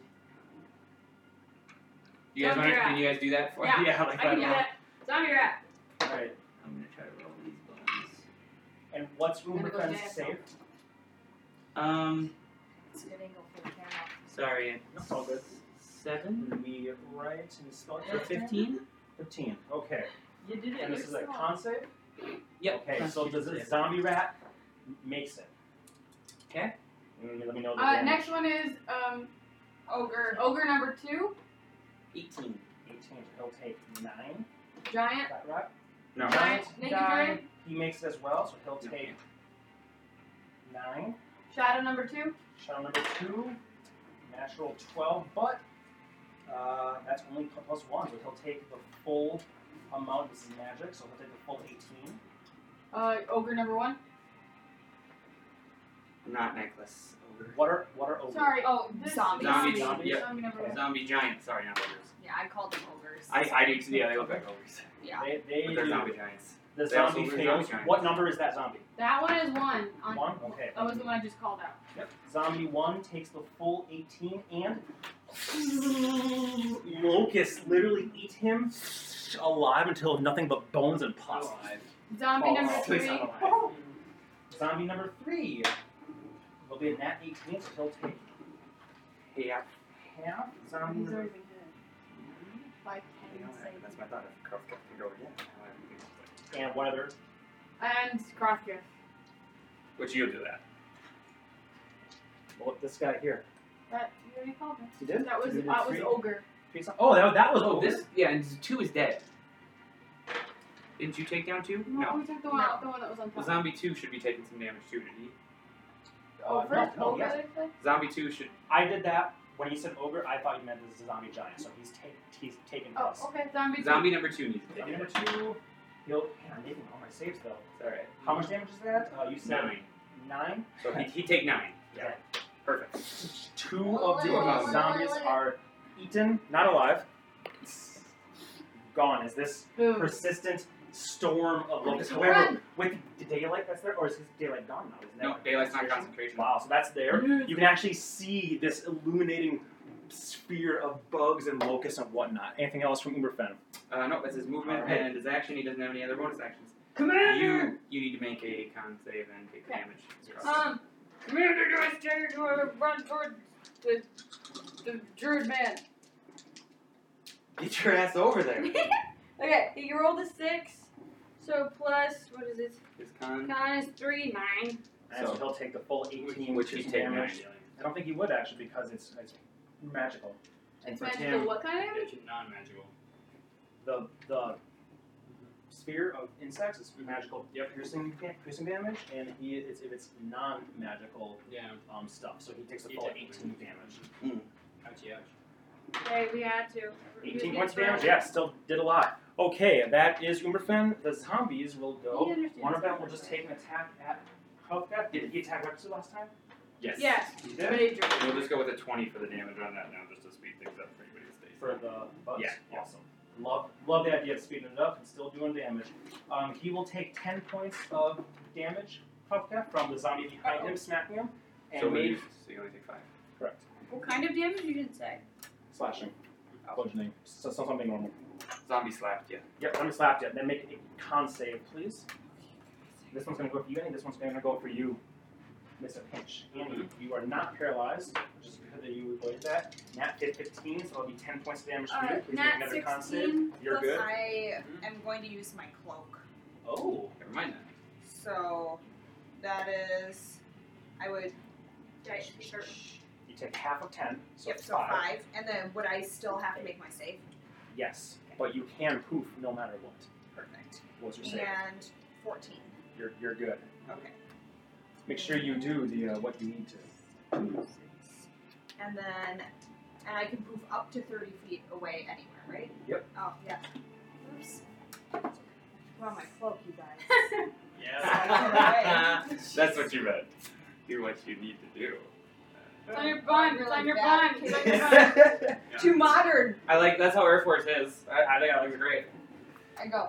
Speaker 2: Do you guys want
Speaker 4: Zombie
Speaker 2: to?
Speaker 4: rat.
Speaker 2: Can you guys do that for
Speaker 4: Yeah,
Speaker 2: like
Speaker 4: I can do
Speaker 2: that.
Speaker 4: that. Zombie rat.
Speaker 3: Alright.
Speaker 2: I'm gonna try to roll these bones.
Speaker 3: And what's
Speaker 4: I'm gonna go
Speaker 3: Umberfen's
Speaker 4: next.
Speaker 3: save?
Speaker 2: Um,
Speaker 5: It's a good angle for the camera.
Speaker 2: sorry.
Speaker 3: That's all good.
Speaker 2: Seven
Speaker 3: We right and spell
Speaker 2: for fifteen.
Speaker 3: Fifteen. Okay.
Speaker 2: You did
Speaker 3: And this is a con save?
Speaker 2: Yep.
Speaker 3: Okay, so does
Speaker 2: Constitution
Speaker 3: the
Speaker 2: save.
Speaker 3: zombie rat makes it.
Speaker 2: 'Kay.
Speaker 3: Mm, Let me know the
Speaker 4: Uh,
Speaker 3: damage.
Speaker 4: next one is um, ogre. Ogre number two.
Speaker 2: Eighteen.
Speaker 3: Eighteen. He'll take nine.
Speaker 4: Giant.
Speaker 3: That rat.
Speaker 2: No.
Speaker 4: Giant. Naked
Speaker 3: guy.
Speaker 4: giant.
Speaker 3: He makes it as well, so he'll
Speaker 2: No.
Speaker 3: take nine.
Speaker 4: Shadow number two.
Speaker 3: Shot number two, natural 12, but uh, that's only pl- plus one, so he'll take the full amount. This is magic, so he'll take the full 18.
Speaker 4: Uh, ogre number one.
Speaker 2: Not necklace. Ogre.
Speaker 3: What are, what are over?
Speaker 4: Sorry. Oh, this
Speaker 5: Zombie.
Speaker 2: Zombie,
Speaker 4: Zombie. Zombie,
Speaker 2: yeah.
Speaker 4: number one.
Speaker 2: Zombie giant. Sorry, not ogres.
Speaker 5: Yeah. Yeah, I called them ogres.
Speaker 6: I, I do too. Yeah, they look like ogres.
Speaker 4: Yeah.
Speaker 3: They,
Speaker 6: But
Speaker 3: they
Speaker 6: they're
Speaker 3: do-
Speaker 6: zombie giants.
Speaker 3: The
Speaker 6: They also
Speaker 3: zombie
Speaker 6: lose
Speaker 3: fails.
Speaker 6: zombie
Speaker 3: What
Speaker 6: giants.
Speaker 3: number is that zombie?
Speaker 4: That one is one. On,
Speaker 3: One? Okay.
Speaker 4: That was the one I just called out.
Speaker 3: Yep. Zombie one takes the full 18 and locusts literally eat him alive until nothing but bones and pus.
Speaker 4: Zombie
Speaker 3: Oh,
Speaker 4: number
Speaker 3: wow.
Speaker 4: three.
Speaker 3: Alive. Zombie number three will be in that 18, so he'll take
Speaker 6: Yeah.
Speaker 3: half. Zombie
Speaker 1: He's
Speaker 3: number
Speaker 1: already been hit.
Speaker 5: By
Speaker 6: You know,
Speaker 5: Ken's sake.
Speaker 6: that's my thought. If Kruff can go again, I would be-
Speaker 3: and one other.
Speaker 4: And Krothgift.
Speaker 6: Which you'll do that.
Speaker 3: Well, Oh, this guy here.
Speaker 4: That you already called him.
Speaker 3: He did.
Speaker 4: That was
Speaker 3: He did
Speaker 4: that was
Speaker 3: three.
Speaker 4: ogre.
Speaker 3: Three zo- Oh, that, that was
Speaker 2: Oh,
Speaker 3: over.
Speaker 2: this yeah, and two is dead. Didn't you take down two?
Speaker 4: No,
Speaker 2: No.
Speaker 4: we took the one out, the one that was on
Speaker 2: Well,
Speaker 4: top.
Speaker 2: zombie two should be taking some damage too, didn't he?
Speaker 3: Uh,
Speaker 4: Over,
Speaker 3: no, no,
Speaker 4: over
Speaker 3: yes.
Speaker 4: Oh, they said?
Speaker 2: Zombie two should.
Speaker 3: I did that when you said ogre. I thought you meant this is a zombie giant, so he's taken. He's taken
Speaker 4: Oh,
Speaker 3: this.
Speaker 4: okay. Zombie.
Speaker 2: Zombie number two needs to
Speaker 3: Zombie
Speaker 2: take
Speaker 3: Number
Speaker 2: damage.
Speaker 3: two. He'll. Man, I'm making all my saves though.
Speaker 2: It's all right.
Speaker 3: How much damage is that? Uh, you said
Speaker 2: Nine.
Speaker 3: Nine.
Speaker 2: So he he take nine.
Speaker 3: Yeah.
Speaker 2: Perfect.
Speaker 3: Two of
Speaker 2: Two of
Speaker 3: the
Speaker 2: them.
Speaker 3: zombies are eaten, not alive. Gone. Is this
Speaker 4: Boom.
Speaker 3: persistent storm of locusts?
Speaker 4: Run.
Speaker 3: However, with the daylight that's there, or is his daylight gone now? Isn't that
Speaker 2: No, daylight's not concentration.
Speaker 3: concentration? Wow, so that's there. You can actually see this illuminating sphere of bugs and locusts and whatnot. Anything else from Uberfen?
Speaker 2: Uh, no, that's his movement
Speaker 3: All right.
Speaker 2: and his action. He doesn't have any other bonus actions.
Speaker 4: Commander.
Speaker 2: You you need to make a con save and take the
Speaker 4: Okay.
Speaker 2: damage.
Speaker 4: Um, Commander, do I dare do I run toward the the druid man?
Speaker 6: Get your ass over there.
Speaker 4: Okay, he rolled a six. So plus what is it?
Speaker 2: His con.
Speaker 4: Nine is three, nine.
Speaker 3: And so,
Speaker 2: So-
Speaker 3: he'll take the full 18,
Speaker 2: Which
Speaker 3: is
Speaker 2: he'd take
Speaker 3: damage.
Speaker 2: nine.
Speaker 3: I don't think he would actually because it's, it's magical. And for
Speaker 4: Magical.
Speaker 3: him,
Speaker 4: What kind of damage?
Speaker 7: It's non-magical.
Speaker 3: the the sphere of insects is magical piercing piercing damage, and he it's if it's non-magical
Speaker 7: Yeah.
Speaker 3: um stuff. So he takes a
Speaker 7: He
Speaker 3: full
Speaker 7: definitely
Speaker 3: 18
Speaker 7: wins.
Speaker 3: damage.
Speaker 7: Ouchie, ouch.
Speaker 4: Okay, we had to. We
Speaker 3: 18
Speaker 4: did
Speaker 3: points of
Speaker 4: try.
Speaker 3: damage. Yeah, still did a lot. Okay, that is Umberfen. The zombies will go.
Speaker 4: He understands
Speaker 3: One of them
Speaker 4: that.
Speaker 3: will just take an attack at Huffgat. Did he attack Webster last time?
Speaker 2: Yes.
Speaker 4: Yes.
Speaker 3: He
Speaker 4: Major.
Speaker 2: We'll just go with a twenty for the damage on that now, just to speed things up for anybody who stays.
Speaker 3: For the bugs?
Speaker 2: Yeah, yeah.
Speaker 3: Awesome. Love love the idea of speeding it up and still doing damage. Um, he will take 10 points of damage, Huffgat, from the zombie behind him, smacking him. And
Speaker 2: so
Speaker 3: made.
Speaker 2: you, so you only take five.
Speaker 3: Correct.
Speaker 4: What kind of damage you didn't say?
Speaker 3: Slashing. Bludgeoning. So, so something normal.
Speaker 2: Zombie slapped you.
Speaker 3: Yep, let me slap you. Then make a con save, please. This one's gonna go for you, and this one's gonna go for you. Miss a pinch. And you, you are not paralyzed, which is good that you avoided that. Nat did 15, so it'll be 10 points of damage to you.
Speaker 4: Alright,
Speaker 3: Please make
Speaker 4: nat
Speaker 3: another con save.
Speaker 4: 16.
Speaker 3: You're
Speaker 4: plus-
Speaker 3: good.
Speaker 5: I am going to use my cloak.
Speaker 3: Oh.
Speaker 2: Never mind that.
Speaker 5: So that is I would
Speaker 4: Right, sure.
Speaker 3: You take half of 10, so
Speaker 5: yep,
Speaker 3: it's
Speaker 5: so five. And then would I still have to make my save?
Speaker 3: Yes, but you can poof no matter what.
Speaker 5: Perfect.
Speaker 3: What's your save?
Speaker 5: And fourteen.
Speaker 3: You're, you're good.
Speaker 5: Okay.
Speaker 3: Make sure you do the uh, what you need to.
Speaker 5: And then and I can move up to thirty feet away anywhere, right?
Speaker 3: Yep.
Speaker 5: Oh yeah. Oops. Well my cloak, you guys.
Speaker 2: That's what you read. Do what you need to do.
Speaker 4: It's on your bun. It's on your bun.
Speaker 5: Bad
Speaker 4: It's on your bun.
Speaker 6: Yeah.
Speaker 5: Too modern.
Speaker 2: I like that's how Air Force is. I, I think that looks great.
Speaker 5: I go.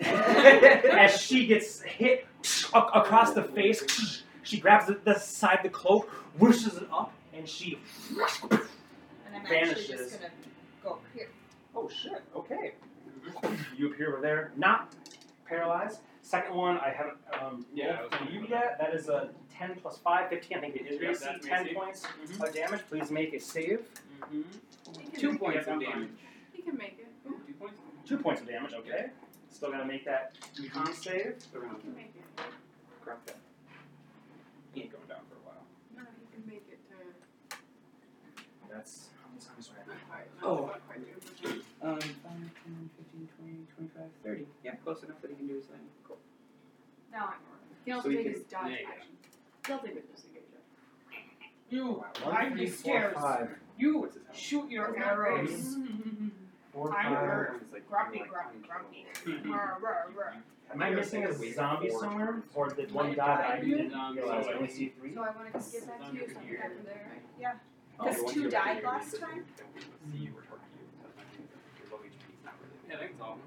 Speaker 2: Mm-hmm.
Speaker 3: As she gets hit ac- across the face, she grabs the, the side of the cloak, whooshes it up, and she.
Speaker 5: And I'm actually
Speaker 3: Vanishes.
Speaker 5: just gonna go over here.
Speaker 3: Oh shit, okay. You appear over there, not paralyzed. Second one, I haven't. Um,
Speaker 7: Yeah, I
Speaker 3: rolled
Speaker 7: was
Speaker 3: for you
Speaker 7: wondering
Speaker 3: yet. That is a 10 plus 5, 15. I think it is.
Speaker 7: Yep,
Speaker 3: AC,
Speaker 7: that's
Speaker 3: 10
Speaker 7: AC.
Speaker 3: points
Speaker 7: Mhm.
Speaker 3: of damage. Please make a save.
Speaker 7: Mm-hmm.
Speaker 4: He can
Speaker 2: Two
Speaker 4: make
Speaker 2: points
Speaker 7: Yeah,
Speaker 2: of
Speaker 7: I'm fine.
Speaker 2: damage.
Speaker 4: it. He can make it.
Speaker 7: Two points.
Speaker 3: Two points of damage, okay. Still gotta make that con save.
Speaker 4: He can make it.
Speaker 2: Correct that. He ain't going down for a while.
Speaker 4: No, he can make it to.
Speaker 3: That's. I'm sorry.
Speaker 2: Oh.
Speaker 4: not quite do it.
Speaker 2: Um, 5, 10, 15, 20, 25, 30. Yeah, close enough that he can do his thing. Cool.
Speaker 4: No, I'm wrong. He also
Speaker 2: So he
Speaker 4: take
Speaker 2: can-
Speaker 4: his dodge
Speaker 7: there you go.
Speaker 4: action. He'll take his disengage action.
Speaker 1: You
Speaker 3: Wow,
Speaker 1: I'm
Speaker 3: three,
Speaker 1: just
Speaker 3: four,
Speaker 1: scared.
Speaker 3: five,
Speaker 1: you
Speaker 2: What's his health?
Speaker 1: shoot your
Speaker 5: Okay.
Speaker 1: arrows.
Speaker 3: four,
Speaker 2: Um,
Speaker 1: I'm
Speaker 3: five.
Speaker 1: hurt.
Speaker 2: He's like,
Speaker 1: Grumpy,
Speaker 2: like,
Speaker 1: grumpy,
Speaker 2: mm,
Speaker 1: grumpy.
Speaker 7: Mhm.
Speaker 5: Rah, rah, rah.
Speaker 3: Am I missing a zombie somewhere? Or did one die that I
Speaker 4: Zombie.
Speaker 3: didn't
Speaker 7: Zombie.
Speaker 3: realize? I only see three.
Speaker 5: So I wanted to
Speaker 7: Oh,
Speaker 4: Get back to you something happened there.
Speaker 5: Because two died last time?
Speaker 2: See you or talk to you.
Speaker 7: I think it's all.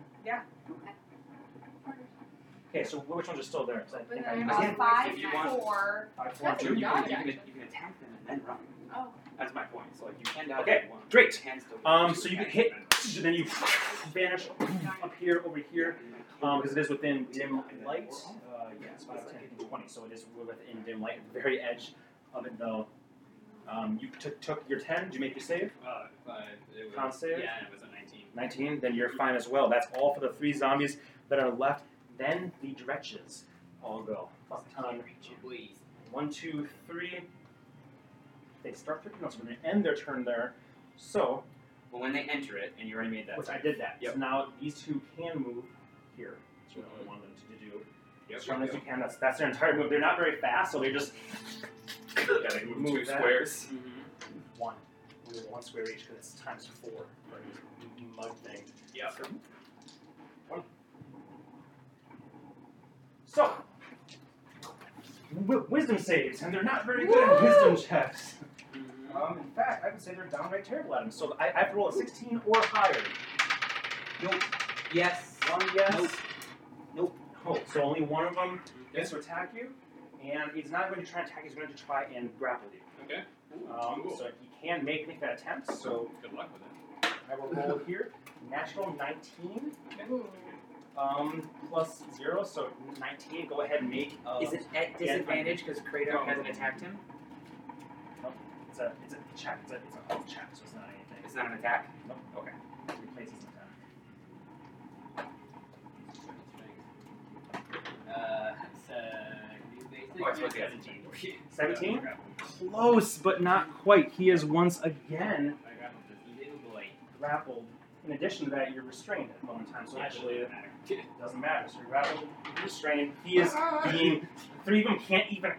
Speaker 3: Okay, so which ones are still there? 'Cause I think I
Speaker 4: then
Speaker 3: missed-
Speaker 4: I'm
Speaker 5: Uh, five,
Speaker 7: if you want-
Speaker 5: four.
Speaker 3: I
Speaker 4: That's
Speaker 3: want
Speaker 4: a
Speaker 3: to.
Speaker 4: Dude,
Speaker 7: you, can,
Speaker 4: dodge
Speaker 7: you, can,
Speaker 4: action.
Speaker 7: you can attack them and then run.
Speaker 4: Oh.
Speaker 7: That's my point. So like you can dodge
Speaker 3: Okay,
Speaker 7: if you want.
Speaker 3: great.
Speaker 7: Hands still
Speaker 3: Um, so you get hit, and then you vanish up here, over here, um, because it is within dim light. Uh, yeah, it's five, 10, 15, 20, so it is within dim light, at the very edge of it though. Um, you took took your ten. Did you make your save?
Speaker 7: Uh, uh, it was,
Speaker 3: Con save?
Speaker 7: Yeah, it was a 19.
Speaker 3: 19, then you're fine as well. That's all for the three zombies that are left. Then the dretches all go. Fuck ton.
Speaker 7: Please.
Speaker 3: One, two, three. They start their turn, so they're going to end their turn there. So,
Speaker 7: Well, when they enter it, and you already made that.
Speaker 3: which I
Speaker 7: save.
Speaker 3: did that.
Speaker 7: Yep. Mm-hmm.
Speaker 3: So now these two can move here. That's what I wanted them to do.
Speaker 7: Yep.
Speaker 3: As strong as you can. That's, that's their entire move. They're not very fast, so they just
Speaker 7: Yeah, they move, two
Speaker 3: that.
Speaker 7: squares.
Speaker 3: One. Only one square each because it's times four. for this Mug thing.
Speaker 7: Yeah.
Speaker 3: So, w- wisdom saves, and they're not very good at wisdom checks. Um, in fact, I would say they're downright terrible at them. So I, I have to roll a 16 or higher.
Speaker 2: Nope. Yes.
Speaker 3: One yes.
Speaker 2: Nope.
Speaker 3: Oh, so only one of them gets to attack you, and he's not going to try and attack. He's going to try and grapple you.
Speaker 7: Okay. Ooh,
Speaker 3: Um,
Speaker 7: cool.
Speaker 3: So he can make make that attempt. So
Speaker 7: good luck with it.
Speaker 3: I will roll here. Natural 19
Speaker 5: Ooh.
Speaker 3: um, plus zero, so 19. Go ahead and make. Uh,
Speaker 8: Is it at disadvantage because Kratos hasn't attacked him?
Speaker 3: It's a it's a check. It's a it's a health check, so it's not anything.
Speaker 2: It's not an attack.
Speaker 3: Nope. Okay. Replaces an attack.
Speaker 7: Uh, it's, uh, basic.
Speaker 2: Oh, it's okay.
Speaker 7: 17.
Speaker 3: 17?
Speaker 7: I grappled.
Speaker 3: Close, but not quite. He is once again
Speaker 7: I grappled this little boy.
Speaker 3: grappled. In addition to that, you're restrained at the moment in time, so actually it doesn't matter. So you're grappled, you're restrained. He is being. Three of them can't even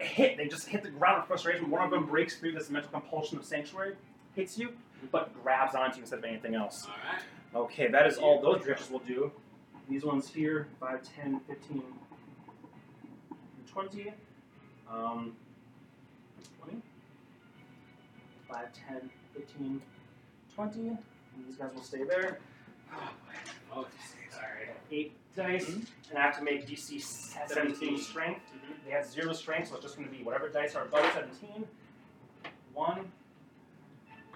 Speaker 3: hit. They just hit the ground in frustration. One of them breaks through this mental compulsion of sanctuary, hits you, but grabs onto you instead of anything else.
Speaker 7: Alright.
Speaker 3: Okay, that is all those directions will do. These ones here 5, 10, 15, and 20. Um, 20. 5, 10, 15, 20. And these guys will stay there.
Speaker 7: Oh, this is-
Speaker 3: Alright, 8 dice. And I have to make DC 17
Speaker 7: Seventeen.
Speaker 3: strength. They have 0 strength, so it's just going to be whatever dice are above 17. 1,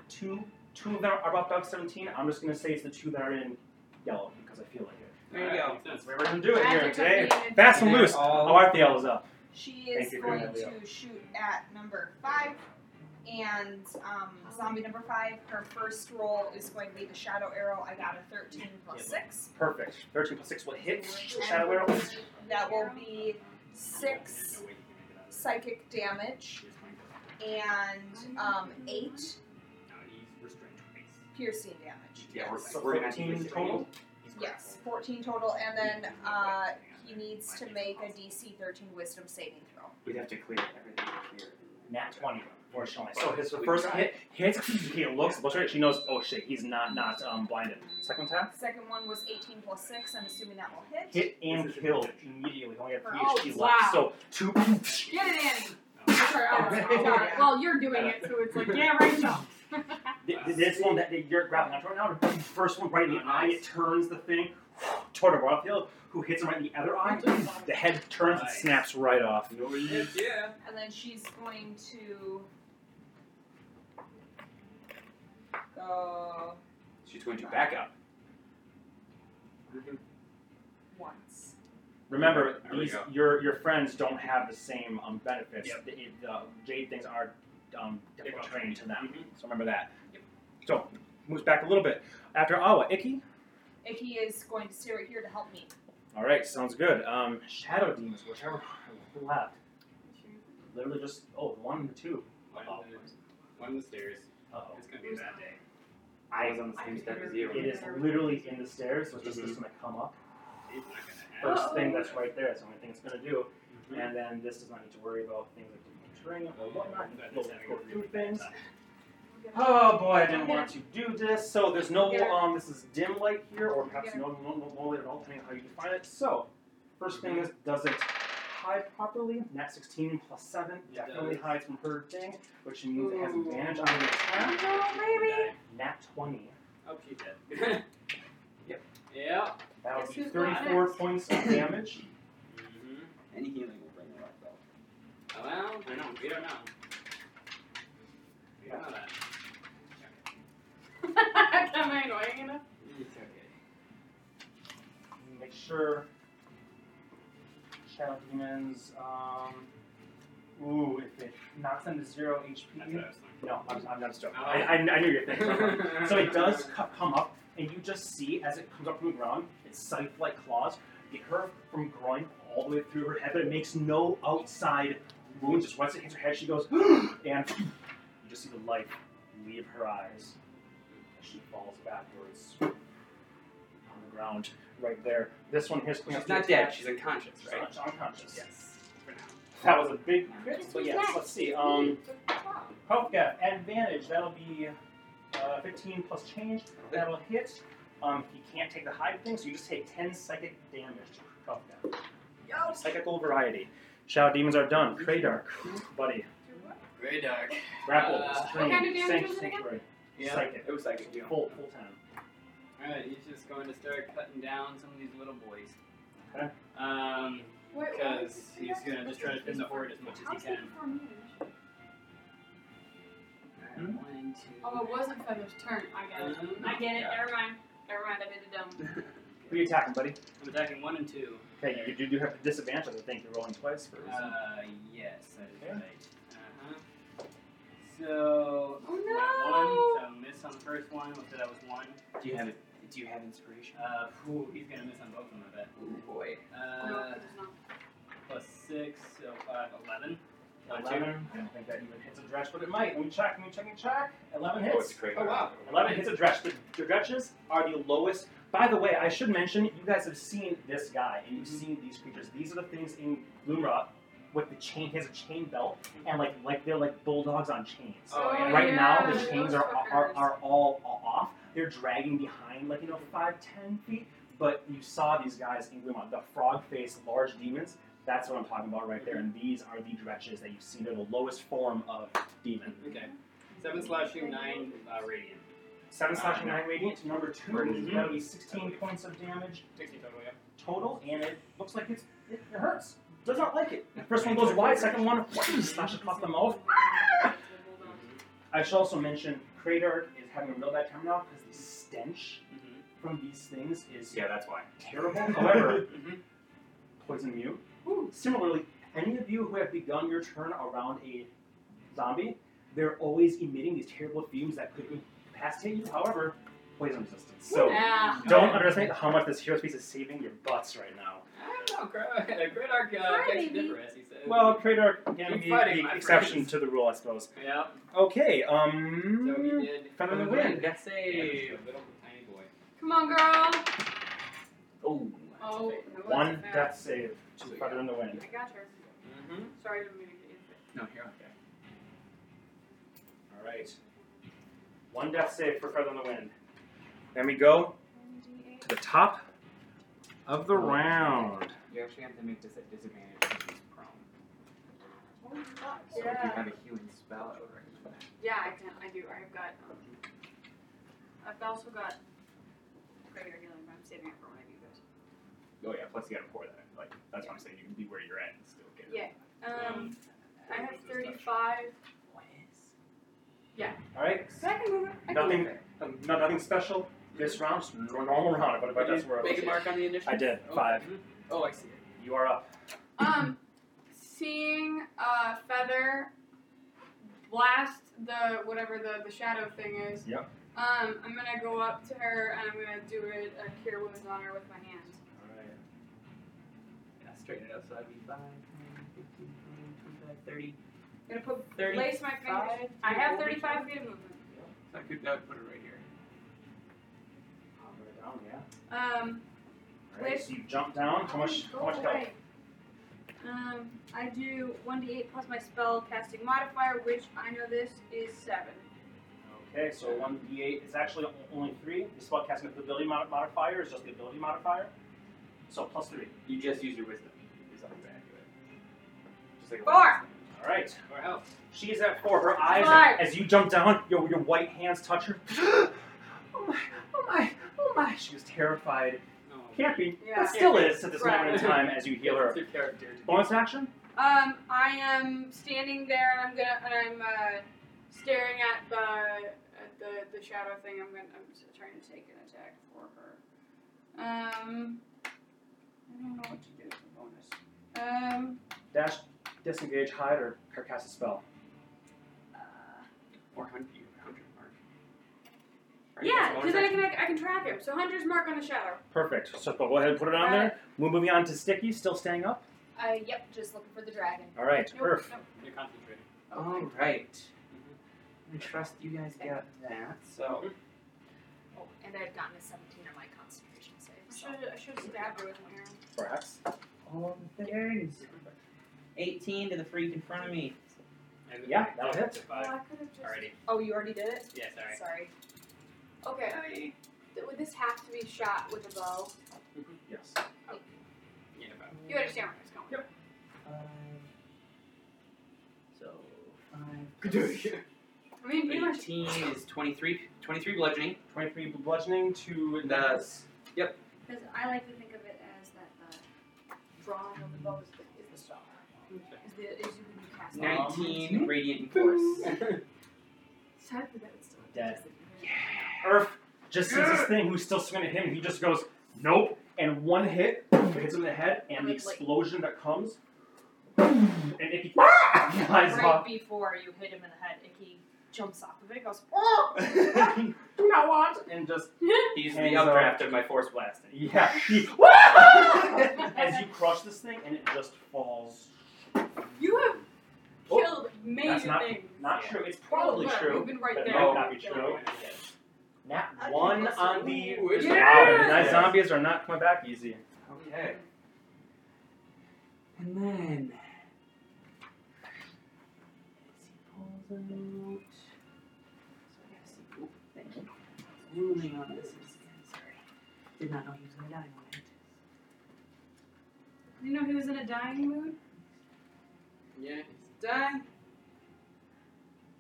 Speaker 3: 2. Two of them are above 17. I'm just going to say it's the two that are in yellow because I feel like it.
Speaker 2: There you go.
Speaker 7: Alright, makes sense.
Speaker 3: That's what we're gonna do it here
Speaker 4: Magic
Speaker 3: today.
Speaker 4: of the
Speaker 3: Fast and
Speaker 2: And they're
Speaker 3: loose.
Speaker 2: all-
Speaker 3: Oh, our Thiel is up.
Speaker 5: She is
Speaker 3: Thank you,
Speaker 5: going
Speaker 3: Cornelia.
Speaker 5: to shoot at number five. And um, zombie number five, her first roll is going to be the shadow arrow. I got a 13 plus 6.
Speaker 3: Perfect. 13 plus 6 will hit.
Speaker 5: And
Speaker 3: Shadow arrow.
Speaker 5: That will be
Speaker 7: um,
Speaker 5: 6 psychic damage and um, 8 piercing damage.
Speaker 2: Yeah, we're,
Speaker 3: So
Speaker 2: we're gonna
Speaker 3: 14
Speaker 2: have to
Speaker 3: total?
Speaker 5: Yes, 14 total. And then uh, he needs to make a DC 13 wisdom saving throw.
Speaker 2: We'd have to clear everything here.
Speaker 3: Nat 20, unfortunately. So his first hit hits. He looks, looks right. She knows, oh shit, he's not not um, blinded. Second attack.
Speaker 5: Second one was 18 plus 6. I'm assuming that will hit.
Speaker 3: Hit and kill immediately. Only have 3
Speaker 4: Oh,
Speaker 3: HP
Speaker 4: wow.
Speaker 3: left. So two.
Speaker 4: Get it, Annie.
Speaker 2: Oh.
Speaker 4: Sorry, I don't know. Sorry. Well, you're doing it, so it's like, yeah, right, no.
Speaker 3: Th- th- This one that that you're grabbing onto right now, the first one right in the eye, it turns the thing toward a Rothfield, who hits him right in the other eye. The head turns and
Speaker 7: Nice.
Speaker 3: snaps right off.
Speaker 7: Heck Oh, yeah.
Speaker 5: And then she's going to go
Speaker 2: She's going to back up.
Speaker 5: once.
Speaker 3: Remember,
Speaker 7: There we
Speaker 3: these
Speaker 7: go.
Speaker 3: your your friends don't have the same um, benefits.
Speaker 7: Yep.
Speaker 3: The, it, uh, Jade things are um, difficult
Speaker 7: Difficult.
Speaker 3: training to them,
Speaker 7: Mhm.
Speaker 3: so remember that.
Speaker 7: Yep.
Speaker 3: So moves back a little bit after Awa Icky.
Speaker 5: Icky is going to stay right here to help me.
Speaker 3: All right, sounds good. Um, Shadow demons, whichever are left, literally just oh one and two. Oh,
Speaker 7: One of the- One of the stairs.
Speaker 3: Uh oh.
Speaker 7: It's gonna be a bad day.
Speaker 2: I
Speaker 3: I
Speaker 2: was on the same step as
Speaker 3: it
Speaker 2: you.
Speaker 3: is literally in the stairs, so it's
Speaker 7: Mm-hmm.
Speaker 3: just, just gonna come up.
Speaker 7: It's not gonna
Speaker 3: First
Speaker 7: happen.
Speaker 3: thing that's right there, it's the only thing it's gonna do,
Speaker 7: Mhm.
Speaker 3: and then this does not need to worry about things like difficult terrain or whatnot.
Speaker 7: That
Speaker 3: Go
Speaker 7: is having a
Speaker 3: go
Speaker 7: really
Speaker 3: through things.
Speaker 7: bad time.
Speaker 3: Oh boy, I didn't want to do this. So there's no um, this is dim light here, or perhaps no no no, no light at all, depending on how you define it. So first thing is, does it hide properly? Nat 16 plus seven
Speaker 7: It
Speaker 3: definitely
Speaker 7: does.
Speaker 3: hides from her thing, which means it has
Speaker 5: Ooh.
Speaker 3: advantage on the attack.
Speaker 5: Oh,
Speaker 7: Die.
Speaker 3: Nat 20.
Speaker 7: Oh, she's dead. Yeah.
Speaker 3: That would
Speaker 4: Guess
Speaker 3: be
Speaker 4: who's got
Speaker 3: 34
Speaker 4: it?
Speaker 3: points of damage.
Speaker 7: Mm-hmm.
Speaker 6: Any healing will bring it up though.
Speaker 7: Well, I don't know. We don't know. We don't know that.
Speaker 4: Am I annoying enough?
Speaker 7: It's okay.
Speaker 3: Make sure. Shadow demons. Um, ooh, if it knocks them to zero
Speaker 7: That's what
Speaker 3: HP.
Speaker 7: I was thinking. Oh.
Speaker 3: No, I'm, I'm not joking. I, I, I knew your thing. So it does cu- come up, and you just see as it comes up from the ground, its scythe-like claws get her from groin all the way through her head, but it makes no outside wounds. Just once it hits her head, she goes, and you just see the light leave her eyes as she falls backwards on the ground right there. This one here's
Speaker 2: She's not dead. She's unconscious, right?
Speaker 3: She's unconscious.
Speaker 2: Yes. For now.
Speaker 3: That was a big crit, so yes, let's see. Um, Kovka, advantage. That'll be uh, 15 plus change. That'll hit. Um, he can't take the hide thing, so you just take 10 psychic damage to Kovka. Psychical variety. Shadow demons are done. Kradark, buddy.
Speaker 7: Very dark.
Speaker 3: Grapple,
Speaker 7: Uh, what
Speaker 3: strain,
Speaker 4: kind of damage
Speaker 3: sanct-
Speaker 4: was it again?
Speaker 3: sanctuary.
Speaker 7: Yeah.
Speaker 3: Psychic.
Speaker 6: It was like you know.
Speaker 3: Full, full time.
Speaker 7: Alright, he's just going to start cutting down some of these little boys.
Speaker 3: Okay.
Speaker 7: Um,
Speaker 1: Wait, wait,
Speaker 7: because he's gonna just try to pin the horde as much as he can.
Speaker 1: for me.
Speaker 7: Alright, one, two.
Speaker 4: Oh, it wasn't Feather's turn. I got it. I get it. Never mind. Never mind. I did it dumb.
Speaker 3: Who are you attacking, buddy?
Speaker 7: I'm attacking one and two.
Speaker 3: Okay, you, you do have the disadvantage, I think. You're rolling twice for
Speaker 7: Uh, yes, that is
Speaker 3: Yeah.
Speaker 7: right. Uh-huh. So,
Speaker 4: Oh,
Speaker 7: one, so miss on the first one, which that was one.
Speaker 2: Do you have it? Do you have inspiration?
Speaker 7: Uh, phew, he's gonna miss on both of them, I bet.
Speaker 2: Oh boy.
Speaker 4: No,
Speaker 7: Uh,
Speaker 4: it does not.
Speaker 7: plus six, so five, eleven. Uh, two.
Speaker 3: 11. I don't think that even hits a dredge, but it might. Let me check, let me check, let me check. 11 hits.
Speaker 6: Oh, it's crazy.
Speaker 7: Oh, wow.
Speaker 3: 11 hits a dredge. The, the dredges are the lowest. By the way, I should mention, you guys have seen this guy and you've seen these creatures. These are the things in Gloomrot with the chain. He has a chain belt and like like they're like bulldogs on chains.
Speaker 7: Oh, yeah.
Speaker 3: right now, the
Speaker 4: those
Speaker 3: chains are, are
Speaker 4: fuckers.
Speaker 3: are all off. They're dragging behind like you know five ten feet. But you saw these guys in Gloomrot, the frog faced large demons. That's what I'm talking about right there. And these are the dredges that you've seen. They're the lowest form of demon.
Speaker 7: Okay. Seven slashing, nine uh, radiant.
Speaker 3: Seven
Speaker 7: Uh,
Speaker 3: slashing,
Speaker 6: Um,
Speaker 3: nine radiant to number 2
Speaker 6: mm-hmm.
Speaker 7: Mhm.
Speaker 3: That'll be sixteen points of damage
Speaker 7: Sixty total, yeah.
Speaker 3: total, and it looks like it's it, it hurts. Does not like it. First one goes wide, second one slash across the mouth. I should also mention Kratar is having a real bad time now because the stench
Speaker 7: Mm-hmm.
Speaker 3: from these things is
Speaker 6: Yeah, that's why.
Speaker 3: terrible. However,
Speaker 2: Mm-hmm.
Speaker 7: Mhm.
Speaker 3: poison you. Similarly, any of you who have begun your turn around a zombie, they're always emitting these terrible fumes that could incapacitate you. However, poison resistance. So
Speaker 4: Yeah.
Speaker 3: don't underestimate how much this hero piece is saving your butts right now.
Speaker 7: I don't know, Gro- Oh, Great Arc uh,
Speaker 4: Sorry,
Speaker 7: catch
Speaker 4: baby.
Speaker 7: differ, as he says.
Speaker 3: Well, Kratar can
Speaker 7: Good
Speaker 3: be
Speaker 7: fighting,
Speaker 3: the
Speaker 7: my
Speaker 3: exception
Speaker 7: friends.
Speaker 3: to the rule, I suppose.
Speaker 7: yeah.
Speaker 3: Okay,
Speaker 7: So he
Speaker 1: Mm-hmm.
Speaker 3: um.
Speaker 7: did.
Speaker 3: Feather the
Speaker 7: Uh,
Speaker 3: Wind.
Speaker 2: That's a.
Speaker 7: Save. Little tiny boy.
Speaker 4: Come on, girl.
Speaker 6: Oh.
Speaker 4: Oh, no,
Speaker 3: One
Speaker 4: that's
Speaker 3: death save to
Speaker 7: So,
Speaker 3: Feather in the Wind.
Speaker 4: I got her.
Speaker 7: Mm-hmm.
Speaker 4: Sorry, I didn't mean to get you.
Speaker 2: No, here. Okay.
Speaker 3: Alright. One death save for Feather in the Wind. Then we go to the top of the round.
Speaker 2: You actually have to make this at disadvantage because he's prone. So if you
Speaker 1: Yeah.
Speaker 2: have a healing spell, I would recommend that.
Speaker 4: Yeah, I can. I do. I've got. Um, I've also got greater healing, but I'm saving it for one of you guys.
Speaker 6: Oh yeah. Plus you gotta pour that. Like that's what I'm saying. You can be where you're at and still get it.
Speaker 4: Yeah. Um, I
Speaker 6: Yeah,
Speaker 4: have
Speaker 6: just touch.
Speaker 4: 35.
Speaker 3: Alright,
Speaker 4: I can move it. I can
Speaker 3: Nothing-
Speaker 4: Move it.
Speaker 3: um, no, nothing special this round, just nor- normal round. What about
Speaker 2: Did
Speaker 3: that's where I
Speaker 2: Make
Speaker 3: was.
Speaker 2: a mark on the initiative.
Speaker 3: I did,
Speaker 2: Oh,
Speaker 3: five.
Speaker 2: mhm. Oh, I see.
Speaker 3: You are up.
Speaker 4: Um, seeing uh, Feather blast the whatever the, the shadow thing is.
Speaker 3: Yep.
Speaker 4: Um, I'm gonna go up to her and I'm gonna do it a cure wounds on her with my hand.
Speaker 3: Alright.
Speaker 2: Yeah, straighten it up so that'd be 5, 10, 15, 20, 25, 30.
Speaker 4: I'm gonna put
Speaker 2: Thirty
Speaker 4: place my fingers.
Speaker 2: five
Speaker 4: I have
Speaker 2: to
Speaker 4: 35 feet of movement.
Speaker 2: So I could uh, put it right here.
Speaker 3: I'll go down, yeah.
Speaker 4: Um,
Speaker 3: Alright, so you jump down. How much, how much health?
Speaker 4: Um, I do 1d8 plus my spell casting modifier, which I know this is 7.
Speaker 3: Okay, so one d8 is actually o- only three. The spellcasting ability mod- modifier is just the ability modifier, so plus three.
Speaker 6: You just use your wisdom. Is all you can do it. Just like a
Speaker 4: Four.
Speaker 6: wisdom.
Speaker 3: All right,
Speaker 7: Or health.
Speaker 3: she is at four. Her eyes,
Speaker 4: Five.
Speaker 3: as you jump down, your, your white hands touch her. oh my! Oh my! Oh ah, she was terrified.
Speaker 7: No.
Speaker 3: Can't be,
Speaker 4: Yeah.
Speaker 3: but still is at this
Speaker 4: Right.
Speaker 3: moment in time as you heal her.
Speaker 7: It's a character.
Speaker 3: Bonus action?
Speaker 4: Um, I am standing there and I'm gonna and I'm uh, staring at the at the the shadow thing. I'm gonna I'm s- trying to take an attack for her. Um, I don't know what to do for bonus. Um,
Speaker 3: Dash, disengage, hide, or, or cast a spell.
Speaker 7: Or hunt you, hunter mark. Right,
Speaker 4: yeah,
Speaker 7: that's
Speaker 4: because
Speaker 7: bonus
Speaker 4: I can I can track him. So hunter's mark on the shadow.
Speaker 3: Perfect. So go ahead and put it on
Speaker 4: Got
Speaker 3: there. We're moving on to Sticky, still staying up.
Speaker 5: Uh, yep, just looking for the dragon.
Speaker 3: All right,
Speaker 4: Nope,
Speaker 3: perf.
Speaker 4: nope.
Speaker 7: action. You're concentrating.
Speaker 2: All right. I trust you guys got that.
Speaker 6: So
Speaker 5: Oh, and I had gotten a 17 on my concentration save.
Speaker 4: I
Speaker 5: So.
Speaker 4: should I should stab her with my arrow.
Speaker 3: Perhaps.
Speaker 6: all the things.
Speaker 2: 18 to the freak in front of me.
Speaker 7: And the-
Speaker 3: Yeah, that'll
Speaker 7: that's
Speaker 3: hit.
Speaker 7: a Five.
Speaker 4: I could have just.
Speaker 7: Already.
Speaker 5: Oh, you already did it?
Speaker 7: Yeah, sorry.
Speaker 5: Sorry.
Speaker 4: Okay. Th- Would this have to be shot with a bow?
Speaker 3: Yes.
Speaker 7: Yeah, about.
Speaker 4: You understand where I was going.
Speaker 2: Five. So,
Speaker 7: Good
Speaker 2: 5.
Speaker 4: I mean, pretty much.
Speaker 2: 18 is 23, 23 bludgeoning.
Speaker 3: 23 bludgeoning to
Speaker 2: That's-
Speaker 1: Because I like to think of it as that the drawing of the bow is the, is the star. Is the is you when you cast it.
Speaker 2: 19 radiant force.
Speaker 1: Sadly, that would still
Speaker 3: Dead. Earth just sees this thing who's still swinging at him, and he just goes, nope. And one hit hits him in the head, and the
Speaker 5: Like, like-
Speaker 3: explosion that comes, and Icky flies
Speaker 5: right
Speaker 3: off.
Speaker 5: before you hit him in the head, Icky jumps off of it, goes, oh!
Speaker 3: Do not want. And just
Speaker 2: He's
Speaker 3: Hands
Speaker 2: the
Speaker 3: up.
Speaker 2: updraft of my force blasting.
Speaker 3: yeah. he- As you crush this thing, and it just falls.
Speaker 4: You have
Speaker 3: Oh,
Speaker 4: killed major
Speaker 3: that's not-
Speaker 4: things.
Speaker 3: Not true. It's probably
Speaker 4: Well,
Speaker 3: true.
Speaker 4: You've been right
Speaker 3: but
Speaker 4: there.
Speaker 3: it might not be true. Nat one
Speaker 8: that's
Speaker 3: on the.
Speaker 7: Ooh, it's
Speaker 3: Wow,
Speaker 4: Yes!
Speaker 3: night zombies are not coming back easy.
Speaker 6: Okay.
Speaker 2: And then. As he pulls out. So I gotta see. Oop, thank you. Ruling on this is again, sorry. Did not know he was gonna die on it.
Speaker 4: You know he was in a dying mood.
Speaker 7: Yeah, it's
Speaker 2: Die!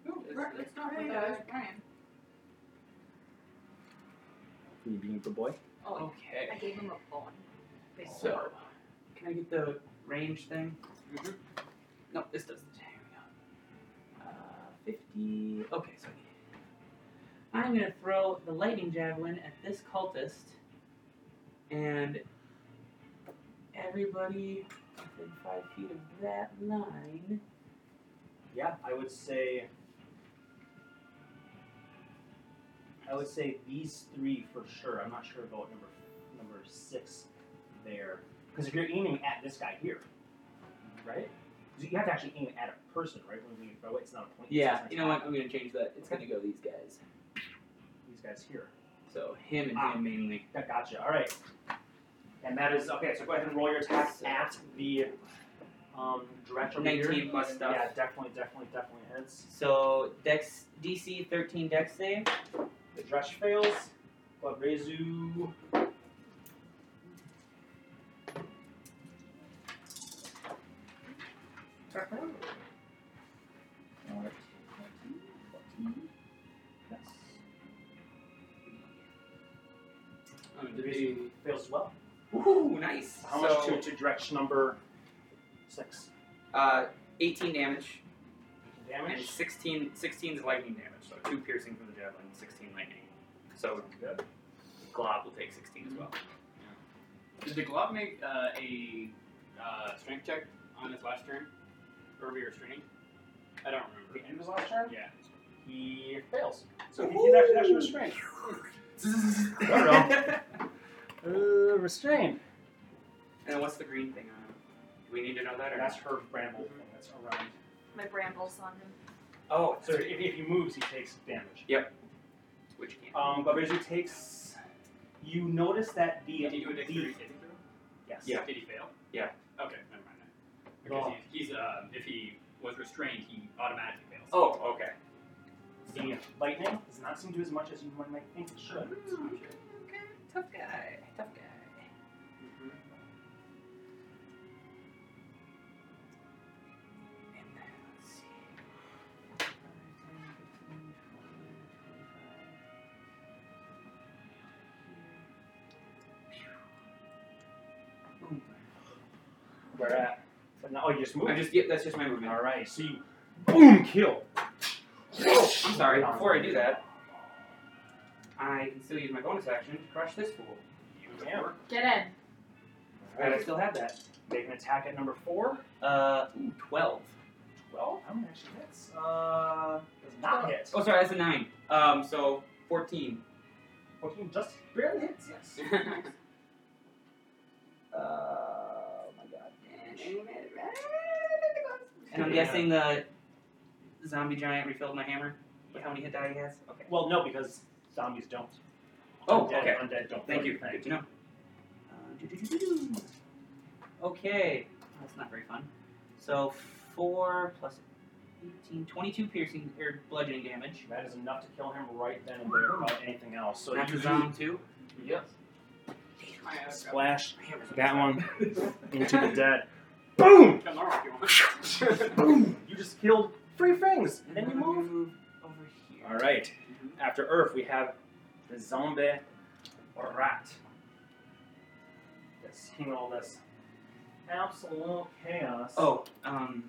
Speaker 4: No,
Speaker 7: That's
Speaker 4: right,
Speaker 7: right.
Speaker 4: that's not
Speaker 1: Right,
Speaker 4: what
Speaker 1: uh,
Speaker 4: I was planning.
Speaker 3: You being good boy.
Speaker 5: Oh,
Speaker 7: okay.
Speaker 5: I gave him a bone.
Speaker 2: So, can I get the range thing?
Speaker 7: Mhm.
Speaker 2: No, this doesn't. Here we go. Uh, 50. Okay, so I am going to throw the lightning javelin at this cultist, and everybody within five feet of that line.
Speaker 6: Yeah, I would say. I would say these three for sure. I'm not sure about number number six there, because if you're aiming at this guy here, right? 'Cause You have to actually aim at a person, right? When you throw it, it's not a point. it's
Speaker 2: Yeah,
Speaker 6: just an
Speaker 2: you know what?
Speaker 6: attack.
Speaker 2: I'm going to change that. It's going to go these guys.
Speaker 6: These guys here.
Speaker 2: So, him and
Speaker 6: Ah.
Speaker 2: him mainly.
Speaker 6: That gotcha. All right. And that is okay. So go ahead and roll your attack at the um director meter.
Speaker 2: 19 plus stuff.
Speaker 6: Yeah, definitely, definitely, definitely hits.
Speaker 2: So, dex DC 13 dex save.
Speaker 6: The Dresh fails. But Rezu. Oh, Yes.
Speaker 7: Oh, did
Speaker 6: Rezu
Speaker 7: they-
Speaker 6: fails as well.
Speaker 2: Ooh, nice.
Speaker 3: How
Speaker 2: so,
Speaker 3: much to, to direct number six?
Speaker 2: Uh, 18 damage and
Speaker 6: Damage.
Speaker 2: 16, 16 is lightning damage, so 2 piercing from the javelin, 16 lightning. So
Speaker 6: Good.
Speaker 2: Glob will take 16 as well.
Speaker 7: Did the glove make uh, a uh, strength check on his last turn? Or we were straining? I don't
Speaker 6: The
Speaker 7: remember.
Speaker 6: end of his last turn.
Speaker 7: Yeah.
Speaker 6: He fails. So he did actually extra restraint.
Speaker 3: There Uh, restrained.
Speaker 2: and what's the green thing on him? Do we need to know that or
Speaker 6: That's
Speaker 2: not?
Speaker 6: her bramble thing. That's around.
Speaker 5: My brambles on him.
Speaker 2: Oh,
Speaker 6: So if, if he moves, he takes damage.
Speaker 2: Which can't.
Speaker 6: Um, but Rezu takes. You notice that the
Speaker 7: Did he do a dexterity
Speaker 6: the
Speaker 7: saving throw?
Speaker 6: yes
Speaker 2: Yeah.
Speaker 7: Did he fail?
Speaker 2: Yeah.
Speaker 7: Okay, never mind that. Because
Speaker 6: Oh.
Speaker 7: he's, he's uh, if he was restrained, he automatically fails.
Speaker 2: oh, okay.
Speaker 6: the lightning does not seem to do as much as you might think it should.
Speaker 2: Okay, tough guy. Tough guy. And then, let's see. Five, ten, fifteen, twenty, twenty-five.
Speaker 3: Where at? But now, oh, you just moved.
Speaker 7: I just yeah, that's just my movement.
Speaker 3: All right. So you, boom, kill.
Speaker 7: I'm sorry. Before I do that, I can still use my bonus action to crush this fool.
Speaker 3: You can. All
Speaker 4: Get in.
Speaker 7: And I
Speaker 3: right.
Speaker 7: still have that.
Speaker 3: Make an attack at number four.
Speaker 7: Uh, ooh, twelve.
Speaker 3: Twelve. How many actually hits? Uh, does not hit.
Speaker 7: Oh, sorry, that's a nine. Um, so fourteen.
Speaker 3: Fourteen just barely hits. Yes. Uh, oh my God.
Speaker 7: And I'm guessing the zombie giant refilled my hammer with how many hit die he has. Okay.
Speaker 3: Well, no, because zombies don't.
Speaker 7: Oh,
Speaker 3: Undead-
Speaker 7: okay.
Speaker 3: Undead don't.
Speaker 7: Thank
Speaker 3: do
Speaker 7: you.
Speaker 3: anything.
Speaker 7: Good to know. Uh, doo-doo-doo-doo-doo. Okay. That's not very fun. So, 4 plus 18, 22 piercing or bludgeoning damage.
Speaker 3: That is enough to kill him right then and there without anything else. So
Speaker 7: That's
Speaker 3: you
Speaker 7: a zone 2.
Speaker 2: Yep.
Speaker 3: splash
Speaker 7: Hammer's
Speaker 3: that one into the dead.
Speaker 7: Boom!
Speaker 3: Boom! You just killed three things, and you move.
Speaker 7: over here.
Speaker 3: All right. After Earth, we have the zombie rat. That's seeing all this absolute chaos.
Speaker 7: Oh, um.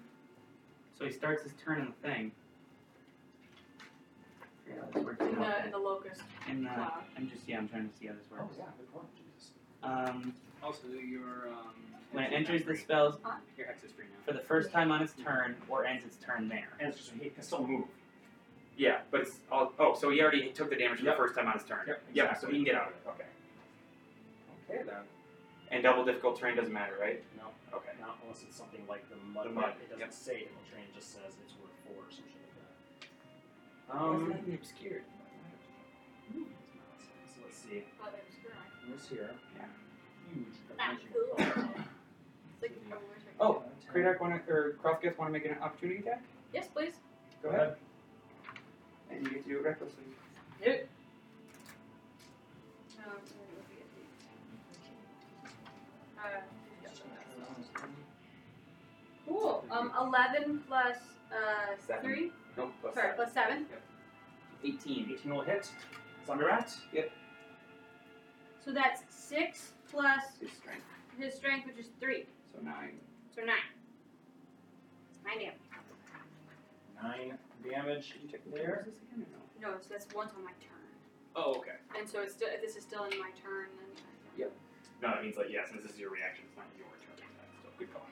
Speaker 7: So he starts his turn in the thing. Figure out how this works
Speaker 4: In the, in
Speaker 7: out.
Speaker 4: the locust
Speaker 7: And uh,
Speaker 4: cloud.
Speaker 7: I'm just, yeah, I'm trying to see how this
Speaker 3: Oh,
Speaker 7: works.
Speaker 3: yeah, good point. Jesus.
Speaker 7: Um, Also, your um, when when it it enters the this spells your hex is free now. for the first time on its turn or ends its turn there.
Speaker 3: And it's just, he can still move.
Speaker 7: Yeah, but it's all. Oh, so he already took the damage
Speaker 3: Yep.
Speaker 7: the first time on his turn.
Speaker 3: Yeah.
Speaker 7: so he can get out of it.
Speaker 3: Okay. Okay then.
Speaker 7: And double difficult terrain doesn't matter, right?
Speaker 3: No,
Speaker 7: Okay.
Speaker 3: not unless it's something like the mud.
Speaker 7: The mud,
Speaker 3: It doesn't
Speaker 7: yep.
Speaker 3: say it. The train it just says it's worth four or something like that.
Speaker 7: Um,
Speaker 3: obscured. Hmm, So let's see.
Speaker 1: But it was good.
Speaker 3: This here. Hmm.
Speaker 7: Yeah.
Speaker 3: Huge.
Speaker 1: That's
Speaker 3: dimension.
Speaker 1: cool. It's like
Speaker 7: Yeah.
Speaker 1: a wish I could-
Speaker 7: Oh, Kradak want to or Crossgift want to make an opportunity attack?
Speaker 1: Yes, please.
Speaker 3: Go ahead.
Speaker 7: And you get to do it recklessly.
Speaker 1: Um, and then it would be a D10. Uh,
Speaker 4: Cool. Um, 11 plus uh,
Speaker 7: Seven.
Speaker 4: 3.
Speaker 7: Nope. plus
Speaker 4: Sorry,
Speaker 7: seven.
Speaker 4: plus 7.
Speaker 7: Eighteen.
Speaker 3: 18 will hit. Zombie rat.
Speaker 4: So that's 6 plus
Speaker 7: His strength.
Speaker 4: his strength, which is 3.
Speaker 7: So nine.
Speaker 4: So 9. 9 damage.
Speaker 3: Nine damage
Speaker 7: Did you take the
Speaker 3: there.
Speaker 7: this again or no?
Speaker 4: No, so that's once on my turn.
Speaker 7: Oh, okay.
Speaker 4: And so it's still, if this is still in my turn, then
Speaker 7: No, that means like yeah, since this is your reaction, it's not your turn. That's still good call.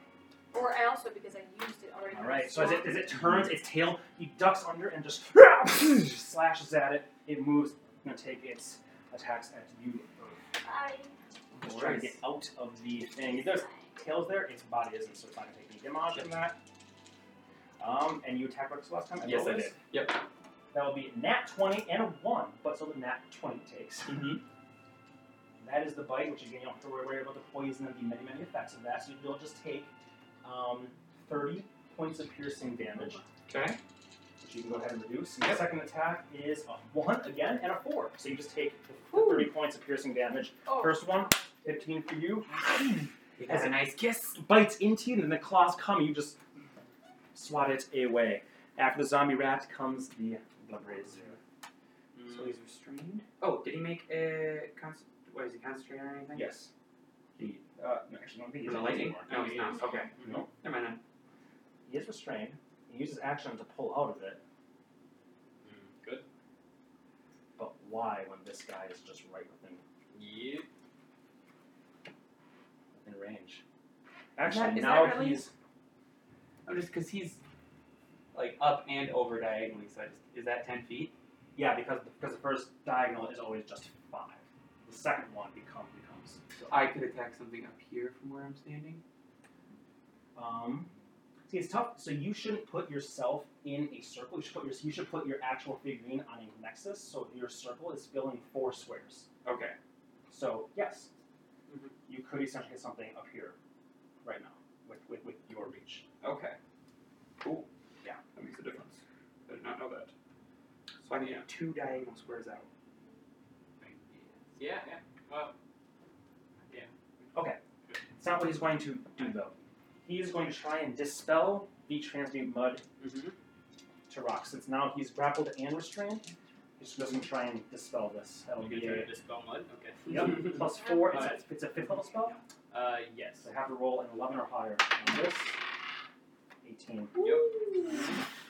Speaker 4: Or I also, because I used it already.
Speaker 3: All right. So as it, as it
Speaker 7: Mhm.
Speaker 3: turns its tail, he ducks under and just slashes at it. It moves. Going to take its attacks at you.
Speaker 1: I
Speaker 3: Just trying to get out of the thing. If There's tails there. Its body isn't, so it's not going to take any damage from that. Um, and you attack Rex last time.
Speaker 7: Yes, I
Speaker 3: always?
Speaker 7: did. Yep.
Speaker 3: That will be a nat 20 and a 1, but so the nat 20 takes.
Speaker 7: Mhm.
Speaker 3: That is the bite, which again, you don't have to worry about the poison and the many, many effects of that. So you'll just take um, 30 points of piercing damage,
Speaker 7: Okay.
Speaker 3: which you can go ahead and reduce. And the second attack is a 1 again and a 4. So you just take the 30 points of piercing damage.
Speaker 4: Oh.
Speaker 3: First one, 15 for you.
Speaker 7: It
Speaker 3: has a
Speaker 7: nice kiss.
Speaker 3: bites into you, and then the claws come, and you just swat it away. After the zombie rat comes the blubberizoo.
Speaker 7: So he's restrained. Oh, did he make a con? What is he concentrating on anything?
Speaker 3: Yes. He, uh, no, actually, I don't think
Speaker 7: Is
Speaker 3: he's
Speaker 7: it lightning? No, he's
Speaker 3: he
Speaker 7: not.
Speaker 3: is-
Speaker 7: Okay.
Speaker 3: No,
Speaker 7: Never mind then.
Speaker 3: he is restrained. He uses action to pull out of it,
Speaker 7: Mm, Good.
Speaker 3: but why when this guy is just right within,
Speaker 7: Yep.
Speaker 3: within range? Actually,
Speaker 7: that- is
Speaker 3: now
Speaker 7: that really-
Speaker 3: he's.
Speaker 7: Oh, just because he's like up and over diagonally. So I just is that ten feet?
Speaker 3: Yeah, because because the first diagonal is always just five. The second one become becomes.
Speaker 7: I could attack something up here from where I'm standing.
Speaker 3: Um, see, it's tough. So you shouldn't put yourself in a circle. You should put your you should put your actual figurine on a nexus. So your circle is filling four squares.
Speaker 7: Okay.
Speaker 3: So yes,
Speaker 7: Mhm.
Speaker 3: you could essentially get something up here, right now, with with, with your reach.
Speaker 7: Okay. Cool.
Speaker 3: Yeah.
Speaker 7: That makes a difference. I did not know that. So I need two diagonal squares out.
Speaker 2: Yeah, yeah.
Speaker 3: It's not what he's going to do though. He is going to try and dispel the transmute mud
Speaker 7: Mm-hmm.
Speaker 3: to rock. Since now he's grappled and restrained, he's just going to try and dispel this. That'll
Speaker 7: You
Speaker 3: be
Speaker 7: can try
Speaker 3: a
Speaker 7: to dispel mud. Okay.
Speaker 3: yep, plus four. It's a, it's a fifth level spell.
Speaker 7: Uh, Uh, yes.
Speaker 3: So I have to roll an 11 or higher on this. 18.
Speaker 7: Yep.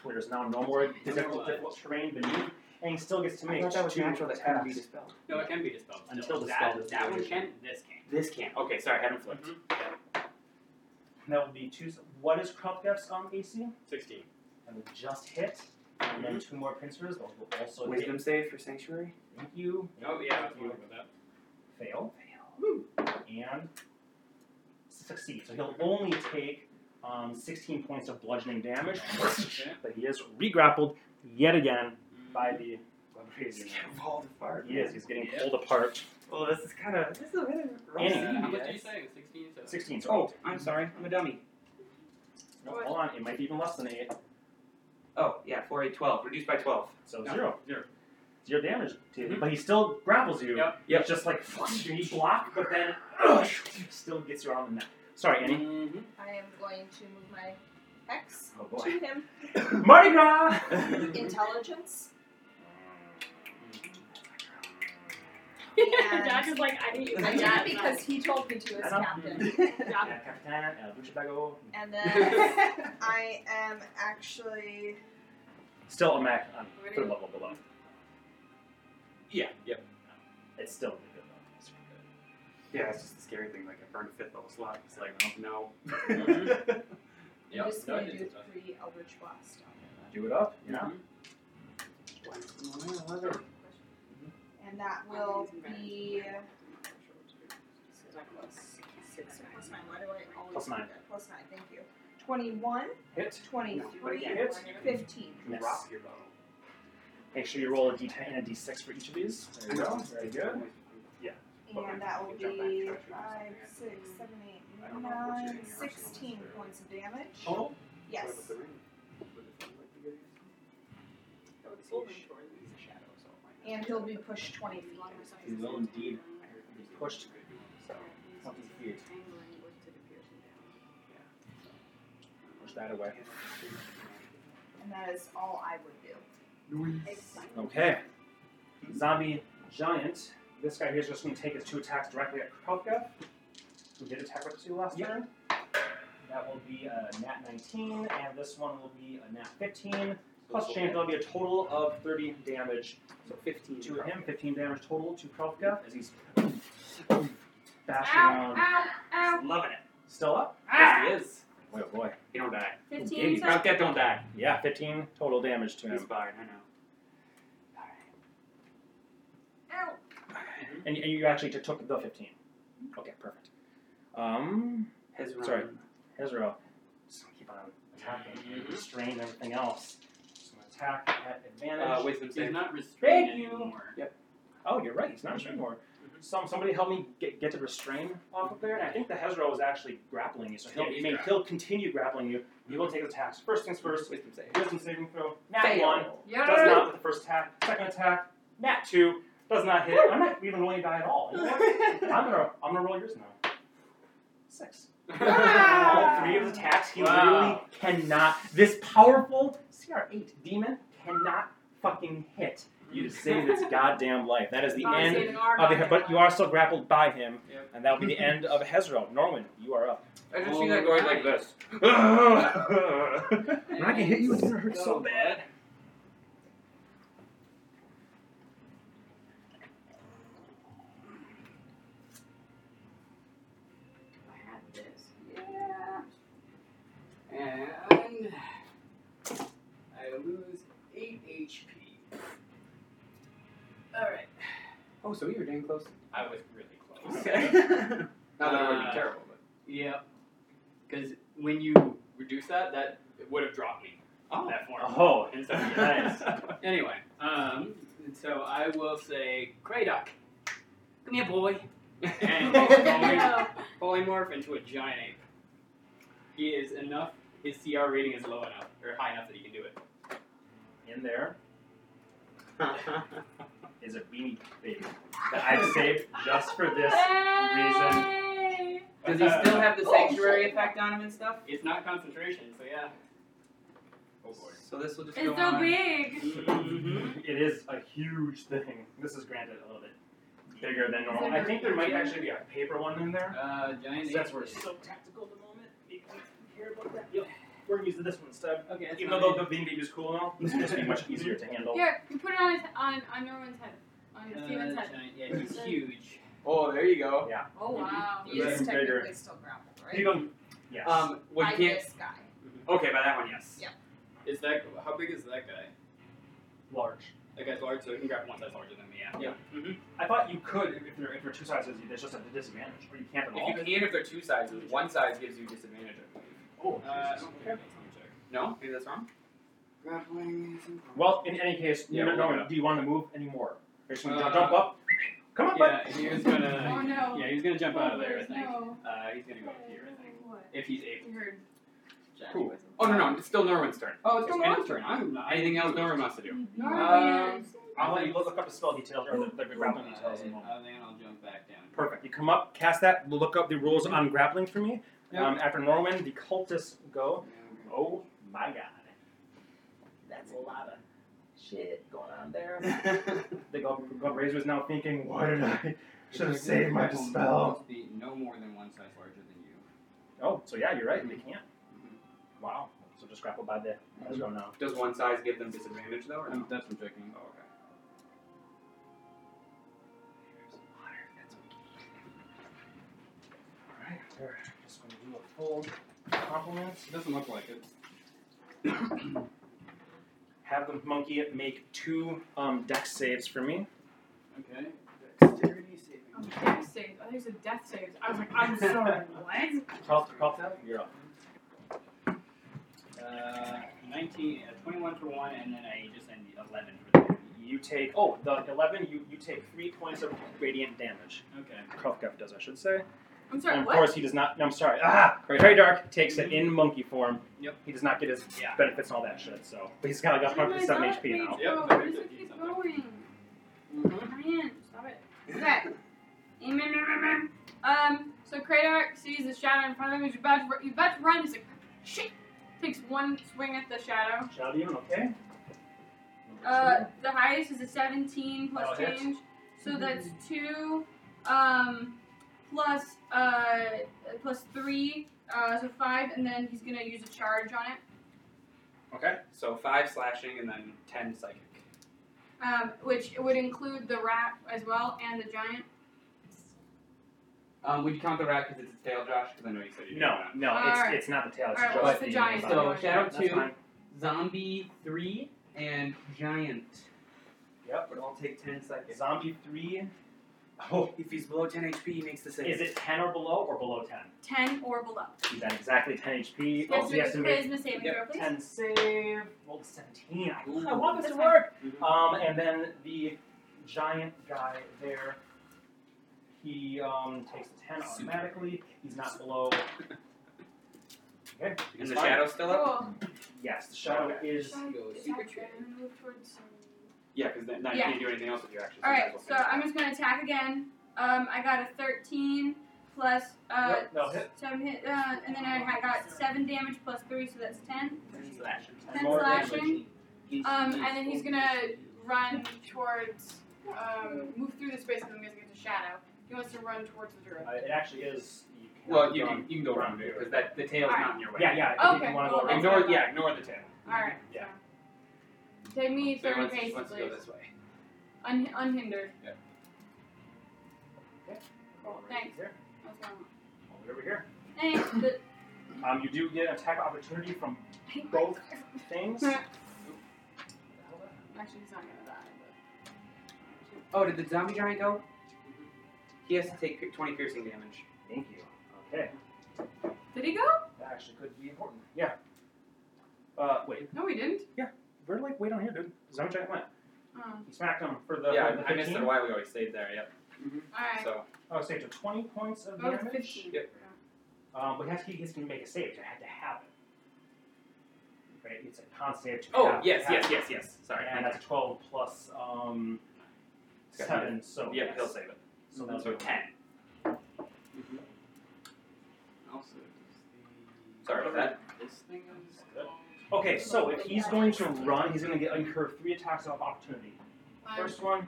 Speaker 3: There's now no more difficult,
Speaker 7: more
Speaker 3: difficult terrain beneath, and he still gets to
Speaker 8: I
Speaker 3: make
Speaker 8: thought that was
Speaker 3: two
Speaker 8: natural. That couldn't be
Speaker 3: attacks.
Speaker 8: dispelled.
Speaker 7: No, it can be dispelled. still.
Speaker 3: Until
Speaker 7: that,
Speaker 3: dispelled is
Speaker 7: that one
Speaker 3: duration.
Speaker 7: can. This Mm-hmm. can.
Speaker 3: This can't. Okay, sorry, I had him flipped. That would be two. What is Kropkev's um, AC?
Speaker 7: Sixteen.
Speaker 3: That would just hit, and then two more pincers. Those will also hit.
Speaker 2: Wisdom save for sanctuary.
Speaker 3: Thank you.
Speaker 7: Oh yeah, I was
Speaker 3: you
Speaker 7: wondering about that.
Speaker 3: fail. And succeed. So he'll only take um, 16 points of bludgeoning damage,
Speaker 7: Okay.
Speaker 3: but he is regrappled yet again
Speaker 7: Mm-hmm.
Speaker 3: by the.
Speaker 2: Just get rolled apart.
Speaker 3: He is. He's getting
Speaker 7: Yeah.
Speaker 3: pulled apart.
Speaker 2: Well, this is kind of this is a bit of rough
Speaker 3: Annie.
Speaker 7: Uh,
Speaker 2: seed,
Speaker 7: how much did you
Speaker 2: guys.
Speaker 7: say? Sixteen. So.
Speaker 3: 16. So
Speaker 2: Oh, I'm sorry. I'm a dummy.
Speaker 3: No, hold on. It might be even less than eight.
Speaker 2: Oh, yeah, four, eight, twelve. Reduced by twelve.
Speaker 3: So
Speaker 2: No.
Speaker 3: zero.
Speaker 7: Zero.
Speaker 3: Zero damage to you,
Speaker 7: Mhm.
Speaker 3: but he still grapples you.
Speaker 7: Yep.
Speaker 2: Yep.
Speaker 3: It's just like you block, but then still gets you around the neck. Sorry, Annie.
Speaker 7: Mhm.
Speaker 5: I am going to move my hex
Speaker 3: Oh
Speaker 5: to him.
Speaker 3: Mardi Gras.
Speaker 5: Intelligence.
Speaker 7: Mm.
Speaker 9: Jack is like, I need you
Speaker 5: I
Speaker 9: for
Speaker 5: did
Speaker 9: that.
Speaker 5: it because he told me to as
Speaker 3: Uh-huh.
Speaker 5: captain.
Speaker 9: Yeah.
Speaker 3: Yeah, Capitan, uh, El Buchabago.
Speaker 5: And then I am actually
Speaker 3: Still a Mac on
Speaker 4: Ready?
Speaker 3: third level below.
Speaker 7: Yeah. Yep.
Speaker 3: It's still a good level. It's pretty good.
Speaker 2: yeah, it's just the scary thing. Like I burned a fifth level slot. It's like, oh no.
Speaker 7: Mhm.
Speaker 5: I'm
Speaker 7: Yep.
Speaker 5: just
Speaker 7: No,
Speaker 5: going
Speaker 7: it
Speaker 5: to do
Speaker 7: is.
Speaker 5: three Eldritch Blast on him.
Speaker 3: Do it up. Yeah.
Speaker 7: Mhm.
Speaker 5: And that will be six plus nine. Why do I always
Speaker 3: Plus
Speaker 5: do
Speaker 3: nine.
Speaker 5: that? Plus nine, thank you. 21,
Speaker 3: Hit.
Speaker 5: 23,
Speaker 3: Hit.
Speaker 5: 15.
Speaker 3: Miss.
Speaker 2: Drop your bow.
Speaker 3: Make sure you roll a d10 and a d6 for each of these. There you go. Very good.
Speaker 5: And that will be five, six, seven, eight, nine, 16 points of damage.
Speaker 3: Total.
Speaker 5: Yes. And he'll be pushed 20 feet.
Speaker 3: He will indeed be pushed 20 feet. Push that away.
Speaker 5: And that is all I would do.
Speaker 3: Okay. Zombie giant. This guy here is just going to take his two attacks directly at Kropka, who did attack with two last
Speaker 2: Yep.
Speaker 3: turn. That will be a nat 19, and this one will be a nat 15. Plus change, that'll be a total of 30 damage
Speaker 2: So fifteen.
Speaker 3: to him, 15 damage total to Kropka as he's bashing
Speaker 4: Ow,
Speaker 3: around.
Speaker 4: ow, ow.
Speaker 2: Loving it.
Speaker 3: Still up?
Speaker 2: Yes,
Speaker 4: Ah!
Speaker 2: he is.
Speaker 3: Boy, oh boy.
Speaker 2: He don't die.
Speaker 3: Yeah,
Speaker 9: Fifteen.
Speaker 3: you
Speaker 9: so-
Speaker 2: Drop that don't die.
Speaker 3: Yeah, 15 total damage to
Speaker 2: He's
Speaker 3: him.
Speaker 2: fine. I know.
Speaker 3: And, and you actually took the 15. Okay, perfect. Um,
Speaker 2: His run.
Speaker 3: Sorry. Israel. Just gonna keep on attacking,
Speaker 7: Mhm.
Speaker 3: restrain everything else. Just gonna attack at advantage.
Speaker 2: Uh, wisdom
Speaker 7: He's
Speaker 2: save.
Speaker 7: not restrained
Speaker 3: Thank you.
Speaker 7: anymore.
Speaker 3: oh, you're right. He's not restrained anymore.
Speaker 7: Mm-hmm.
Speaker 3: Some somebody help me get, get the restrain off of there, and I think the Hezro is actually grappling you, so he'll
Speaker 7: Yeah, he's
Speaker 3: I mean,
Speaker 7: grappling.
Speaker 3: he'll continue grappling you. You will take attacks. First things first.
Speaker 2: Wisdom save.
Speaker 3: Wisdom saving throw. Nat
Speaker 2: Fail.
Speaker 3: one does not with the first attack. Second attack. Nat two does not hit. I'm not even rolling a die at all. You know what? I'm gonna I'm gonna roll yours now. Six. All three of his attacks, he
Speaker 7: Wow.
Speaker 3: literally cannot. This powerful CR8 demon cannot fucking hit. You to save its goddamn life. That is
Speaker 4: Oh,
Speaker 3: the
Speaker 9: Bond
Speaker 3: end
Speaker 9: saving our
Speaker 3: of the.
Speaker 9: bond.
Speaker 3: But you are still grappled by him,
Speaker 7: Yep.
Speaker 3: and that'll be the end of Hezro. Norman, you are up.
Speaker 2: I
Speaker 7: just see that going like
Speaker 2: this.
Speaker 3: When I can hit you, it's gonna hurt so
Speaker 7: bad.
Speaker 4: Yeah.
Speaker 7: And I lose 8 HP. Alright.
Speaker 2: Oh, so you were dang close.
Speaker 7: I was really close.
Speaker 2: Okay. Not that it would
Speaker 7: Uh,
Speaker 2: be terrible, but.
Speaker 7: Yep. Because when you reduce that, that would have dropped me.
Speaker 2: Oh.
Speaker 7: That form.
Speaker 3: Oh,
Speaker 7: And so,
Speaker 3: nice.
Speaker 7: anyway, um, so I will say, Kratok, come here, boy. And
Speaker 6: Oh,
Speaker 7: he's going polymorph into a giant ape. He is enough. His CR rating is low enough or high enough that he can do it.
Speaker 3: In there is a beanie baby that I've saved just for this reason.
Speaker 9: Hey!
Speaker 2: Does he still have the sanctuary effect on him and stuff?
Speaker 7: It's not concentration, so yeah.
Speaker 3: Oh boy. Mm-hmm.
Speaker 2: So this will just go
Speaker 9: It's so
Speaker 2: on.
Speaker 9: big.
Speaker 3: It is a huge thing. This is granted a little bit bigger than normal. I think there might actually be a paper one in there.
Speaker 6: Uh, giant.
Speaker 3: So that's where
Speaker 6: ape.
Speaker 3: it's so tactical at the moment. Maybe we care about that. Yep. We're gonna use this one instead.
Speaker 6: Okay. that's
Speaker 3: Even though
Speaker 6: fine.
Speaker 3: the bean baby is cool and all, this will just be much easier to handle.
Speaker 4: Here, you put it on his, on on Norman's head, on
Speaker 6: Uh,
Speaker 4: Steven's head.
Speaker 6: giant- yeah, he's huge.
Speaker 7: Oh, there you go.
Speaker 4: Oh wow.
Speaker 5: He is
Speaker 3: Even bigger.
Speaker 5: technically still grappled, right?
Speaker 3: You don't. Yes.
Speaker 7: Um, well,
Speaker 5: By
Speaker 7: you can't.
Speaker 5: this guy.
Speaker 7: Okay, by that one, yes.
Speaker 6: Is that how big is that guy?
Speaker 3: large.
Speaker 6: That guy's large, so he can grab one size larger than me. Yeah.
Speaker 7: Yeah.
Speaker 3: I thought you could if they're if they're two sizes. There's just a disadvantage, or you can't at all.
Speaker 7: If you can, if they're two sizes, one size gives you disadvantage. I believe.
Speaker 3: oh.
Speaker 6: Uh, I
Speaker 3: Jesus.
Speaker 6: don't think I have that. Let me check.
Speaker 7: No, maybe that's wrong.
Speaker 6: Grappling.
Speaker 3: Well, in any case,
Speaker 7: Yeah,
Speaker 3: no,
Speaker 7: we'll
Speaker 3: no,
Speaker 7: look it
Speaker 3: do you want to move anymore? Or just wanna
Speaker 6: Uh,
Speaker 3: jump up? Come on, bud.
Speaker 6: Yeah, he was
Speaker 4: Oh
Speaker 6: gonna.
Speaker 4: no.
Speaker 6: Yeah, he was gonna jump out of there. I
Speaker 4: There's
Speaker 6: think.
Speaker 4: No.
Speaker 6: Uh, he's gonna go up here. I think.
Speaker 4: What?
Speaker 6: If he's able.
Speaker 4: You heard.
Speaker 7: Cool. Oh no, no, it's still Norman's turn.
Speaker 6: Oh,
Speaker 7: it's Norman's turn. Anything else Norman wants to do?
Speaker 4: Norman.
Speaker 3: I'll let you look up the spell details or the, the grappling details in a moment.
Speaker 6: Uh, then I'll jump back down.
Speaker 3: Perfect. You come up, cast that, look up the rules on grappling for me.
Speaker 7: Yeah.
Speaker 3: Um, after Norwin, the cultists go.
Speaker 6: Yeah,
Speaker 3: Oh my god.
Speaker 2: That's a lot of shit going on there.
Speaker 6: okay.
Speaker 3: The God, God Razor is now thinking, why did I? Should have saved my
Speaker 6: Grapple
Speaker 3: spell.
Speaker 6: Must be no more than one size larger than you.
Speaker 3: Oh, so yeah, you're right. They can't. Wow. So just grapple by the Ezra now.
Speaker 7: Does one size give them disadvantage though? Or no?
Speaker 6: Um, that's what I'm checking.
Speaker 7: Oh, okay.
Speaker 3: Alright, there. Just gonna do a full compliment.
Speaker 6: It doesn't look like it.
Speaker 3: Have the monkey make two um, dex saves for me.
Speaker 6: Okay. Dexterity
Speaker 4: Oh,
Speaker 6: saving.
Speaker 4: death saves. Oh, there's a death saves. I was like, I'm sorry, what?
Speaker 3: Carl, you're up.
Speaker 6: Uh, 19, uh, 21 for one, and then I just end the 11 for the other.
Speaker 3: You take oh the eleven. You you take three points of radiant damage.
Speaker 6: Okay.
Speaker 3: Krovkev does, I should say.
Speaker 4: I'm sorry,
Speaker 3: and of
Speaker 4: what?
Speaker 3: course, he does not. No, I'm sorry. Ah,
Speaker 7: Great.
Speaker 3: Very Dark takes it in monkey form.
Speaker 6: Yep.
Speaker 3: He does not get his
Speaker 6: Yeah.
Speaker 3: benefits and all that shit. So, but he's got like
Speaker 4: Why am I
Speaker 3: 107
Speaker 4: not
Speaker 3: HP now.
Speaker 4: page
Speaker 6: Yep,
Speaker 4: go?
Speaker 6: that
Speaker 4: Where does
Speaker 6: makes
Speaker 4: it
Speaker 6: it
Speaker 4: keep
Speaker 6: something.
Speaker 4: going?
Speaker 6: Mm-hmm.
Speaker 4: Man, stop it. Okay. Amen, amen, amen. Um, so Kratar sees the shadow in front of him. He's about to, ru- he's about to run. He's like, shit. Takes one swing at the shadow.
Speaker 3: Shadow demon, okay.
Speaker 4: Uh, the highest is a 17 plus
Speaker 3: That'll hit.
Speaker 4: change.
Speaker 3: Mhm.
Speaker 4: So that's two, um, plus, uh, plus three, uh, so five, and then he's gonna use a charge on it.
Speaker 7: Okay. So five slashing and then ten psychic.
Speaker 4: Um, which would include the rat as well and the giant.
Speaker 7: Um, would you count the rat because it's its tail, Josh? Because I know you said you didn't
Speaker 3: No,
Speaker 7: count
Speaker 3: no, it's
Speaker 4: Alright.
Speaker 3: it's not the tail. It's
Speaker 4: Alright,
Speaker 3: just
Speaker 7: what's
Speaker 3: the
Speaker 4: the giant?
Speaker 3: body.
Speaker 7: So shadow
Speaker 3: That's
Speaker 7: two,
Speaker 3: fine.
Speaker 7: it. zombie three, and giant.
Speaker 3: Yep.
Speaker 7: But I'll take ten psychic.
Speaker 3: Zombie three. Oh,
Speaker 7: If he's below ten HP, he makes the save.
Speaker 3: is it ten or below or below ten?
Speaker 4: 10 or below.
Speaker 3: He's at exactly ten HP.
Speaker 4: He
Speaker 3: Oh,
Speaker 4: has
Speaker 3: he has
Speaker 4: to
Speaker 3: to
Speaker 4: make
Speaker 3: Oh, make
Speaker 4: a charisma saving
Speaker 7: Yep,
Speaker 4: throw, please.
Speaker 3: ten save. Rolled a seventeen. I,
Speaker 7: Ooh.
Speaker 3: I want this
Speaker 4: That's
Speaker 3: to
Speaker 4: fine.
Speaker 3: work.
Speaker 7: Mm-hmm.
Speaker 6: Mhm.
Speaker 3: Um, and then the giant guy there. He um takes the ten automatically. He's not below. Okay.
Speaker 7: Is
Speaker 3: he's
Speaker 7: the
Speaker 3: fine.
Speaker 7: shadow still up?
Speaker 4: Cool.
Speaker 3: Yes, the shadow is.
Speaker 4: Should I-
Speaker 6: Go
Speaker 4: should I
Speaker 6: secret
Speaker 4: try
Speaker 6: trade.
Speaker 4: and move towards, um,
Speaker 7: Yeah, because then, now
Speaker 4: Yeah.
Speaker 7: you can't do anything else with your action.
Speaker 4: Alright, so I'm just gonna attack again. Um, I got a 13 plus, uh,
Speaker 3: Yep, that'll hit.
Speaker 4: seven hit, uh, and then I had got 7 damage plus 3, so that's 10.
Speaker 7: slashing.
Speaker 4: 10
Speaker 3: More
Speaker 4: slashing. Um, and then he's gonna run towards, um, move through the space and then he's gonna get to Shadow. He wants to run towards the druid.
Speaker 3: Uh, it actually is. You can
Speaker 7: Well, you
Speaker 3: run.
Speaker 7: can, you can go around it because that the tail's not in your way.
Speaker 3: Yeah, yeah. I think
Speaker 4: Okay,
Speaker 3: you want to
Speaker 4: cool.
Speaker 3: go around.
Speaker 7: Ignore, yeah, ignore the tail.
Speaker 4: Alright.
Speaker 3: Yeah.
Speaker 4: so. Take me
Speaker 7: so he
Speaker 4: 30
Speaker 7: wants, he
Speaker 4: paces,
Speaker 7: wants to go
Speaker 4: please.
Speaker 7: this way.
Speaker 4: Un- unhindered.
Speaker 7: Yeah.
Speaker 3: Okay.
Speaker 4: Cool, thanks.
Speaker 3: Here.
Speaker 4: That's what I want.
Speaker 3: Over here.
Speaker 4: Thanks. but-
Speaker 3: Um, you do get an attack opportunity from both things.
Speaker 4: Actually, he's not gonna die.
Speaker 7: Oh, did the zombie giant go? He has to take 20 piercing damage.
Speaker 3: Thank you. Okay.
Speaker 4: But... Did he go?
Speaker 3: That actually could be important. Yeah. Uh, wait.
Speaker 4: No, he didn't.
Speaker 3: We're like, wait on here, dude. Zombie giant went.
Speaker 4: Oh,
Speaker 3: He smacked him for the.
Speaker 7: yeah,
Speaker 3: for the
Speaker 7: I missed it
Speaker 3: 15.
Speaker 7: why we always stayed there, yep.
Speaker 4: alright.
Speaker 7: So,
Speaker 3: Oh, saved to 20 points of
Speaker 4: oh,
Speaker 3: damage.
Speaker 4: it's 15.
Speaker 7: Yep.
Speaker 3: Um, but he has to, he has to make a save. So I had to have it. Right? It's a con save. to
Speaker 7: oh,
Speaker 3: have-
Speaker 7: yes,
Speaker 3: have
Speaker 7: yes,
Speaker 3: it.
Speaker 7: yes, yes. Sorry.
Speaker 3: And that's 12 plus um,
Speaker 7: Okay.
Speaker 3: 7, so.
Speaker 7: Yep, he'll
Speaker 3: yes.
Speaker 7: save it.
Speaker 3: So that's
Speaker 7: So 10.
Speaker 6: Also,
Speaker 7: Sorry about that.
Speaker 6: this thing is
Speaker 3: Okay, so if he's going to run, he's going to get incur three attacks of opportunity.
Speaker 4: Fine.
Speaker 3: First one,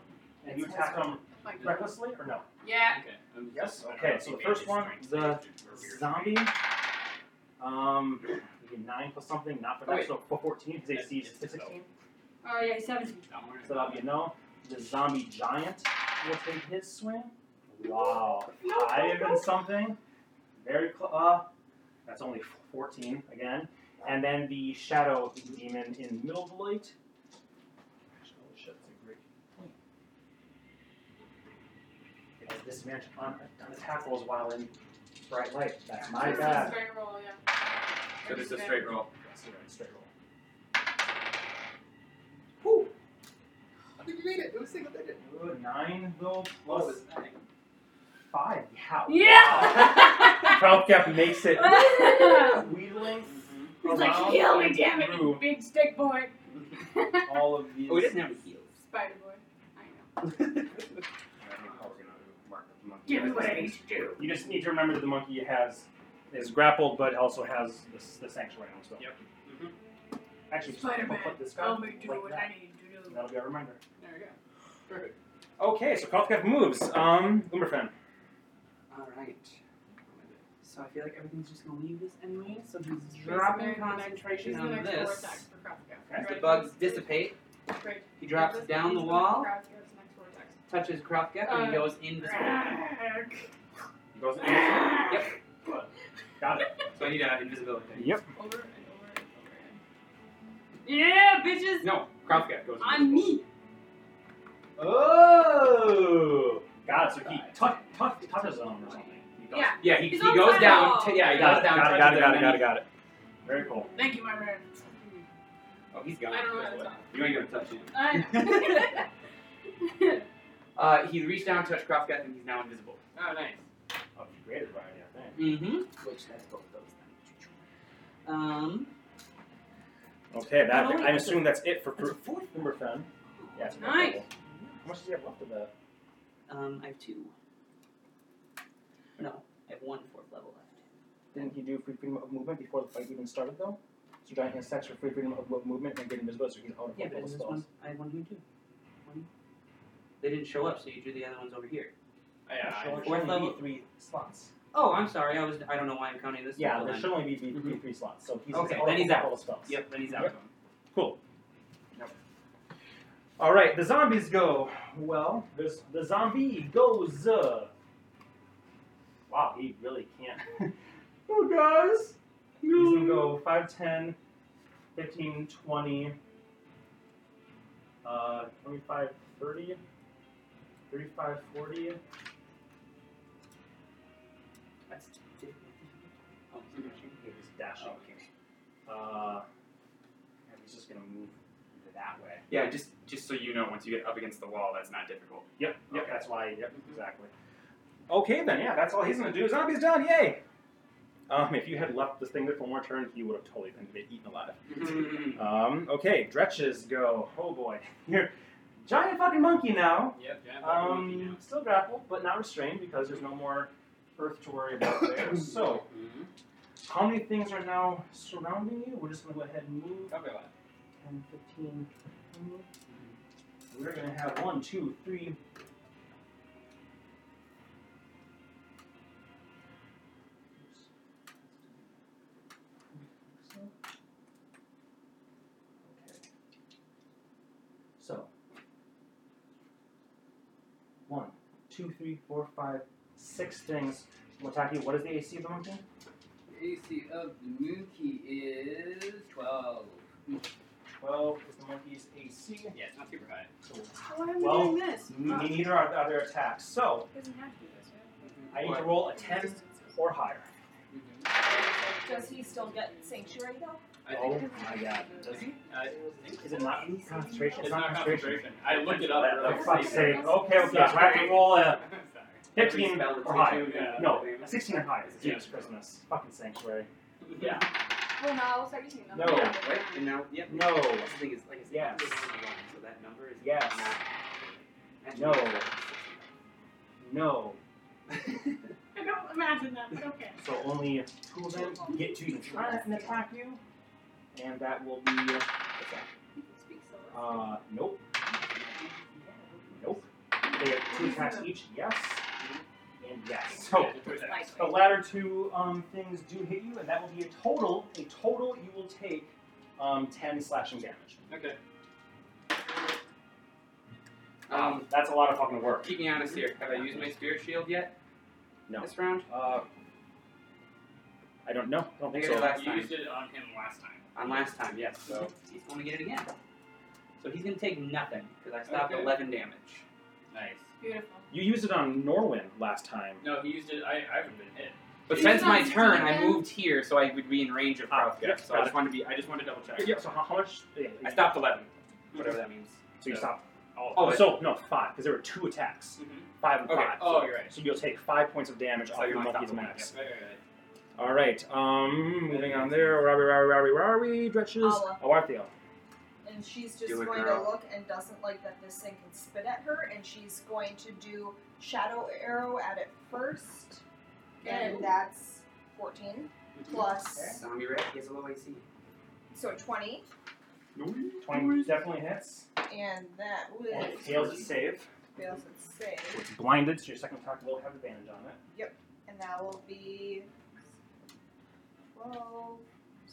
Speaker 3: and you attack him
Speaker 4: Um, Like,
Speaker 3: Recklessly or no?
Speaker 4: yeah.
Speaker 6: Okay. I'm
Speaker 3: Yes,
Speaker 6: just- I don't
Speaker 3: okay,
Speaker 6: know
Speaker 3: so
Speaker 6: if
Speaker 3: the
Speaker 6: he
Speaker 3: first
Speaker 6: made
Speaker 3: one,
Speaker 6: his
Speaker 3: the
Speaker 6: strength or weird.
Speaker 3: Zombie. Um, you get nine plus something, not for
Speaker 6: Oh,
Speaker 3: that.
Speaker 6: wait.
Speaker 3: So for fourteen, because
Speaker 6: That's-
Speaker 3: AC is
Speaker 6: it's a no.
Speaker 3: sixteen.
Speaker 4: Oh yeah, he's seventeen.
Speaker 6: That one is-
Speaker 3: So that'll be a no. The zombie giant will take his swing. Wow, five and something. Very close. Uh, that's only fourteen again. And then the shadow demon in middle of the light. Actually, holy shit, that's a great point. It has disadvantage on on attack rolls while in bright light. That's my
Speaker 4: This is
Speaker 3: bad.
Speaker 4: straight roll, yeah.
Speaker 6: So just a straight roll.
Speaker 3: That's the right straight roll.
Speaker 7: you made it. It was single digit.
Speaker 3: Ooh, Nine though
Speaker 6: What
Speaker 3: plus
Speaker 6: was that?
Speaker 3: five. Yeah.
Speaker 4: Yeah.
Speaker 3: Falcap makes it wheeling
Speaker 7: Mm-hmm.
Speaker 4: He's like,
Speaker 3: around
Speaker 4: kill me,
Speaker 3: and
Speaker 4: damn it, you
Speaker 3: through
Speaker 4: big stick boy.
Speaker 3: all of these.
Speaker 2: Oh, it doesn't have any heels.
Speaker 4: Spider boy. I know.
Speaker 3: Give me what I need to do. You just need to remember that the monkey has is grappled, but also has this, the sanctuary on as well.
Speaker 6: Yep.
Speaker 3: Actually, just
Speaker 4: Spider-Man, Oh,
Speaker 3: put this guy
Speaker 4: Tell me do
Speaker 3: like
Speaker 4: what
Speaker 3: that.
Speaker 4: I need to do.
Speaker 3: That'll be a reminder.
Speaker 6: There you go.
Speaker 3: Okay, so Kalkath moves. Um, Umberfen.
Speaker 2: Alright. So I feel like everything's just gonna leave this anyway, so he's
Speaker 4: Basically,
Speaker 2: dropping
Speaker 4: the next-
Speaker 2: concentration
Speaker 4: He's the
Speaker 2: on
Speaker 4: next four
Speaker 2: this.
Speaker 4: attacks for Kropka.
Speaker 3: Okay.
Speaker 2: The
Speaker 4: Right?
Speaker 2: bugs dissipate.
Speaker 4: Right.
Speaker 2: He drops
Speaker 4: He's
Speaker 2: down the
Speaker 4: next
Speaker 2: wall,
Speaker 4: Kropka, he's next four attacks.
Speaker 2: touches Kropka, and
Speaker 4: Uh,
Speaker 2: he goes in this wall.
Speaker 3: He goes.
Speaker 2: Yep.
Speaker 3: Got it.
Speaker 2: So I need an invisibility. thing.
Speaker 3: Yep.
Speaker 4: Over and over and over again. Yeah, bitches!
Speaker 2: No, Kropka goes
Speaker 4: On me!
Speaker 3: Oh, got it. So he touch, touch, touches him or something. He does.
Speaker 4: Yeah.
Speaker 2: Yeah, he,
Speaker 4: He's
Speaker 2: he
Speaker 4: on
Speaker 2: goes
Speaker 4: fire.
Speaker 2: down. T- yeah, he
Speaker 3: Got
Speaker 2: goes
Speaker 3: it.
Speaker 2: down.
Speaker 3: Got it.
Speaker 2: touches
Speaker 3: Got
Speaker 2: him,
Speaker 3: it. Got it.
Speaker 2: and
Speaker 3: Got it. Got it. Very cool.
Speaker 4: Thank you, my friend.
Speaker 2: then- Oh, he's gone.
Speaker 4: I don't know how to
Speaker 2: That's
Speaker 4: talk.
Speaker 2: what- You ain't gonna touch him.
Speaker 4: I-
Speaker 2: Uh, he reached down, touched Kropka, and he's now invisible.
Speaker 6: Oh, nice.
Speaker 3: Oh, you created by it, I think.
Speaker 2: Mm-hmm. Which that's both of those things. Um,
Speaker 3: Okay, that
Speaker 2: Oh, wait,
Speaker 3: I'm
Speaker 2: that's
Speaker 3: assuming that's it for
Speaker 2: that's a
Speaker 3: for
Speaker 2: fourth.
Speaker 3: number ten. Yeah, it's about
Speaker 4: Nice.
Speaker 3: double. How much does he have left of that?
Speaker 2: Um, I have two. No, I have one fourth level left.
Speaker 3: Didn't he do free freedom of movement before the fight even started though? So giant has sex for free freedom of mo- movement and get invisible, so he's out of
Speaker 2: Yeah, but
Speaker 3: both
Speaker 2: in this
Speaker 3: spells.
Speaker 2: one, I have one here too. One. They didn't show up, so you drew the other ones over here.
Speaker 6: Oh, Yeah, I-
Speaker 3: There should
Speaker 2: Fourth
Speaker 3: only be
Speaker 2: level.
Speaker 3: three slots.
Speaker 2: Oh, I'm sorry. I was. I don't know why I'm counting this.
Speaker 3: Yeah,
Speaker 2: one,
Speaker 3: there
Speaker 2: then.
Speaker 3: should only be, be
Speaker 2: Mhm.
Speaker 3: three slots. So he's
Speaker 2: Okay,
Speaker 3: out
Speaker 2: then
Speaker 3: of
Speaker 2: he's
Speaker 3: both
Speaker 2: out.
Speaker 3: of those spells.
Speaker 2: Yep, then he's out.
Speaker 3: Yep. Cool.
Speaker 2: Yep.
Speaker 3: All right, the zombies go. Well, this the zombie goes. Uh... Wow, he really can't. oh, guys. He's gonna go 5, 10, 15, 20, uh, 25, 30, 35, 40.
Speaker 2: That's oh,
Speaker 3: He was dashing.
Speaker 2: Oh, okay.
Speaker 3: Uh, and he's just gonna move that way.
Speaker 6: Yeah, just just so you know, once you get up against the wall, that's not difficult.
Speaker 3: Yep, yep,
Speaker 6: Okay.
Speaker 3: that's why. Yep, exactly. Mm-hmm. Okay, then, yeah, that's all he's gonna do. Zombie's done, yay! Um, if you had left this thing there for one more turn, you would have totally been been eaten alive.
Speaker 2: Mm-hmm.
Speaker 3: Um, okay, Dretches go. Oh boy, you're giant fucking monkey now.
Speaker 6: Yep. Yeah.
Speaker 3: Um, still grappled, but not restrained because there's no more earth to worry about there. so,
Speaker 6: Mm-hmm.
Speaker 3: how many things are now surrounding you? We're just gonna go ahead and move.
Speaker 6: Okay. well,
Speaker 3: 10, 15, 20. We're going to have one, two, three. Okay. So, one, two, three, four, five, six things. Mataki, what is the AC of the monkey?
Speaker 6: AC of the monkey is twelve.
Speaker 3: 12 is the monkey's AC.
Speaker 6: Yeah, it's not super high.
Speaker 3: So
Speaker 4: Why am I
Speaker 3: Well,
Speaker 4: doing this?
Speaker 3: Ne- Neither are the other attacks. So
Speaker 1: Doesn't have to do this, right?
Speaker 3: I need to roll a 10 or higher.
Speaker 5: Does he still get sanctuary though?
Speaker 6: I think.
Speaker 3: Oh my god. Does he?
Speaker 6: I think
Speaker 3: Is it not concentration?
Speaker 6: it's not concentration. I looked it up.
Speaker 3: That-
Speaker 6: earlier.
Speaker 3: For fuck's sake. Okay, okay. So I have to roll a 15 or higher. No, a 16 or higher.
Speaker 6: Yeah.
Speaker 3: Jesus Christmas. Fucking sanctuary.
Speaker 6: Yeah.
Speaker 1: Well, no, it's everything.
Speaker 3: No.
Speaker 2: Yeah, right? And now, yep.
Speaker 3: Oh. No.
Speaker 2: That's the thing is, like, it's
Speaker 3: Yes.
Speaker 2: so that number is
Speaker 3: Yes.
Speaker 2: not.
Speaker 3: No. No.
Speaker 4: I don't imagine that, but okay.
Speaker 3: So only two of them get to even try and attack you. And that will be. Uh, nope. Nope. They two attacks each. Yes. And yes. So
Speaker 7: Yeah, two attacks.
Speaker 3: the latter two um, things do hit you, and that will be a total. A total, you will take um, ten slashing damage.
Speaker 7: Okay.
Speaker 2: Um,
Speaker 7: Um,
Speaker 3: That's a lot of fucking work.
Speaker 2: keep me honest here. Have I used my spirit shield yet?
Speaker 3: No.
Speaker 2: This round?
Speaker 3: Uh, I don't know. I don't think
Speaker 2: Yeah,
Speaker 3: so.
Speaker 2: like- last
Speaker 7: you
Speaker 2: time.
Speaker 7: used it on him last time.
Speaker 2: On last time, yes. So he's going to get it again. So he's going to take nothing because I stopped
Speaker 7: Okay.
Speaker 2: 11 damage.
Speaker 7: Nice.
Speaker 4: Beautiful.
Speaker 3: You used it on Norwin last time.
Speaker 7: No, he used it. I, I haven't been hit.
Speaker 2: But
Speaker 4: He's
Speaker 2: since my
Speaker 4: on
Speaker 2: turn, I
Speaker 4: Steven.
Speaker 2: moved here so I would be in range of
Speaker 3: Ah,
Speaker 2: Krovka.
Speaker 3: yep,
Speaker 2: so I
Speaker 3: got
Speaker 2: just
Speaker 3: it.
Speaker 2: wanted to be. I just wanted to double check.
Speaker 3: Yeah. So how, how much? yeah,
Speaker 2: I stopped 11, whatever that means.
Speaker 3: So you
Speaker 2: So-
Speaker 3: stopped. All,
Speaker 2: Oh,
Speaker 3: oh, so no five because there were two attacks,
Speaker 7: Mhm.
Speaker 3: five and
Speaker 2: Okay.
Speaker 3: five.
Speaker 7: Oh,
Speaker 3: so,
Speaker 7: you're right.
Speaker 3: So you'll take five points of damage
Speaker 2: So
Speaker 3: off
Speaker 2: you're
Speaker 3: your
Speaker 2: on top
Speaker 3: monkey's
Speaker 2: of one,
Speaker 3: max.
Speaker 7: Right, right, right.
Speaker 3: All right. Um, moving on there. Where are we? Where are we? Where are we? Where are we? Dretches.
Speaker 5: Awa.
Speaker 3: Oh, Arthio.
Speaker 5: and she's just
Speaker 2: Do it,
Speaker 5: going
Speaker 2: girl.
Speaker 5: to look and doesn't like that this thing can spit at her, and she's going to do shadow arrow at it first,
Speaker 4: Good.
Speaker 5: and that's fourteen plus
Speaker 2: Zombie Red, he has a low AC.
Speaker 5: so twenty,
Speaker 3: Twenty definitely hits.
Speaker 5: and that would
Speaker 3: And it fails its save.
Speaker 5: fails its save,
Speaker 3: It's blinded, so your second attack will have advantage on it.
Speaker 5: and that will be twelve.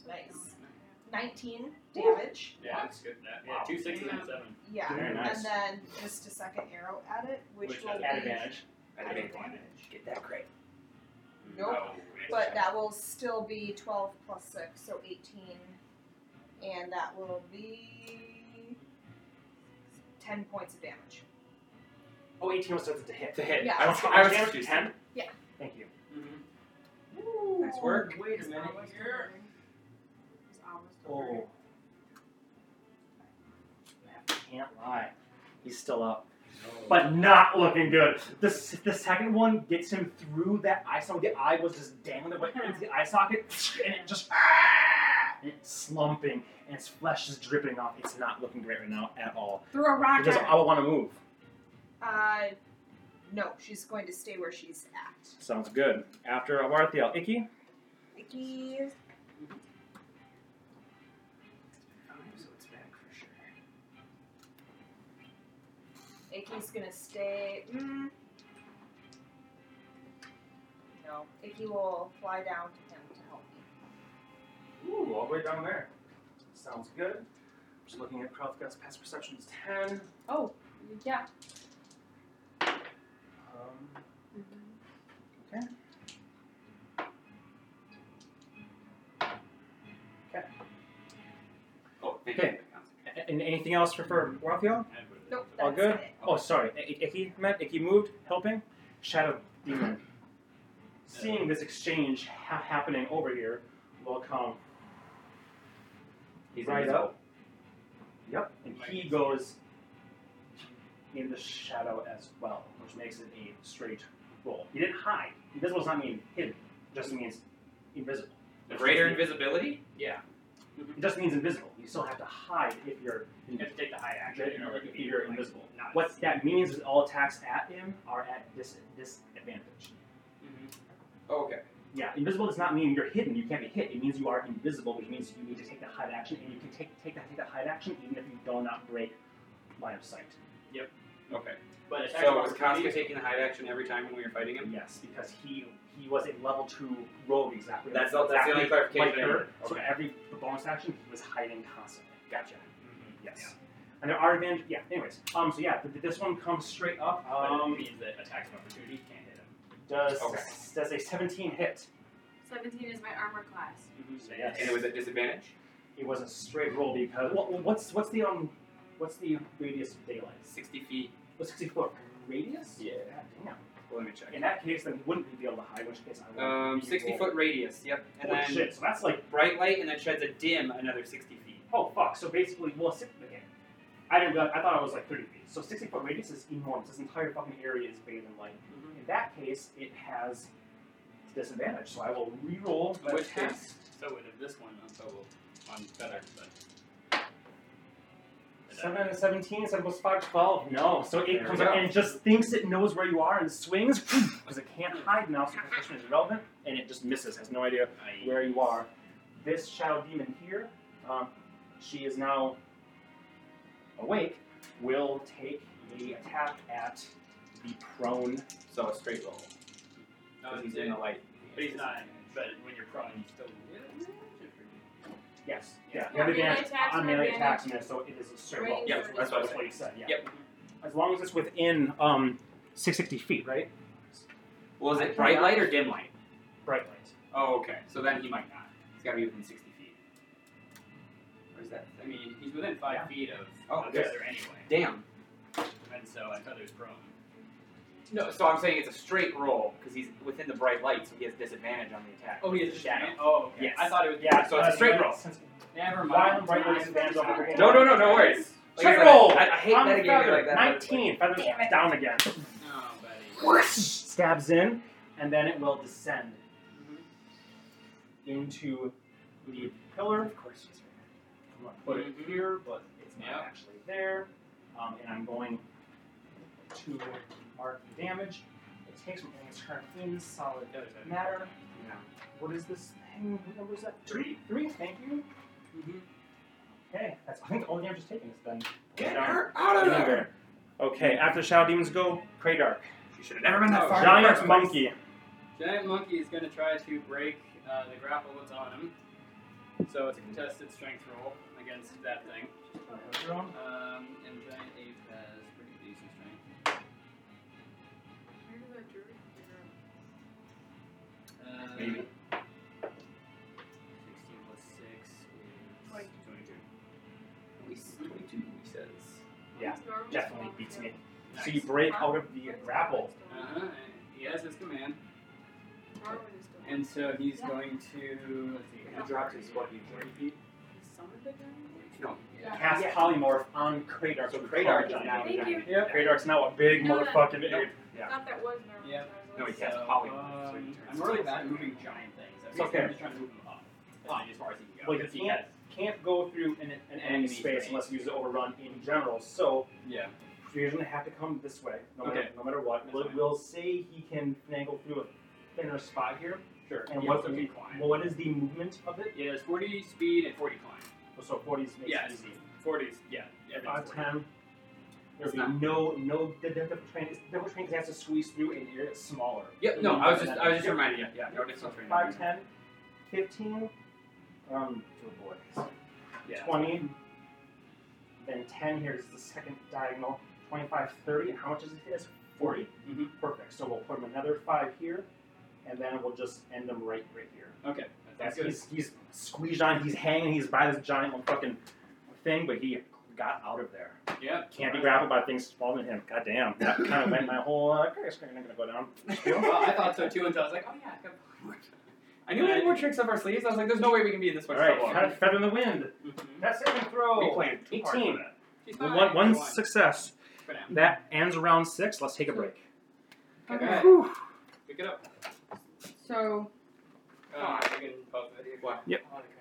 Speaker 5: Nice, nineteen damage.
Speaker 7: Yeah, that's good. That, yeah,
Speaker 3: Wow.
Speaker 7: two sixes and a seven.
Speaker 5: Yeah,
Speaker 3: Very nice.
Speaker 5: and then just a second arrow at it, which,
Speaker 7: Which
Speaker 5: will
Speaker 7: has
Speaker 5: be
Speaker 3: At advantage.
Speaker 5: at
Speaker 2: Advantage.
Speaker 5: advantage.
Speaker 2: Get that crit.
Speaker 5: Nope.
Speaker 7: Oh, it's-
Speaker 5: But that will still be 12 plus 6, so 18. And that will be 10 points of damage.
Speaker 3: Oh, 18 was set to hit.
Speaker 2: To hit.
Speaker 5: Yeah.
Speaker 3: I was, I was damage to 10?
Speaker 5: Yeah.
Speaker 3: Thank you.
Speaker 7: Mhm.
Speaker 2: Nice work.
Speaker 7: Wait
Speaker 1: It's almost over. It's almost over.
Speaker 3: Oh. Can't lie. He's still up. But not looking good. The, s- the second one gets him through that eye socket. The eye was just down the way into the eye socket, and it just. ah! And it's slumping, and its flesh is dripping off. It's not looking great right now at all.
Speaker 4: Throw a rock
Speaker 3: Because
Speaker 4: at
Speaker 3: I want to move.
Speaker 5: Uh, no, she's going to stay where she's at.
Speaker 3: Sounds good. After Awarthiel, Icky.
Speaker 5: Icky.
Speaker 2: So it's back for sure.
Speaker 5: Icky's gonna stay. Mm. No, Icky will fly down to him to help me.
Speaker 3: Ooh, all the way down there. Sounds good. Just looking at Krovka's past perceptions 10.
Speaker 4: it. Yeah.
Speaker 3: Um, Okay.
Speaker 2: Oh, thank
Speaker 3: Okay. A- And anything else for, for Raphael?
Speaker 7: And what is it?
Speaker 5: Nope, that's
Speaker 3: All good?
Speaker 5: it.
Speaker 3: Oh, sorry. I- I- Icky met. Icky moved, helping. Shadow Demon. Seeing this exchange ha- happening over here, will come
Speaker 2: He's
Speaker 3: right
Speaker 2: invisible.
Speaker 3: up. Yep. And he goes in the shadow as well, which makes it a straight roll. He didn't hide. Invisible does not mean hidden. It just means invisible.
Speaker 2: The greater invisibility?
Speaker 7: Yeah.
Speaker 3: It just means invisible. You still have to hide if you're
Speaker 7: You have to take the high action in order to
Speaker 3: if
Speaker 7: be
Speaker 3: you're
Speaker 7: like,
Speaker 3: invisible.
Speaker 7: Not
Speaker 3: What that means is all attacks at him are at dis- disadvantage.
Speaker 7: Mm-hmm.
Speaker 2: Oh, okay.
Speaker 3: Yeah, invisible does not mean you're hidden. You can't be hit. It means you are invisible, which means you need to take the hide action, and you can take take that take that hide action even if you do not break line of sight.
Speaker 2: Okay.
Speaker 7: But attack
Speaker 2: So was
Speaker 7: opportunity-
Speaker 2: Casca taking the hide action every time when we were fighting him?
Speaker 3: Yes, because he he was a level two rogue exactly.
Speaker 2: That's the- that's the only
Speaker 3: exactly
Speaker 2: clarification I
Speaker 3: Like her.
Speaker 2: needed.
Speaker 3: So
Speaker 2: Okay.
Speaker 3: every bonus action he was hiding constantly. Gotcha.
Speaker 7: Mhm.
Speaker 3: Yes. And there are advantage. Yeah. Anyways, um. So yeah, th- th- this one comes straight up.
Speaker 7: But it
Speaker 3: Um.
Speaker 7: means that attacks of opportunity can't hit him.
Speaker 3: Does
Speaker 2: Okay.
Speaker 3: does a seventeen hit?
Speaker 4: 17 is my armor class.
Speaker 3: So yes.
Speaker 2: Mm-hmm. And it was at disadvantage?
Speaker 3: It was a straight roll because what, what's what's the um what's the radius of daylight?
Speaker 2: 60 feet.
Speaker 3: What's sixty four radius?
Speaker 2: Yeah.
Speaker 3: God damn.
Speaker 2: Well, let me check.
Speaker 3: In that case, then he wouldn't be able to hide. In which case, I would.
Speaker 2: Um,
Speaker 3: be
Speaker 2: 60
Speaker 3: rolled.
Speaker 2: foot radius, yep. And
Speaker 3: Holy
Speaker 2: then
Speaker 3: shit! So that's like
Speaker 2: bright light, and then sheds a dim another 60 feet.
Speaker 3: oh fuck. So basically, well, six, okay. I didn't. realize- I thought it was like thirty feet. So sixty foot radius is enormous. This entire fucking area is bathed in light.
Speaker 7: Mm-hmm.
Speaker 3: In that case, it has disadvantage. So I will re-roll. my
Speaker 7: Which
Speaker 3: attack.
Speaker 7: case, so would have this one on total on better, but
Speaker 3: Seven and seventeen, seven plus five, twelve. No, so
Speaker 2: There
Speaker 3: it comes
Speaker 2: we
Speaker 3: up
Speaker 2: go.
Speaker 3: and just thinks it knows where you are and swings because it can't hide now, so position is irrelevant, and it just misses. Has no idea
Speaker 7: I-
Speaker 3: where you are. This shadow demon here, um, she is now awake. Will take the attack at be prone, so a straight roll. 'cause he's in the light.
Speaker 7: But he's not. But when you're prone, you still.
Speaker 3: Yes.
Speaker 7: Yeah.
Speaker 3: Yeah. You have
Speaker 4: Melee
Speaker 3: advantage
Speaker 4: attacks
Speaker 3: on
Speaker 4: and
Speaker 3: melee
Speaker 4: advantage.
Speaker 3: attacks, and that, so it is a straight roll.
Speaker 4: Range
Speaker 7: Yep,
Speaker 4: or
Speaker 7: that's what I
Speaker 3: That's
Speaker 7: said.
Speaker 3: what you said. Yeah.
Speaker 7: Yep.
Speaker 3: As long as it's within um, 660 feet, right?
Speaker 7: Well, is
Speaker 3: I
Speaker 7: it
Speaker 3: can
Speaker 7: bright
Speaker 3: be
Speaker 7: light or
Speaker 3: honest.
Speaker 7: dim light?
Speaker 3: Bright light.
Speaker 7: Oh, okay. So then he might not. He's got to be within sixty feet. Or is that? I mean, he's within five
Speaker 3: Yeah.
Speaker 7: feet of,
Speaker 2: Oh,
Speaker 7: of
Speaker 2: okay.
Speaker 7: the other anyway.
Speaker 2: Damn.
Speaker 7: And so I thought it was prone.
Speaker 2: No,
Speaker 7: so-
Speaker 2: so I'm saying it's a straight roll because he's within the bright light, so he has disadvantage on the attack.
Speaker 7: Oh, he has
Speaker 2: has shadow.
Speaker 7: Oh, okay.
Speaker 2: Yes.
Speaker 7: I thought it was.
Speaker 3: Yeah,
Speaker 2: so it's a straight roll.
Speaker 7: Never
Speaker 3: Wild
Speaker 7: mind.
Speaker 3: and bright light disadvantage on the
Speaker 2: No, no, no, no worries. Like I
Speaker 3: Straight
Speaker 2: said, I-
Speaker 3: roll!
Speaker 2: I, I hate
Speaker 3: on the
Speaker 2: metagaming
Speaker 3: feather,
Speaker 2: like that. but it's like-
Speaker 3: 19. Feathers
Speaker 8: Damn it.
Speaker 3: down again.
Speaker 7: No,
Speaker 6: Oh,
Speaker 7: buddy.
Speaker 3: Stabs in, and then it will descend into the pillar. Of course, I'm going to put it
Speaker 7: Mhm.
Speaker 3: here, but it's not
Speaker 7: Yep.
Speaker 3: actually there. Um, and I'm going to mark the damage. It takes from its turn in solid
Speaker 7: The other side.
Speaker 3: matter.
Speaker 2: Yeah.
Speaker 3: What is this thing? What number is that?
Speaker 7: Three.
Speaker 3: Three, thank you. Mm-hmm.
Speaker 7: Mhm.
Speaker 3: Okay, that's I think all the damage is taken is then.
Speaker 2: Get
Speaker 3: down.
Speaker 2: her out of there!
Speaker 3: Okay, after the Shadow Demons go, Kradark.
Speaker 2: She should have never been that
Speaker 7: Oh,
Speaker 2: far. in the
Speaker 3: Giant
Speaker 2: first place.
Speaker 3: monkey.
Speaker 7: Giant monkey is going to try to break uh, the grapple that's on him. So it's a contested strength roll against that thing. Um, and giant ape has pretty decent strength. Uh,
Speaker 3: Maybe.
Speaker 7: 16 plus 6 is 22. 22, he says.
Speaker 3: Yeah, Definitely beats me. So you break out of the grapple.
Speaker 7: Uh-huh. He has his command. And so he's going to. Let's see.
Speaker 2: He dropped his, what, he 40 feet? No.
Speaker 4: Yeah.
Speaker 3: Cast polymorph on Kradark.
Speaker 2: So Kradark is
Speaker 3: Giant
Speaker 2: now-
Speaker 3: ape.
Speaker 4: Thank you.
Speaker 7: Yep.
Speaker 3: Kradark's now a big
Speaker 4: No, no.
Speaker 3: motherfucking
Speaker 7: Nope.
Speaker 3: ape. Yeah.
Speaker 4: Thought that was Norman.
Speaker 7: Yeah.
Speaker 4: so I
Speaker 2: No,
Speaker 4: was
Speaker 2: he
Speaker 4: like,
Speaker 2: cast
Speaker 7: So,
Speaker 2: poly. so he
Speaker 7: Um,
Speaker 2: turns
Speaker 7: I'm really
Speaker 2: himself.
Speaker 7: bad at moving giant things. At
Speaker 3: It's
Speaker 7: least
Speaker 3: okay.
Speaker 7: I'm just trying to move them up.
Speaker 3: Up.
Speaker 7: As far as he can go.
Speaker 3: Well, you
Speaker 7: He
Speaker 3: can't
Speaker 7: has-
Speaker 3: can't go through an, an enemy
Speaker 7: Enemy
Speaker 3: space
Speaker 7: space.
Speaker 3: unless you use the overrun in general. So
Speaker 7: Yeah.
Speaker 3: you're gonna have to come this way, no matter
Speaker 7: Okay.
Speaker 3: no matter what.
Speaker 7: That's
Speaker 3: We'll,
Speaker 7: fine.
Speaker 3: we'll say he can finagle through a thinner spot here.
Speaker 7: Sure.
Speaker 3: And
Speaker 7: he
Speaker 3: what
Speaker 7: also
Speaker 3: do
Speaker 7: can
Speaker 3: you-
Speaker 7: climb.
Speaker 3: Well, what is the movement of it?
Speaker 7: Yeah, it's 40 speed and 40 climb.
Speaker 3: So 40s makes
Speaker 7: Yeah,
Speaker 3: it
Speaker 7: it's
Speaker 3: easy.
Speaker 7: 40s. Yeah. everything's
Speaker 3: 5,
Speaker 7: 40.
Speaker 3: 10. There'll
Speaker 7: It's
Speaker 3: be
Speaker 7: not-
Speaker 3: no no the double train. Double train has to squeeze through an area that's smaller.
Speaker 2: Yep, no, I was just, I was just reminding you. Yeah, no distance right now.
Speaker 3: 5, 10, 15, um, oh boy,
Speaker 7: Yeah.
Speaker 3: 20, then 10 here is the second diagonal, 25, 30, and how much is it? It's 40?
Speaker 7: Mhm.
Speaker 3: Perfect. So we'll put him another 5 here, and then we'll just end him right right here.
Speaker 7: Okay. That's
Speaker 3: That's
Speaker 7: good.
Speaker 3: he's, he's squeezed on, he's hanging, he's by this giant little fucking thing, but he got out of there.
Speaker 7: Yeah.
Speaker 3: Can't be grappled by things smaller than him. God damn. That kind of went my whole, uh, okay, it's gonna go down.
Speaker 7: well, I thought so too until I was like, oh yeah, I got more. I knew we had more tricks up our sleeves. I was like, there's no way we can be in this much
Speaker 3: Alright,
Speaker 7: trouble.
Speaker 3: kind of feather in the wind.
Speaker 7: Mhm.
Speaker 3: That's saving throw.
Speaker 2: We played two parts of
Speaker 3: 18.
Speaker 2: that.
Speaker 7: She's
Speaker 3: One-
Speaker 7: fine.
Speaker 3: one- one
Speaker 7: Go on.
Speaker 3: success.
Speaker 7: For now.
Speaker 3: That ends round six. Let's take a break.
Speaker 7: Okay.
Speaker 3: Whew.
Speaker 7: Pick it up.
Speaker 4: So
Speaker 7: Uh, I can pause it.
Speaker 2: What?
Speaker 3: Yep.
Speaker 2: I wanna come